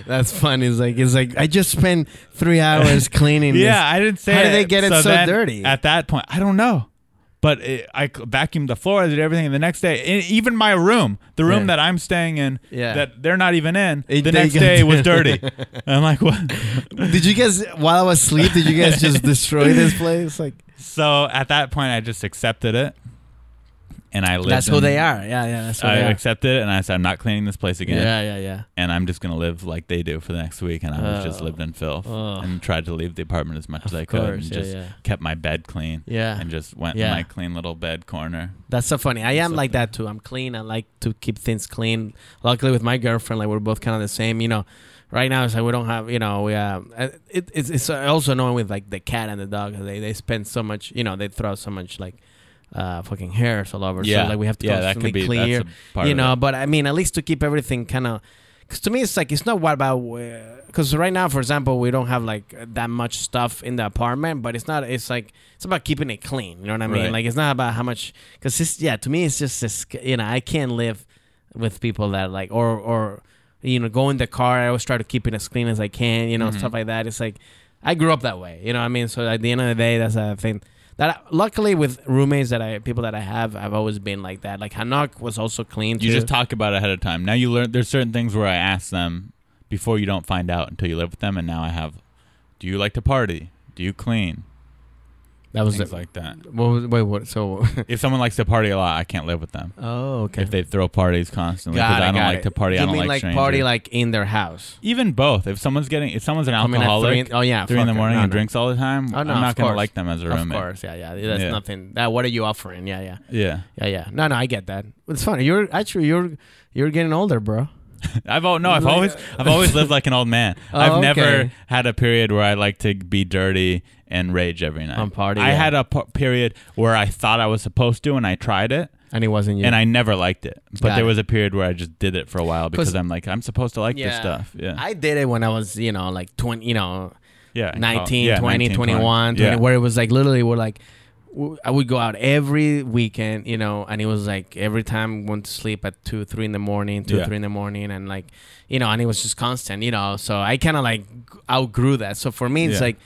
Speaker 7: That's funny. It's like it's like I just spent
Speaker 6: (laughs)
Speaker 7: three hours cleaning.
Speaker 6: Yeah,
Speaker 7: this.
Speaker 6: I didn't say
Speaker 7: How did
Speaker 6: it.
Speaker 7: they get it so
Speaker 6: then
Speaker 7: dirty?
Speaker 6: At that point, I don't know. But it, I c- vacuumed the floor, I did everything. And the next day, e- even my room, the room
Speaker 7: Yeah.
Speaker 6: that I'm staying in,
Speaker 7: Yeah.
Speaker 6: that they're not even in,
Speaker 4: It-
Speaker 6: the
Speaker 4: they
Speaker 6: next
Speaker 4: got (laughs)
Speaker 6: day was dirty.
Speaker 4: dirty.
Speaker 6: I'm
Speaker 4: (laughs)
Speaker 6: like, what?
Speaker 4: Did you guys, while I was asleep, did you guys just destroy this place? Like
Speaker 6: So at that point, I just accepted it, and I lived.
Speaker 4: that's who
Speaker 6: in-
Speaker 4: they are. Yeah, yeah, that's who
Speaker 6: I
Speaker 4: they are.
Speaker 6: accepted it, and I said, I'm not cleaning this place again,
Speaker 7: Oh, Yeah, yeah, yeah.
Speaker 6: and I'm just gonna live like they do for the next week. And I was just
Speaker 7: Oh.
Speaker 6: lived in filth,
Speaker 7: Ugh.
Speaker 6: and tried to leave the apartment as much as I
Speaker 7: Of
Speaker 6: could, and
Speaker 7: course, yeah,
Speaker 6: just
Speaker 7: yeah.
Speaker 6: kept my bed clean.
Speaker 7: Yeah.
Speaker 6: And just went
Speaker 7: Yeah.
Speaker 6: in my clean little bed corner.
Speaker 7: That's so funny. I am
Speaker 6: So
Speaker 7: like
Speaker 6: funny.
Speaker 7: that too. I'm clean. I like to keep things clean. Luckily, with my girlfriend, like we're both kind of the same. You know, right now it's like we don't have. You know, we uh, it, it's it's uh, also annoying with like the cat and the dog. They they spend so much. You know, they throw so much like uh fucking hairs all over. So like we have to
Speaker 6: yeah, that
Speaker 7: constantly
Speaker 6: could be
Speaker 7: clear.
Speaker 6: That's a part
Speaker 7: you
Speaker 6: of
Speaker 7: know
Speaker 6: it.
Speaker 7: but i mean at least to keep everything kind of because to me it's like it's not what about because right now for example we don't have like that much stuff in the apartment but it's not it's like it's about keeping it clean you know what i mean
Speaker 6: Right.
Speaker 7: like it's not about how much because it's yeah to me it's just this you know i can't live with people that like or or you know go in the car i always try to keep it as clean as i can you know
Speaker 6: Mhm.
Speaker 7: stuff like that it's like i grew up that way you know what i mean so at the end of the day that's a thing that luckily with roommates that I people that I have, I've always been like that. Like Hanak was also clean.
Speaker 6: you
Speaker 7: too.
Speaker 6: just talk about it ahead of time. Now you learn. There's certain things where I ask them before you don't find out until you live with them, and now I have. Do you like to party? Do you clean?
Speaker 7: that was
Speaker 6: Things
Speaker 7: the-
Speaker 6: like that.
Speaker 7: what was, wait
Speaker 6: (laughs)
Speaker 7: what so (laughs)
Speaker 6: If someone likes to party a lot, I can't live with them.
Speaker 7: oh okay
Speaker 6: If they throw parties constantly, because I don't like to party.
Speaker 7: You
Speaker 6: I don't
Speaker 7: mean
Speaker 6: like,
Speaker 7: like
Speaker 6: strangers.
Speaker 7: party like in their house?
Speaker 6: Even both. If someone's getting, if someone's an
Speaker 7: Coming at
Speaker 6: alcoholic,
Speaker 7: three in- oh yeah,
Speaker 6: three in the
Speaker 7: fuck it.
Speaker 6: morning
Speaker 7: No,
Speaker 6: and
Speaker 7: no.
Speaker 6: drinks all the time,
Speaker 7: Oh, no,
Speaker 6: Mm, I'm not going
Speaker 7: of
Speaker 6: to
Speaker 7: course.
Speaker 6: like them as a
Speaker 7: Of
Speaker 6: roommate.
Speaker 7: course, yeah, yeah. That's
Speaker 6: Yeah.
Speaker 7: nothing. That what are you offering? Yeah, yeah,
Speaker 6: Yeah,
Speaker 7: yeah, yeah. No, no, I get that. It's funny. You're actually you're you're getting older, bro.
Speaker 6: I've al- no, I've
Speaker 7: Like,
Speaker 6: always,
Speaker 7: uh,
Speaker 6: I've always lived like an old man.
Speaker 7: Oh,
Speaker 6: I've never
Speaker 7: okay.
Speaker 6: had a period where I like to be dirty and rage every night.
Speaker 7: And party,
Speaker 6: I
Speaker 7: yeah.
Speaker 6: had a p- period where I thought I was supposed to, and I tried it,
Speaker 7: And it wasn't you.
Speaker 6: and I never liked it. But
Speaker 7: Got
Speaker 6: there
Speaker 7: it.
Speaker 6: was a period where I just did it for a while because
Speaker 7: 'Cause-
Speaker 6: I'm like, I'm supposed to like this
Speaker 7: Yeah.
Speaker 6: stuff. Yeah,
Speaker 7: I did it when I was you know like twenty. You know
Speaker 6: yeah, in college.
Speaker 7: 19,
Speaker 6: Yeah,
Speaker 7: 20,
Speaker 6: 19,
Speaker 7: 21, 20,
Speaker 6: Yeah.
Speaker 7: where it was like literally we're like, w- I would go out every weekend, you know, and it was like every time went to sleep at 2, 3 in the morning, 2,
Speaker 6: Yeah.
Speaker 7: 3 in the morning, and like, you know, and it was just constant, you know. So I kind of like outgrew that. So for me, it's
Speaker 6: Yeah.
Speaker 7: like,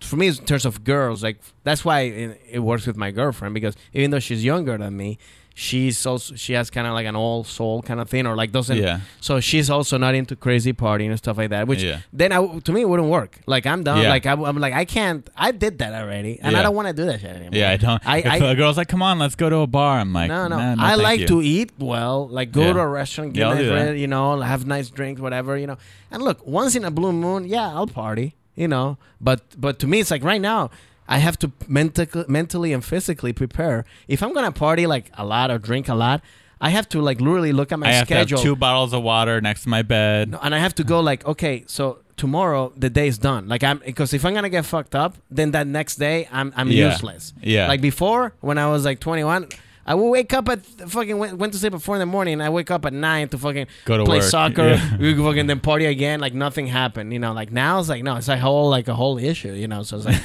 Speaker 7: for me, it's in terms of girls, like that's why it, it works with my girlfriend because even though she's younger than me, she's also she has kind of like an old soul kind of thing, or like doesn't
Speaker 6: yeah.
Speaker 7: so she's also not into crazy partying and stuff like that, which
Speaker 6: Yeah.
Speaker 7: then I, to me it wouldn't work. Like I'm done.
Speaker 6: Yeah.
Speaker 7: Like I, am like I can't. I did that already, and
Speaker 6: Yeah.
Speaker 7: I don't want to do that shit anymore.
Speaker 6: Yeah, I don't.
Speaker 7: I,
Speaker 6: if (laughs)
Speaker 7: I-
Speaker 6: a girl's like, "Come on, let's go to a bar," I'm like,
Speaker 7: no, no.
Speaker 6: "Nah,
Speaker 7: I
Speaker 6: thank
Speaker 7: like
Speaker 6: you."
Speaker 7: to eat well, like go
Speaker 6: Yeah.
Speaker 7: to a restaurant, get
Speaker 6: Yeah, I'll
Speaker 7: nice
Speaker 6: do that.
Speaker 7: bread, you know, have nice drinks, whatever, you know. And look, once in a blue moon, yeah, I'll party, you know. But but to me, it's like right now. I have to mentally, mentally and physically prepare. If I'm gonna party like a lot or drink a lot, I have to like literally look at my
Speaker 6: I have to
Speaker 7: schedule.
Speaker 6: have two bottles of water next to my bed.
Speaker 7: No, and I have to
Speaker 6: Mm.
Speaker 7: go like, okay, so tomorrow the day is done. Like I'm because if I'm gonna get fucked up, then that next day I'm I'm
Speaker 6: Yeah.
Speaker 7: useless.
Speaker 6: Yeah.
Speaker 7: Like before, when I was like 21. I would wake up at fucking went, went to sleep at four in the morning. and I wake up at nine to fucking
Speaker 6: Go to
Speaker 7: play
Speaker 6: work.
Speaker 7: soccer.
Speaker 6: Yeah.
Speaker 7: (laughs) We fucking then party again. Like nothing happened, you know. Like now it's like no, it's a whole like a whole issue, you know. So it's like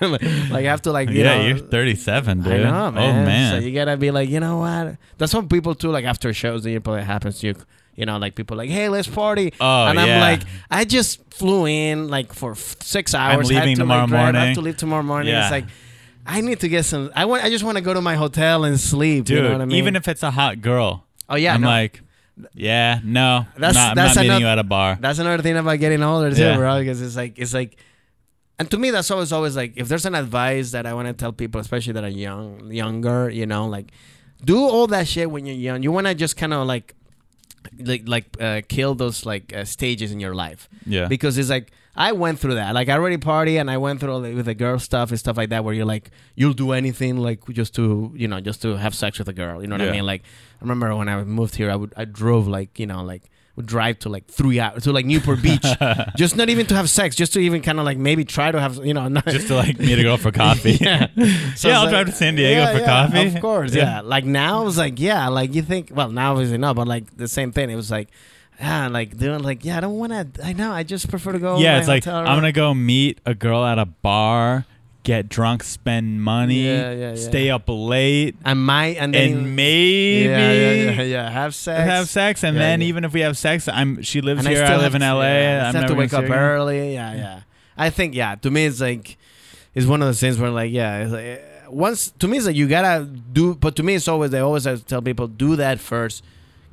Speaker 7: (laughs) like I have to like
Speaker 6: (laughs)
Speaker 7: you
Speaker 6: yeah, you're
Speaker 7: know,
Speaker 6: 37, dude.
Speaker 7: I know, man.
Speaker 6: Oh man.
Speaker 7: So you gotta be like, you know what? That's what people do. Like after shows, that probably happens to you. You know, like people like, hey, let's party.
Speaker 6: Oh,
Speaker 7: and I'm
Speaker 6: yeah.
Speaker 7: like, I just flew in like for f- six hours. had
Speaker 6: leaving
Speaker 7: to,
Speaker 6: tomorrow
Speaker 7: like, drive, I
Speaker 6: morning.
Speaker 7: have to leave tomorrow morning.
Speaker 6: Yeah.
Speaker 7: It's like, I need to get some. I want. I just want to go to my hotel and sleep.
Speaker 6: dude,
Speaker 7: you know what I mean?
Speaker 6: even if it's a hot girl,
Speaker 7: oh yeah,
Speaker 6: I'm
Speaker 7: no.
Speaker 6: like, yeah, no,
Speaker 7: That's-
Speaker 6: not,
Speaker 7: that's
Speaker 6: I'm not meeting
Speaker 7: another-
Speaker 6: you at a
Speaker 7: (laughs)
Speaker 6: bar. (laughs)
Speaker 7: That's another thing about getting older too,
Speaker 6: Yeah.
Speaker 7: bro. Because it's like it's like, and to me that's always always like if there's an advice that I want to tell people, especially that are young, younger, you know, like do all that shit when you're young. You want to just kind of like, like like uh, kill those like uh, stages in your life
Speaker 6: yeah,
Speaker 7: because it's like I went through that. Like I already party and I went through all the, with the girl stuff and stuff like that, where you're like you'll do anything like just to you know just to have sex with a girl. You know what
Speaker 6: Yeah.
Speaker 7: I mean? Like I remember when I moved here, I would I drove like you know like would drive to like three hours to like
Speaker 6: (laughs)
Speaker 7: Newport Beach, just not even to have sex, just to even kind of like maybe try to have you know not,
Speaker 6: just to like meet a girl for coffee.
Speaker 7: (laughs) yeah. So
Speaker 6: Yeah,
Speaker 7: it's
Speaker 6: I'll
Speaker 7: like-
Speaker 6: drive to San Diego
Speaker 7: Yeah,
Speaker 6: for
Speaker 7: yeah,
Speaker 6: coffee.
Speaker 7: Of course,
Speaker 6: Yeah.
Speaker 7: yeah. Like now, it's like yeah, like you think. Well, now obviously not, but like the same thing. It was like. Ah, like doing like yeah, I don't want to. I know, I just prefer to
Speaker 6: (laughs)
Speaker 7: go.
Speaker 6: yeah,
Speaker 7: to
Speaker 6: it's
Speaker 7: my
Speaker 6: like
Speaker 7: hotel
Speaker 6: I'm
Speaker 7: room.
Speaker 6: gonna go meet a girl at a bar, get drunk, spend money,
Speaker 7: Yeah, yeah, yeah.
Speaker 6: stay up late,
Speaker 7: I might and then
Speaker 6: and maybe
Speaker 7: yeah, yeah, yeah, yeah, have sex.
Speaker 6: have sex. And
Speaker 7: Yeah,
Speaker 6: then
Speaker 7: yeah.
Speaker 6: even if we have sex, I'm she lives
Speaker 7: And
Speaker 6: here, I,
Speaker 7: still
Speaker 6: live
Speaker 7: have
Speaker 6: in
Speaker 7: to-
Speaker 6: LA.
Speaker 7: yeah, I
Speaker 6: I'm
Speaker 7: still have to
Speaker 6: never
Speaker 7: wake up
Speaker 6: gonna see her again.
Speaker 7: early. Yeah, yeah. I think yeah. To me, it's like it's one of those things where like yeah, it's like, eh, once to me it's like you gotta do but to me it's always they always I tell people do that first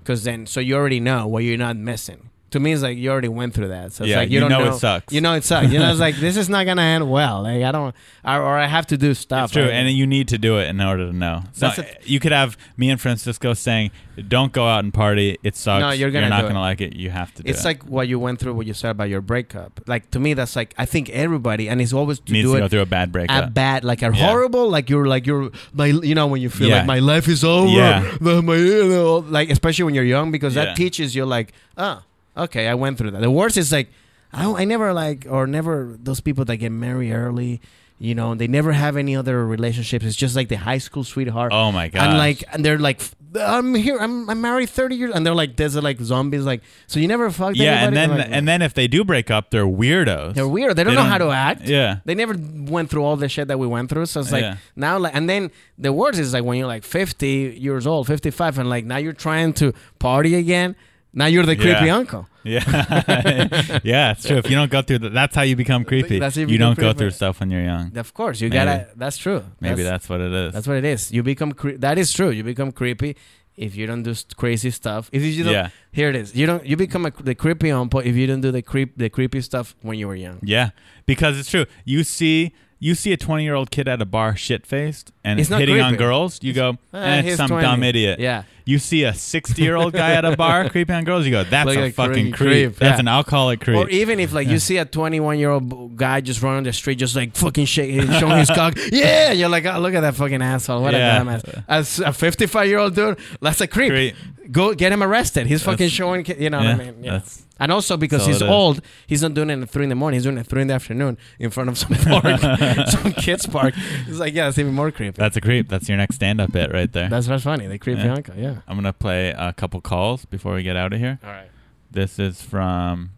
Speaker 7: because then so you already know what you're not missing to me it's like you already went through that so it's
Speaker 6: Yeah,
Speaker 7: like you,
Speaker 6: you
Speaker 7: don't
Speaker 6: know it sucks.
Speaker 7: you know it sucks you know it's like this is not gonna end well like I don't or, or I have to do stuff
Speaker 6: It's true,
Speaker 7: right?
Speaker 6: and you need to do it in order to know. So
Speaker 7: That's the th-
Speaker 6: you could have me and Francisco saying, "Don't go out and party. It sucks.
Speaker 7: No, you're gonna
Speaker 6: not
Speaker 7: do
Speaker 6: gonna
Speaker 7: it.
Speaker 6: like it. You have to." Do
Speaker 7: it's
Speaker 6: it.
Speaker 7: like what you went through what you said about your breakup like to me that's like I think everybody and it's always to
Speaker 6: needs
Speaker 7: do
Speaker 6: to
Speaker 7: it
Speaker 6: go through a bad
Speaker 7: a
Speaker 6: breakup.
Speaker 7: bad, like a
Speaker 6: Yeah.
Speaker 7: horrible, like you're like you're my, you know, when you feel
Speaker 6: Yeah.
Speaker 7: like my life is over,
Speaker 6: Yeah.
Speaker 7: the- my, you know, like especially when you're young because
Speaker 6: Yeah.
Speaker 7: that teaches you like, ah, okay, I went through that. The worst is like, I don't, I never like or never those people that get married early, you know, and they never have any other relationships. It's just like the high school sweetheart.
Speaker 6: oh my god!
Speaker 7: And like, and they're like, I'm here. I'm, I'm married 30 years, and they're like, there's like zombies. Like, so you never fucked.
Speaker 6: yeah, and
Speaker 7: anybody?
Speaker 6: then
Speaker 7: I'm like,
Speaker 6: and then if they do break up, they're weirdos.
Speaker 7: they're weird. They don't know how to act.
Speaker 6: Yeah,
Speaker 7: They never went through all the shit that we went through. So it's like
Speaker 6: Yeah.
Speaker 7: now, like, and then the worst is like when you're like 50 years old, 55, and like now you're trying to party again. Now you're the creepy
Speaker 6: Yeah.
Speaker 7: uncle.
Speaker 6: (laughs) yeah, (laughs) yeah. It's true. If you don't go through, the, that's how you become creepy.
Speaker 7: That's how you
Speaker 6: you
Speaker 7: become
Speaker 6: don't go
Speaker 7: creepy.
Speaker 6: through stuff when you're young.
Speaker 7: Of course, you
Speaker 6: Maybe.
Speaker 7: gotta. That's true.
Speaker 6: Maybe
Speaker 7: that's,
Speaker 6: that's, what it is.
Speaker 7: that's what it is. You become cre- that is true. You become creepy if you don't do st- crazy stuff. If you don't,
Speaker 6: yeah,
Speaker 7: here it is. You don't. You become a, the creepy uncle if you don't do the creep the creepy stuff when you were young.
Speaker 6: yeah. Because it's true. You see. You see a 20 year old kid at a bar shit faced and
Speaker 7: It's not
Speaker 6: hitting on
Speaker 7: creepy.
Speaker 6: girls, you go,
Speaker 7: Ah,
Speaker 6: eh,
Speaker 7: he's
Speaker 6: some
Speaker 7: 20.
Speaker 6: dumb idiot.
Speaker 7: Yeah.
Speaker 6: You see a 60 year old guy at a bar
Speaker 7: (laughs)
Speaker 6: creeping on girls, you go, that's
Speaker 7: Like
Speaker 6: a
Speaker 7: a
Speaker 6: fucking
Speaker 7: creep,
Speaker 6: creep.
Speaker 7: creep,
Speaker 6: That's
Speaker 7: yeah.
Speaker 6: an alcoholic creep.
Speaker 7: Or even if like you see a 21 year old b- guy just running the street, just like fucking shaking, showing
Speaker 6: (laughs)
Speaker 7: his cock. Yeah, you're like, oh look at that fucking asshole. What
Speaker 6: Yeah.
Speaker 7: a dumbass. As a 55 year old dude, that's a creep.
Speaker 6: Creep.
Speaker 7: Go get him arrested. He's fucking
Speaker 6: That's-
Speaker 7: showing. ki- You know
Speaker 6: Yeah,
Speaker 7: what I mean? Yeah.
Speaker 6: that's-
Speaker 7: And also because
Speaker 6: that's all
Speaker 7: he's
Speaker 6: it is.
Speaker 7: old, he's not doing it at three in the morning. He's doing it at three in the afternoon in front of some (laughs)
Speaker 6: (laughs)
Speaker 7: park, some kids park. It's like yeah, that's even more creepy.
Speaker 6: that's a creep. That's your next stand up bit right there.
Speaker 7: That's what's funny. The creepy
Speaker 6: Yeah.
Speaker 7: uncle. Yeah.
Speaker 6: I'm going to play a couple calls before we get out of here.
Speaker 7: All right.
Speaker 6: This is from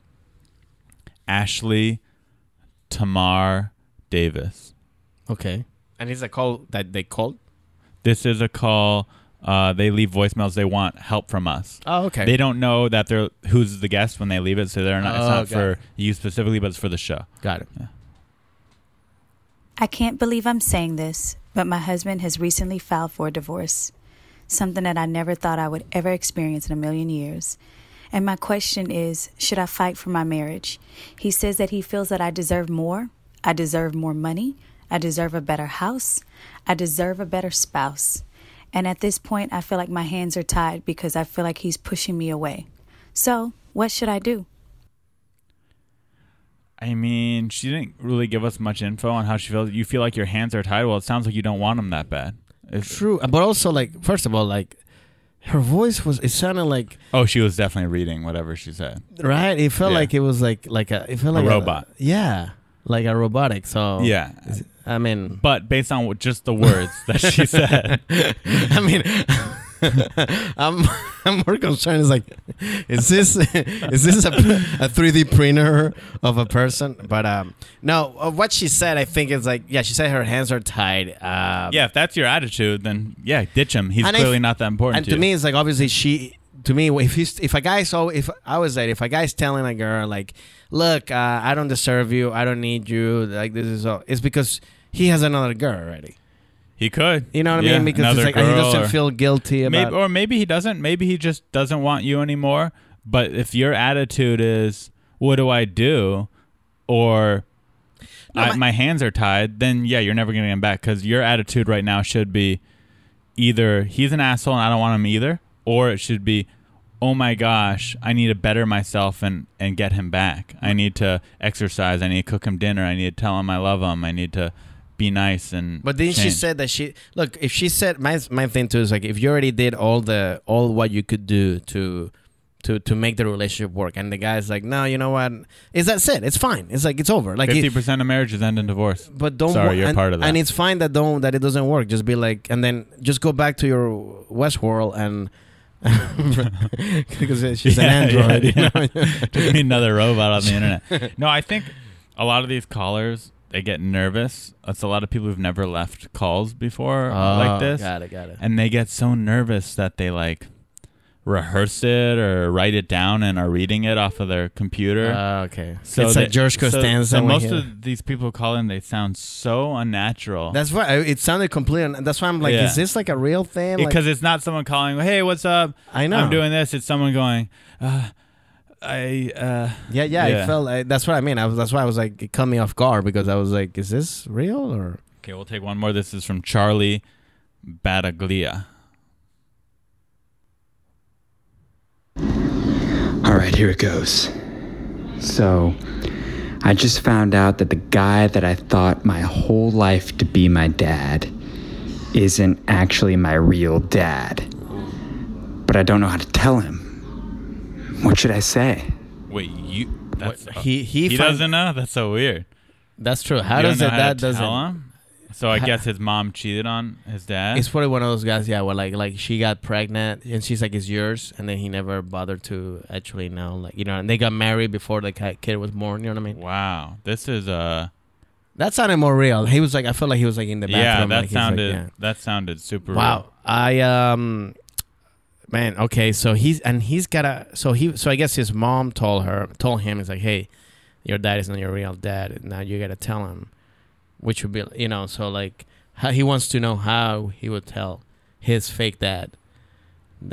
Speaker 6: Ashley Tamar Davis.
Speaker 7: Okay. And it's a call that they called.
Speaker 6: This is a call. Uh, they leave voicemails. They want help from us.
Speaker 7: Oh, okay.
Speaker 6: They don't know that they're who's the guest when they leave it, so they're not.
Speaker 7: Oh,
Speaker 6: it's not
Speaker 7: got
Speaker 6: for
Speaker 7: it.
Speaker 6: you specifically, but it's for the show.
Speaker 7: got it.
Speaker 5: I can't believe I'm saying this, but my husband has recently filed for a divorce, something that I never thought I would ever experience in a million years. And my question is should I fight for my marriage? He says that he feels that I deserve more. I deserve more money. I deserve a better house. I deserve a better spouse. And at this point, I feel like my hands are tied because I feel like he's pushing me away. So, what should I do?
Speaker 6: I mean, she didn't really give us much info on how she feels. You feel like your hands are tied. Well, it sounds like you don't want them that bad. If-
Speaker 7: True, but also like first of all, like her voice was it sounded like
Speaker 6: (laughs) oh, she was definitely reading whatever she said.
Speaker 7: right. It felt
Speaker 6: Yeah.
Speaker 7: like it was like like a it felt
Speaker 6: A
Speaker 7: like
Speaker 6: robot.
Speaker 7: yeah, like a robotic. So
Speaker 6: Yeah,
Speaker 7: I mean,
Speaker 6: Oh,
Speaker 7: (laughs)
Speaker 6: but based on what, just the words that (laughs) she said,
Speaker 7: I mean, (laughs) I'm I'm more concerned. Is like, is this is this a, a 3D printer of a person? But um, no, uh, what she said, I think is like yeah, she said her hands are tied. Uh,
Speaker 6: yeah, if that's your attitude, then yeah, ditch him. He's
Speaker 7: And I
Speaker 6: clearly
Speaker 7: f-
Speaker 6: not that important.
Speaker 7: and
Speaker 6: to,
Speaker 7: to
Speaker 6: you.
Speaker 7: me it's like obviously she to me if he's if a guy's so if i was like if a guy's telling a girl like look uh, i don't deserve you i don't need you like this is all it's because he has another girl already
Speaker 6: he could.
Speaker 7: you know what
Speaker 6: Yeah,
Speaker 7: i mean because
Speaker 6: another
Speaker 7: it's like and he
Speaker 6: girl
Speaker 7: doesn't
Speaker 6: or-
Speaker 7: feel guilty about
Speaker 6: maybe, or maybe he doesn't. Maybe he just doesn't want you anymore. But if your attitude is "What do I do?" or I, my,
Speaker 7: my-
Speaker 6: hands are tied, then yeah, you're never going to get him back because your attitude right now should be either he's an asshole and I don't want him either, or it should be, oh my gosh, I need to better myself and, and get him back. I need to exercise. I need to cook him dinner. I need to tell him I love him. I need to be nice and.
Speaker 7: But then she
Speaker 6: change.
Speaker 7: said that she look. If she said my my thing too is like if you already did all the all what you could do to to to make the relationship work, and the guy's like, no, you know what? Is that's it? It's fine. It's like it's over. Like it-
Speaker 6: fifty percent of marriages end in divorce.
Speaker 7: but don't
Speaker 6: Sorry,
Speaker 7: wa-
Speaker 6: you're
Speaker 7: and,
Speaker 6: part of that.
Speaker 7: and it's fine that don't that it doesn't work just be like and then just go back to your west world and (laughs) because she's
Speaker 6: Yeah,
Speaker 7: an android
Speaker 6: yeah,
Speaker 7: you
Speaker 6: (laughs)
Speaker 7: know?
Speaker 6: Just be another robot on the
Speaker 7: (laughs)
Speaker 6: internet. No, I think a lot of these callers they get nervous. It's a lot of people who've never left calls before like
Speaker 7: Oh,
Speaker 6: this,
Speaker 7: got it got it
Speaker 6: and they get so nervous that they like rehearsed it or write it down and are reading it off of their computer.
Speaker 7: Ah, okay.
Speaker 6: so
Speaker 7: it's
Speaker 6: they-
Speaker 7: like George
Speaker 6: so-
Speaker 7: Costanza.
Speaker 6: So,
Speaker 7: when
Speaker 6: most
Speaker 7: he-
Speaker 6: of these people call in, they sound so unnatural.
Speaker 7: (laughs) that's why I, it sounded complete. And that's why I'm like,
Speaker 6: Yeah.
Speaker 7: is this like a real thing? Like,
Speaker 6: because it's not someone calling, "Hey, what's up?
Speaker 7: I know.
Speaker 6: I'm doing this." It's someone going, uh, "I." Uh,
Speaker 7: yeah, yeah,
Speaker 6: Yeah.
Speaker 7: I felt. I, that's what I mean. I was. That's why I was like, it caught me off guard because I was like, is this real or?
Speaker 6: okay, we'll take one more. This is from Charlie Battaglia.
Speaker 8: All right, here it goes. So, I just found out that the guy that I thought my whole life to be my dad isn't actually my real dad. But I don't know how to tell him. What should I say?
Speaker 6: Wait, you? That's, uh,
Speaker 7: What, he- he found-
Speaker 6: doesn't know. That's so weird.
Speaker 7: That's true. How
Speaker 6: You don't
Speaker 7: does
Speaker 6: know
Speaker 7: it?
Speaker 6: how
Speaker 7: That
Speaker 6: to tell
Speaker 7: doesn't.
Speaker 6: him? So I guess his mom cheated on his dad.
Speaker 7: It's probably one of those guys, yeah, where like like she got pregnant and she's like, "It's yours," and then he never bothered to actually know, like you know, and they got married before the ki- kid was born. You know what I mean?
Speaker 6: wow, this is uh
Speaker 7: That sounded more real. He was like, I felt like he was like in the bathroom.
Speaker 6: yeah. That
Speaker 7: like, he's, like,
Speaker 6: sounded
Speaker 7: yeah.
Speaker 6: that sounded super.
Speaker 7: Wow, I um, man, okay, so he's and he's got a so he so I guess his mom told her told him it's like, hey, your dad is not your real dad. and Now you gotta tell him, which would be you know so like how he wants to know how he would tell his fake dad.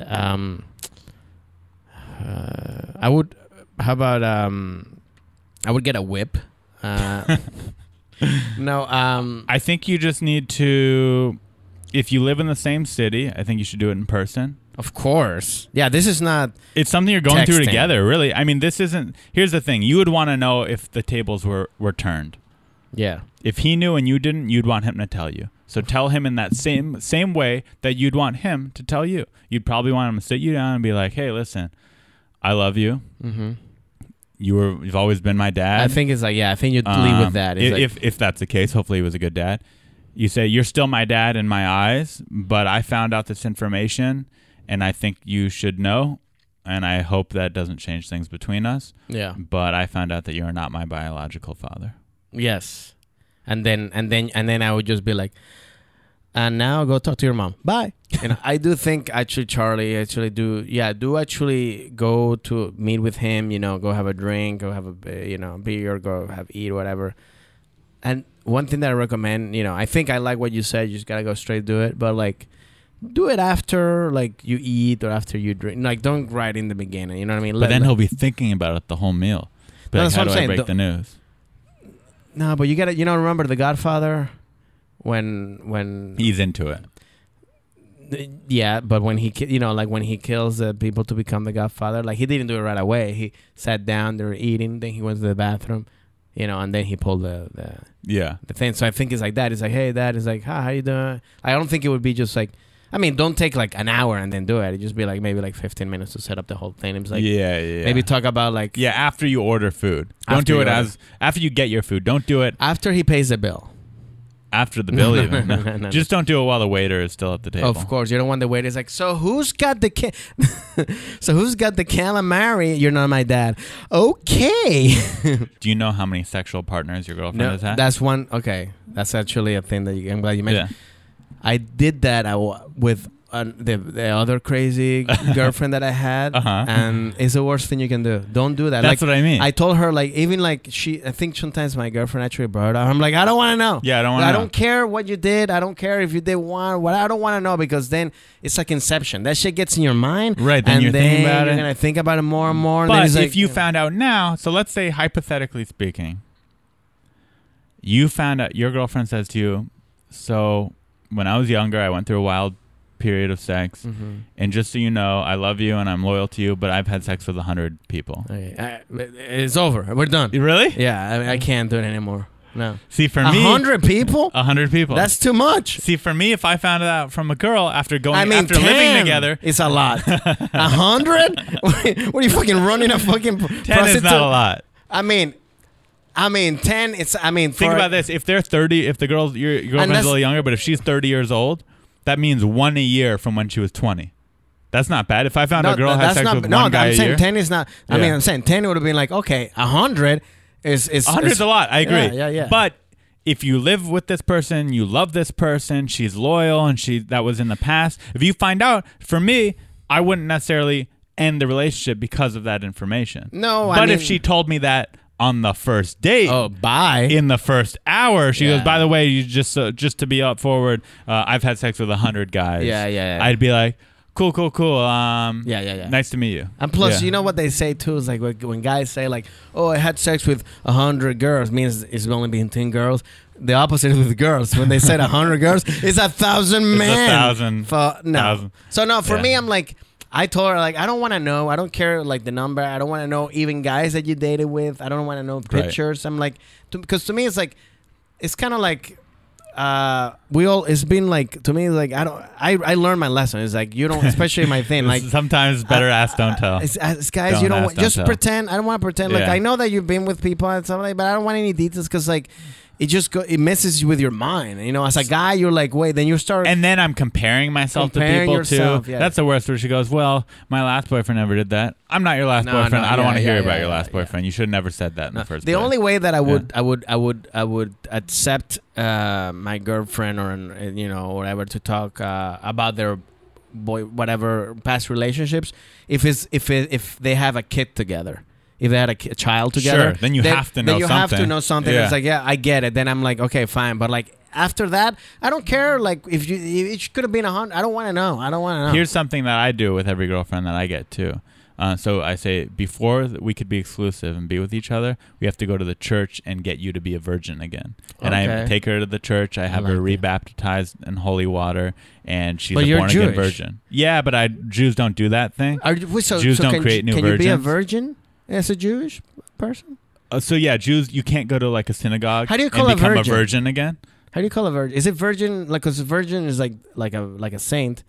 Speaker 7: Um, uh, I would. How about um, I would get a whip. Uh, no, um,
Speaker 6: I think you just need to, if you live in the same city, I think you should do it in person.
Speaker 7: of course. Yeah, this is not
Speaker 6: It's something you're going through
Speaker 7: Texting.
Speaker 6: together, really. I mean, this isn't. Here's the thing: you would want to know if the tables were were turned.
Speaker 7: yeah.
Speaker 6: If he knew and you didn't, you'd want him to tell you. So tell him in that same same way that you'd want him to tell you. You'd probably want him to sit you down and be like, "Hey, listen, I love you.
Speaker 7: hmm
Speaker 6: You were you've always been my dad.
Speaker 7: I think it's like yeah. I think you would leave
Speaker 6: Um,
Speaker 7: with that. It's
Speaker 6: i-
Speaker 7: like,
Speaker 6: if if that's the case, hopefully he was a good dad. You say you're still my dad in my eyes, but I found out this information, and I think you should know. And I hope that doesn't change things between us.
Speaker 7: yeah,
Speaker 6: But I found out that you are not my biological father.
Speaker 7: yes, and then and then and then I would just be like, and now go talk to your mom. Bye. (laughs) and I do think actually Charlie actually do yeah do actually go to meet with him. You know, go have a drink, go have a be- you know beer, go have eat whatever. And one thing that I recommend, you know, I think I like what you said. You just gotta go straight do it, but like. Do it after like you eat or after you drink. Like, don't right in the beginning. You know what I mean?
Speaker 6: But then he'll be thinking about it the whole meal. But
Speaker 7: No,
Speaker 6: like,
Speaker 7: that's
Speaker 6: how do
Speaker 7: what I'm
Speaker 6: I
Speaker 7: saying.
Speaker 6: break
Speaker 7: The-
Speaker 6: the news?
Speaker 7: No, but you gotta you know remember the Godfather when when
Speaker 6: He's into it.
Speaker 7: yeah, but when he ki- you know like when he kills the people to become the Godfather, like he didn't do it right away. He sat down, they were eating, then he went to the bathroom, you know, and then he pulled the the,
Speaker 6: Yeah.
Speaker 7: the thing. So I think it's like that. It's like hey, dad. It's like hi, how you doing? I don't think it would be just like. I mean, don't take like an hour and then do it. It'd just be like maybe like 15 minutes to set up the whole thing. It's like
Speaker 6: yeah, yeah.
Speaker 7: maybe talk about like
Speaker 6: yeah, after you order food. Don't
Speaker 7: After
Speaker 6: do
Speaker 7: you
Speaker 6: it
Speaker 7: order.
Speaker 6: as after you get your food. Don't do it
Speaker 7: after he pays the bill.
Speaker 6: after the
Speaker 7: (laughs)
Speaker 6: bill
Speaker 7: No,
Speaker 6: even.
Speaker 7: no,
Speaker 6: No.
Speaker 7: no, no,
Speaker 6: Just don't do it while the waiter is still at the table.
Speaker 7: Of course, you don't want the waiter. It's like, so who's got the ca- (laughs) so who's got the calamari? You're not my dad. Okay.
Speaker 6: (laughs) Do you know how many sexual partners your girlfriend has had?
Speaker 7: that's one. Okay, that's actually a thing that you, I'm glad you
Speaker 6: yeah.
Speaker 7: mentioned. I did that I wa- with uh, the the
Speaker 6: (laughs)
Speaker 7: other crazy girlfriend that I had,
Speaker 6: Uh-huh.
Speaker 7: and it's the worst thing you can do. Don't do that.
Speaker 6: That's
Speaker 7: like,
Speaker 6: what I (laughs) mean.
Speaker 7: I told her like even like she. I think sometimes my girlfriend actually brought it up. I'm like, I don't want to know.
Speaker 6: yeah, I don't want
Speaker 7: I
Speaker 6: to.
Speaker 7: don't care what you did. I don't care if you did one. What I don't want to know because then it's like Inception. That shit gets in your mind.
Speaker 6: Right, then
Speaker 7: and
Speaker 6: you're
Speaker 7: then
Speaker 6: thinking about
Speaker 7: you're
Speaker 6: it.
Speaker 7: gonna think about it more and more. and then
Speaker 6: But
Speaker 7: it's like,
Speaker 6: if you
Speaker 7: know.
Speaker 6: found out now, so let's say hypothetically speaking, you found out your girlfriend says to you, "So when I was younger, I went through a wild period of sex,
Speaker 7: Mhm.
Speaker 6: and just so you know, I love you and I'm loyal to you, but I've had sex with a hundred people."
Speaker 7: Okay, I- it's over. We're done.
Speaker 6: Really?
Speaker 7: Yeah, I, mean, I can't do it anymore. No,
Speaker 6: See, for
Speaker 7: a
Speaker 6: me,
Speaker 7: hundred
Speaker 6: (laughs)
Speaker 7: people.
Speaker 6: a hundred people.
Speaker 7: That's too much.
Speaker 6: see, for me, if I found it out from a girl after going
Speaker 7: I mean,
Speaker 6: after living
Speaker 7: 10
Speaker 6: together,
Speaker 7: it's
Speaker 6: (laughs)
Speaker 7: a lot. A hundred? (laughs) what are you fucking running a fucking pr-
Speaker 6: ten is not a lot.
Speaker 7: I mean, I mean, ten. It's I mean,
Speaker 6: Think
Speaker 7: for-
Speaker 6: about this: if they're thirty, if the girl's your, your girlfriend's
Speaker 7: Unless-
Speaker 6: a little younger, but if she's thirty years old, that means one a year from when she was twenty. That's not bad. If I found a girl
Speaker 7: th-
Speaker 6: had sex with
Speaker 7: no,
Speaker 6: one guy
Speaker 7: I'm
Speaker 6: a
Speaker 7: saying
Speaker 6: year,
Speaker 7: 10 is not. I
Speaker 6: Yeah.
Speaker 7: mean, I'm saying 10 would have been like, okay, 100 is. is
Speaker 6: a hundred's
Speaker 7: is-
Speaker 6: a lot. I agree.
Speaker 7: Yeah, yeah, yeah.
Speaker 6: But if you live with this person, you love this person, she's loyal, and she that was in the past. If you find out, for me, I wouldn't necessarily end the relationship because of that information.
Speaker 7: No, I
Speaker 6: but if
Speaker 7: mean-
Speaker 6: she told me that on the first date,
Speaker 7: Oh, bye.
Speaker 6: in the first hour, she
Speaker 7: Yeah.
Speaker 6: goes, "By the way, you just uh, just to be up forward, uh, I've had sex with a hundred guys."
Speaker 7: Yeah, yeah, yeah.
Speaker 6: I'd be like, "Cool, cool, cool. Um,
Speaker 7: Yeah, yeah, yeah.
Speaker 6: Nice to meet you."
Speaker 7: And plus,
Speaker 6: Yeah.
Speaker 7: you know what they say too is like when when guys say like, "Oh, I had sex with a hundred girls," means it's only been ten girls. The opposite is with girls. When they said a hundred girls, it's a thousand
Speaker 6: a
Speaker 7: men.
Speaker 6: thousand.
Speaker 7: For, no.
Speaker 6: Thousand.
Speaker 7: So no, for
Speaker 6: Yeah.
Speaker 7: me, I'm like, I told her like, I don't want to know. I don't care like the number. I don't want to know even guys that you dated with. I don't want to know
Speaker 6: Right.
Speaker 7: pictures. I'm like, because to me, it's like, it's kind of like uh we all it's been like to me like i don't i i learned my lesson it's like you don't especially
Speaker 6: (laughs)
Speaker 7: my thing like
Speaker 6: sometimes better
Speaker 7: I-
Speaker 6: ask, don't tell.
Speaker 7: it's, uh, it's guys,
Speaker 6: Don't
Speaker 7: you don't
Speaker 6: ask,
Speaker 7: want,
Speaker 6: don't
Speaker 7: just
Speaker 6: tell.
Speaker 7: pretend. I don't want to pretend. Like
Speaker 6: Yeah.
Speaker 7: I know that you've been with people and stuff like, but I don't want any details because like it just go, it messes you with your mind. You know, as a guy, you're like, wait, then you start.
Speaker 6: and then I'm comparing myself
Speaker 7: Comparing
Speaker 6: to people
Speaker 7: yourself,
Speaker 6: too.
Speaker 7: yeah.
Speaker 6: That's the worst. Where she goes, "Well, my last boyfriend never did that. I'm not your last
Speaker 7: No,
Speaker 6: boyfriend.
Speaker 7: no,
Speaker 6: I don't
Speaker 7: yeah,
Speaker 6: want to hear
Speaker 7: yeah,
Speaker 6: about
Speaker 7: yeah,
Speaker 6: your
Speaker 7: yeah,
Speaker 6: last
Speaker 7: yeah.
Speaker 6: boyfriend. You should have never said that in the first
Speaker 7: the
Speaker 6: place."
Speaker 7: only way that I would, I would, I would, I would accept uh, my girlfriend or uh, you know whatever to talk uh, about their boy whatever past relationships if it's if it, if they have a kid together. If they had a, ki- a child together,
Speaker 6: Sure, then you have to know
Speaker 7: Then you have to
Speaker 6: something.
Speaker 7: know something.
Speaker 6: Yeah.
Speaker 7: It's like, yeah, I get it. Then I'm like, okay, fine. But like after that, I don't care. Like if you, it could have been a hundred. I don't want to know. I don't want to know.
Speaker 6: Here's something that I do with every girlfriend that I get too. Uh, so I say before th- we could be exclusive and be with each other, we have to go to the church and get you to be a virgin again. And I
Speaker 7: Okay.
Speaker 6: take her to the church. I have her
Speaker 7: like
Speaker 6: rebaptized in holy water, and she's
Speaker 7: But
Speaker 6: a
Speaker 7: you're
Speaker 6: born again
Speaker 7: Jewish.
Speaker 6: virgin. Yeah, but I Jews don't do that thing.
Speaker 7: Are you, so,
Speaker 6: Jews
Speaker 7: so
Speaker 6: don't
Speaker 7: can,
Speaker 6: create new
Speaker 7: Can you be a
Speaker 6: virgins?
Speaker 7: virgin as a Jewish person?
Speaker 6: Uh, so yeah, Jews, you can't go to like a synagogue.
Speaker 7: How do you call a
Speaker 6: and become
Speaker 7: virgin?
Speaker 6: a virgin again?
Speaker 7: How do you call a virgin? Is it virgin? Like, cause virgin is like like a like a saint,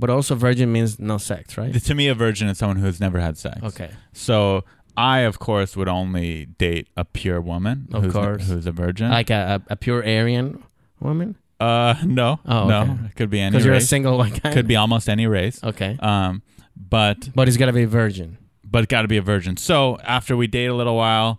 Speaker 7: but also virgin means no sex, right?
Speaker 6: To me, a virgin is someone who has never had sex.
Speaker 7: Okay.
Speaker 6: So I, of course, would only date a pure woman.
Speaker 7: Of
Speaker 6: who's,
Speaker 7: course.
Speaker 6: Who's a virgin.
Speaker 7: Like a, a, a pure Aryan woman,
Speaker 6: Uh, no.
Speaker 7: Oh,
Speaker 6: no.
Speaker 7: okay.
Speaker 6: It could be any
Speaker 7: because you're a
Speaker 6: race.
Speaker 7: single white guy.
Speaker 6: could be almost any race.
Speaker 7: Okay,
Speaker 6: Um, but
Speaker 7: but he's gotta be virgin.
Speaker 6: but got to be a virgin. So after we date a little while,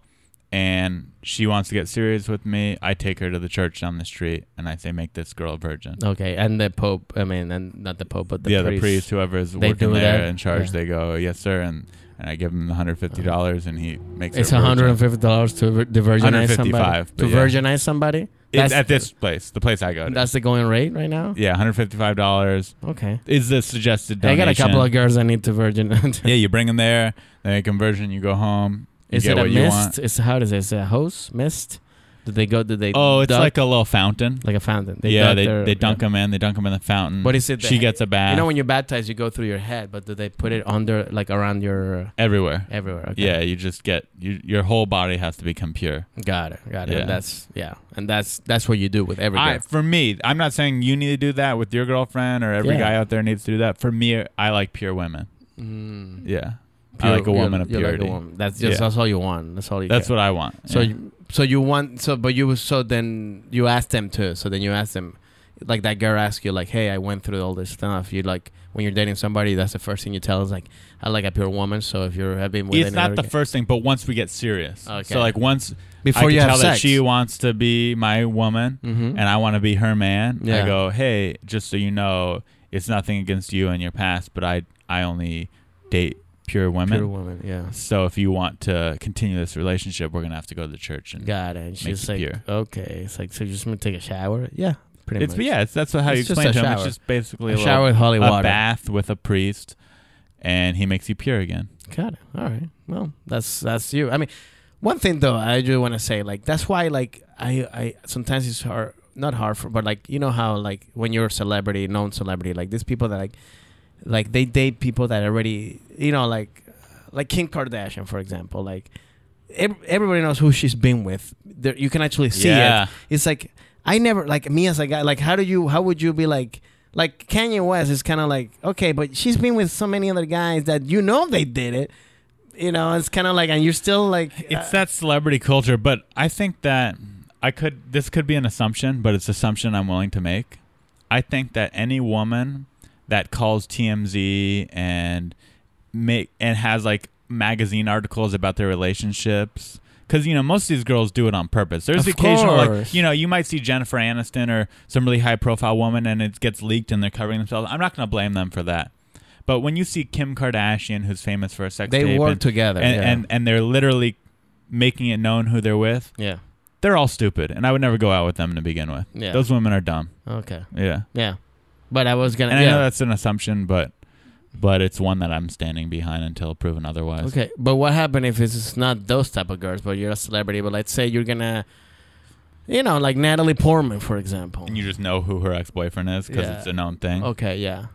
Speaker 6: and she wants to get serious with me, I take her to the church down the street, and I say, "Make this girl a virgin."
Speaker 7: Okay, and the Pope. I mean, and not the Pope, but the
Speaker 6: yeah,
Speaker 7: priest.
Speaker 6: the priest, whoever is
Speaker 7: They
Speaker 6: working
Speaker 7: do
Speaker 6: there
Speaker 7: that?
Speaker 6: in charge,
Speaker 7: Yeah. Oh.
Speaker 6: they go, "Yes, sir," and and I give him the hundred fifty dollars, and he makes
Speaker 7: It's
Speaker 6: her a virgin.
Speaker 7: hundred and fifty dollars to vir- to virginize somebody.
Speaker 6: 155, but
Speaker 7: To
Speaker 6: yeah.
Speaker 7: virginize somebody.
Speaker 6: It's at this place, the place I go to.
Speaker 7: That's the going rate right now.
Speaker 6: yeah, one hundred fifty-five dollars
Speaker 7: Okay.
Speaker 6: is the suggested donation.
Speaker 7: I got a couple of girls I need to virgin. (laughs)
Speaker 6: Yeah, you bring them there, they make conversion, you go home. You
Speaker 7: Is
Speaker 6: get
Speaker 7: it a
Speaker 6: what you want.
Speaker 7: mist? Is how does it? Is it a hose mist? Do they go? Do they?
Speaker 6: Oh, it's
Speaker 7: duck-
Speaker 6: like a little fountain.
Speaker 7: like a fountain.
Speaker 6: yeah,
Speaker 7: dunk
Speaker 6: they,
Speaker 7: their-
Speaker 6: they dunk
Speaker 7: yeah.
Speaker 6: them in. They dunk them in the fountain.
Speaker 7: But is it the-
Speaker 6: She gets a bath.
Speaker 7: You know, when you're baptized, you go through your head, but do they put it under, like around your uh,
Speaker 6: everywhere.
Speaker 7: everywhere? Okay.
Speaker 6: Yeah, you just get you, your whole body has to become pure.
Speaker 7: got it, got it.
Speaker 6: Yeah.
Speaker 7: And that's yeah, and that's that's what you do with every.
Speaker 6: I,
Speaker 7: girl.
Speaker 6: for me, I'm not saying you need to do that with your girlfriend or every
Speaker 7: Yeah.
Speaker 6: guy out there needs to do that. For me, I like pure women.
Speaker 7: Mm.
Speaker 6: Yeah,
Speaker 7: Pure-
Speaker 6: I like a
Speaker 7: you're-
Speaker 6: woman of
Speaker 7: you're like a
Speaker 6: purity.
Speaker 7: woman. That's
Speaker 6: Yeah.
Speaker 7: just that's all you want. That's all you.
Speaker 6: That's
Speaker 7: care.
Speaker 6: what I want.
Speaker 7: So
Speaker 6: yeah.
Speaker 7: you, so you want so but you so then you ask them too. So then you ask them, like that girl asked you like, hey, I went through all this stuff. You like when you're dating somebody, that's the first thing you tell is like, I like a pure woman. So if you're having with
Speaker 6: it's
Speaker 7: any
Speaker 6: not
Speaker 7: other
Speaker 6: the
Speaker 7: guy-
Speaker 6: first thing, but once we get serious,
Speaker 7: Okay.
Speaker 6: so like once
Speaker 7: Before
Speaker 6: I can
Speaker 7: you have
Speaker 6: tell that
Speaker 7: sex. Mm-hmm.
Speaker 6: she wants to be my woman Mm-hmm. and I want to be her man, I
Speaker 7: Yeah.
Speaker 6: go, hey, just so you know, it's nothing against you and your past, but I I only date pure women.
Speaker 7: pure woman. Yeah.
Speaker 6: So if you want to continue this relationship, we're gonna have to go to the church and
Speaker 7: Got it. And she's
Speaker 6: you
Speaker 7: like,
Speaker 6: pure.
Speaker 7: okay. It's like, so you just want to take a shower? Yeah, pretty
Speaker 6: it's
Speaker 7: much.
Speaker 6: yeah, it's, that's how you
Speaker 7: It's just
Speaker 6: explain
Speaker 7: a
Speaker 6: to him. It's
Speaker 7: shower.
Speaker 6: just basically a,
Speaker 7: A shower
Speaker 6: little,
Speaker 7: with holy
Speaker 6: a
Speaker 7: water.
Speaker 6: bath with a priest, and he makes you pure again.
Speaker 7: Got it. All right. Well, that's that's you. I mean, one thing though, I do want to say, like, that's why, like, I, I sometimes it's hard, not hard for, but like, you know how, like, when you're a celebrity, known celebrity, like these people that like, like they date people that already, you know, like, like Kim Kardashian, for example, like. ev- Everybody knows who she's been with. There, you can actually see
Speaker 6: Yeah.
Speaker 7: it. It's like I never like me as a guy. Like, how do you? How would you be like? Like Kanye West is kind of like okay, but she's been with so many other guys that you know they did it. You know, it's kind of like, and you're still like,
Speaker 6: It's
Speaker 7: uh,
Speaker 6: that celebrity culture, but I think that I could this could be an assumption, but it's assumption I'm willing to make. I think that any woman that calls TMZ and make and has like magazine articles about their relationships because you know most of these girls do it on purpose. There's
Speaker 7: Of
Speaker 6: occasional like
Speaker 7: course.
Speaker 6: you know you might see Jennifer Aniston or some really high profile woman and it gets leaked and they're covering themselves. I'm not going to blame them for that. But when you see Kim Kardashian, who's famous for a sex
Speaker 7: They
Speaker 6: tape,
Speaker 7: work
Speaker 6: and-
Speaker 7: together,
Speaker 6: and,
Speaker 7: yeah.
Speaker 6: and and they're literally making it known who they're with,
Speaker 7: Yeah.
Speaker 6: they're all stupid, and I would never go out with them to begin with.
Speaker 7: Yeah.
Speaker 6: Those women are dumb.
Speaker 7: Okay.
Speaker 6: Yeah,
Speaker 7: Yeah. But I was gonna.
Speaker 6: and I
Speaker 7: yeah.
Speaker 6: know that's an assumption, but but it's one that I'm standing behind until proven otherwise.
Speaker 7: Okay, but what happened if it's not those type of girls, but you're a celebrity? But let's say you're gonna, you know, like Natalie Portman, for example.
Speaker 6: And you just know who her ex boyfriend is because
Speaker 7: Yeah.
Speaker 6: it's a known thing.
Speaker 7: okay, yeah.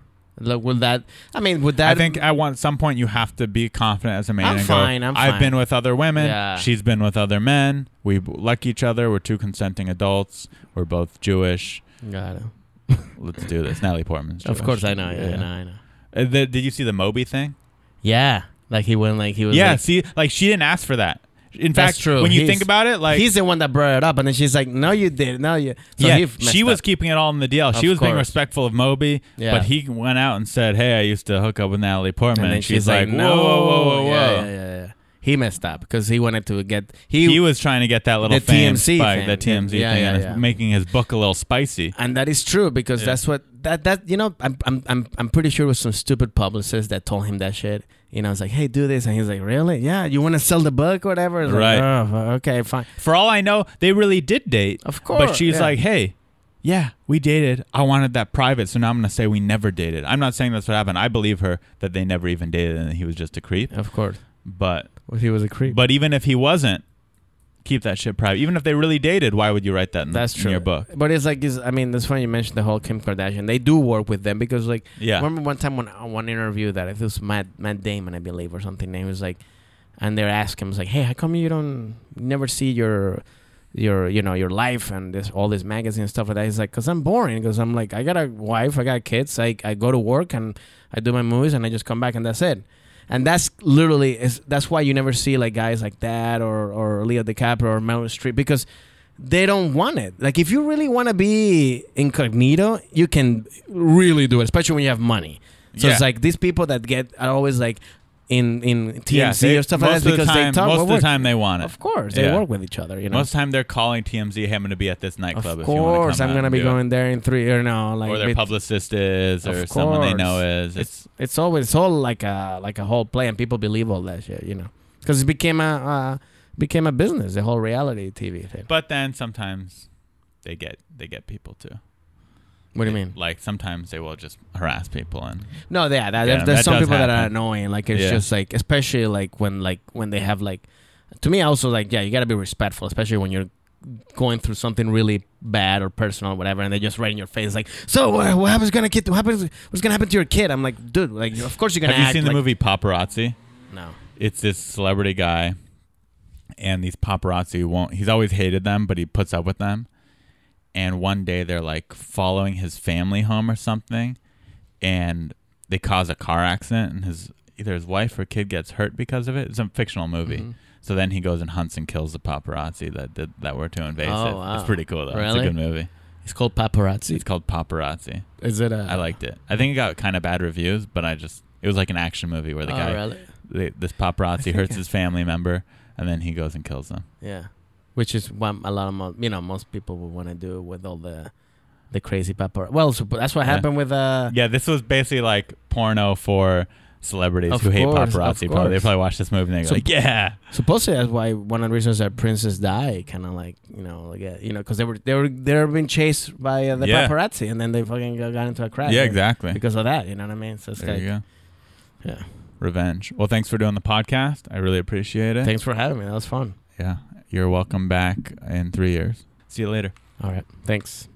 Speaker 7: Like, would that? I mean, would that?
Speaker 6: I think at one some point you have to be confident as a man.
Speaker 7: I'm
Speaker 6: and
Speaker 7: fine,
Speaker 6: Go,
Speaker 7: I'm
Speaker 6: have
Speaker 7: fine."
Speaker 6: been with other women.
Speaker 7: Yeah.
Speaker 6: She's been with other men. We b- like each other. We're two consenting adults. We're both Jewish.
Speaker 7: Got it.
Speaker 6: Let's do this. Natalie Portman's Jewish.
Speaker 7: Of course, I know. Yeah, I know. I know.
Speaker 6: Uh, the- did you see the Moby thing?
Speaker 7: Yeah, like he went, like he was.
Speaker 6: yeah.
Speaker 7: like-
Speaker 6: see, like she didn't ask for that. In
Speaker 7: That's
Speaker 6: fact,
Speaker 7: true.
Speaker 6: when you
Speaker 7: He's-
Speaker 6: think about it, like
Speaker 7: he's the one that brought it up, and then she's like, "No, you did. No, you." So
Speaker 6: yeah,
Speaker 7: he messed
Speaker 6: she was
Speaker 7: up.
Speaker 6: keeping it all in the DL. She
Speaker 7: Of
Speaker 6: was being
Speaker 7: course.
Speaker 6: respectful of Moby,
Speaker 7: Yeah.
Speaker 6: but he went out and said, "Hey, I used to hook up with Natalie Portman."
Speaker 7: and then
Speaker 6: she's, like, "Whoa, whoa, whoa, whoa, whoa!"
Speaker 7: Yeah, yeah, yeah, yeah. He messed up because he wanted to get
Speaker 6: he was trying to get that little
Speaker 7: The
Speaker 6: fame
Speaker 7: TMZ
Speaker 6: spike,
Speaker 7: thing.
Speaker 6: that TMZ
Speaker 7: Yeah,
Speaker 6: thing,
Speaker 7: yeah,
Speaker 6: and it's
Speaker 7: yeah.
Speaker 6: making his book a little spicy.
Speaker 7: And that is true because that's what that that you know I'm I'm I'm I'm pretty sure it was some stupid publicist that told him that shit. You know, I was like, "Hey, do this," and he's like, "Really? Yeah, you want to sell the book, or whatever." It's like,
Speaker 6: Right.
Speaker 7: "Oh, fu- okay, fine.
Speaker 6: For all I know, they really did date.
Speaker 7: Of
Speaker 6: But
Speaker 7: course,
Speaker 6: she's
Speaker 7: yeah.
Speaker 6: like, hey, yeah, we dated. I wanted that private, so now I'm going to say we never dated. I'm not saying that's what happened. I believe her that they never even dated and he was just a creep.
Speaker 7: Of course,
Speaker 6: But
Speaker 7: he was a creep.
Speaker 6: but even if he wasn't, keep that shit private. Even if they really dated, why would you write that in,
Speaker 7: that's
Speaker 6: in
Speaker 7: true.
Speaker 6: your book?
Speaker 7: But it's like, it's, I mean, that's funny you mentioned the whole Kim Kardashian. They do work with them because, like,
Speaker 6: Yeah.
Speaker 7: remember one time when on one interview that it was Matt Matt Damon, I believe, or something. And he was like, and they're asking him, it's like, hey, how come you don't you never see your your you know your life and this all this magazine and stuff like that? He's like, cause I'm boring, cause I'm like, I got a wife, I got kids, I I go to work and I do my movies and I just come back and that's it. And that's literally is that's why you never see like guys like that or or Leo DiCaprio or Meryl Streep because they don't want it. Like if you really want to be incognito, you can really do it, especially when you have money. So
Speaker 6: Yeah.
Speaker 7: it's like these people that get are always like in in TMC
Speaker 6: they-
Speaker 7: or stuff like
Speaker 6: most
Speaker 7: that
Speaker 6: of the
Speaker 7: because
Speaker 6: time,
Speaker 7: they talk.
Speaker 6: Most
Speaker 7: about
Speaker 6: of the
Speaker 7: work.
Speaker 6: time they want it.
Speaker 7: of course, they
Speaker 6: Yeah.
Speaker 7: work with each other. You know,
Speaker 6: Most of the time they're calling TMZ, hey, I'm going to be at this nightclub.
Speaker 7: of
Speaker 6: if you wanna come
Speaker 7: course, I'm
Speaker 6: out
Speaker 7: gonna
Speaker 6: and
Speaker 7: be
Speaker 6: do it."
Speaker 7: going there in three or no, like
Speaker 6: or their
Speaker 7: with-
Speaker 6: publicist is, or
Speaker 7: Of
Speaker 6: someone they
Speaker 7: course.
Speaker 6: know is. It's,
Speaker 7: It's always it's all like a like a whole play, and people believe all that shit. You know, because it became a uh, became a business, the whole reality TV thing.
Speaker 6: but then sometimes they get they get people too.
Speaker 7: What do you mean?
Speaker 6: Like sometimes they will just harass people and
Speaker 7: No, yeah, that,
Speaker 6: Yeah,
Speaker 7: there's, there's
Speaker 6: that
Speaker 7: some
Speaker 6: does
Speaker 7: people that are
Speaker 6: happen.
Speaker 7: annoying. Like it's
Speaker 6: Yeah.
Speaker 7: just like, especially like when like when they have like, to me also like yeah, you gotta be respectful, especially when you're going through something really bad or personal, or whatever, and they just right in your face like, so what, what happens gonna kid? What happens? What's gonna happen to your kid? I'm like, dude, like of course you're gonna.
Speaker 6: Have you
Speaker 7: act
Speaker 6: seen the
Speaker 7: like-
Speaker 6: movie Paparazzi?
Speaker 7: No.
Speaker 6: It's this celebrity guy, and these paparazzi won't. He's always hated them, but he puts up with them. And one day they're like following his family home or something, and they cause a car accident, and his either his wife or kid gets hurt because of it. It's a fictional movie.
Speaker 7: Mm-hmm.
Speaker 6: So then he goes and hunts and kills the paparazzi that did, that were too invasive.
Speaker 7: Oh, wow.
Speaker 6: It's pretty cool though. It's a
Speaker 7: Really?
Speaker 6: good movie.
Speaker 7: It's called paparazzi.
Speaker 6: It's called Paparazzi.
Speaker 7: Is it a?
Speaker 6: I liked it. I think it got kind of bad reviews, but I just it was like an action movie where the
Speaker 7: Oh,
Speaker 6: guy,
Speaker 7: really?
Speaker 6: the- this paparazzi hurts his family member, and then he goes and kills them.
Speaker 7: Yeah, which is what a lot of mo- you know most people would want to do with all the the crazy paparazzi. Well, so that's what
Speaker 6: Yeah.
Speaker 7: happened with uh.
Speaker 6: Yeah, this was basically like porno for celebrities
Speaker 7: Of
Speaker 6: who hate
Speaker 7: course, of
Speaker 6: paparazzi. Probably they
Speaker 7: course.
Speaker 6: probably watch this movie and they go
Speaker 7: So-
Speaker 6: like, yeah,
Speaker 7: Supposedly that's why one of the reasons that Princess died, kind of like you know, like uh, you know, because they were they were they were being chased by uh, the
Speaker 6: Yeah.
Speaker 7: paparazzi, and then they fucking got got into a crash.
Speaker 6: yeah,
Speaker 7: and-
Speaker 6: exactly.
Speaker 7: Because of that, you know what I mean? So it's
Speaker 6: There
Speaker 7: like,
Speaker 6: you go.
Speaker 7: yeah.
Speaker 6: Revenge. Well, thanks for doing the podcast. I really appreciate it.
Speaker 7: Thanks for having me. That was fun.
Speaker 6: yeah, you're welcome back in three years. See you later.
Speaker 7: All right. Thanks.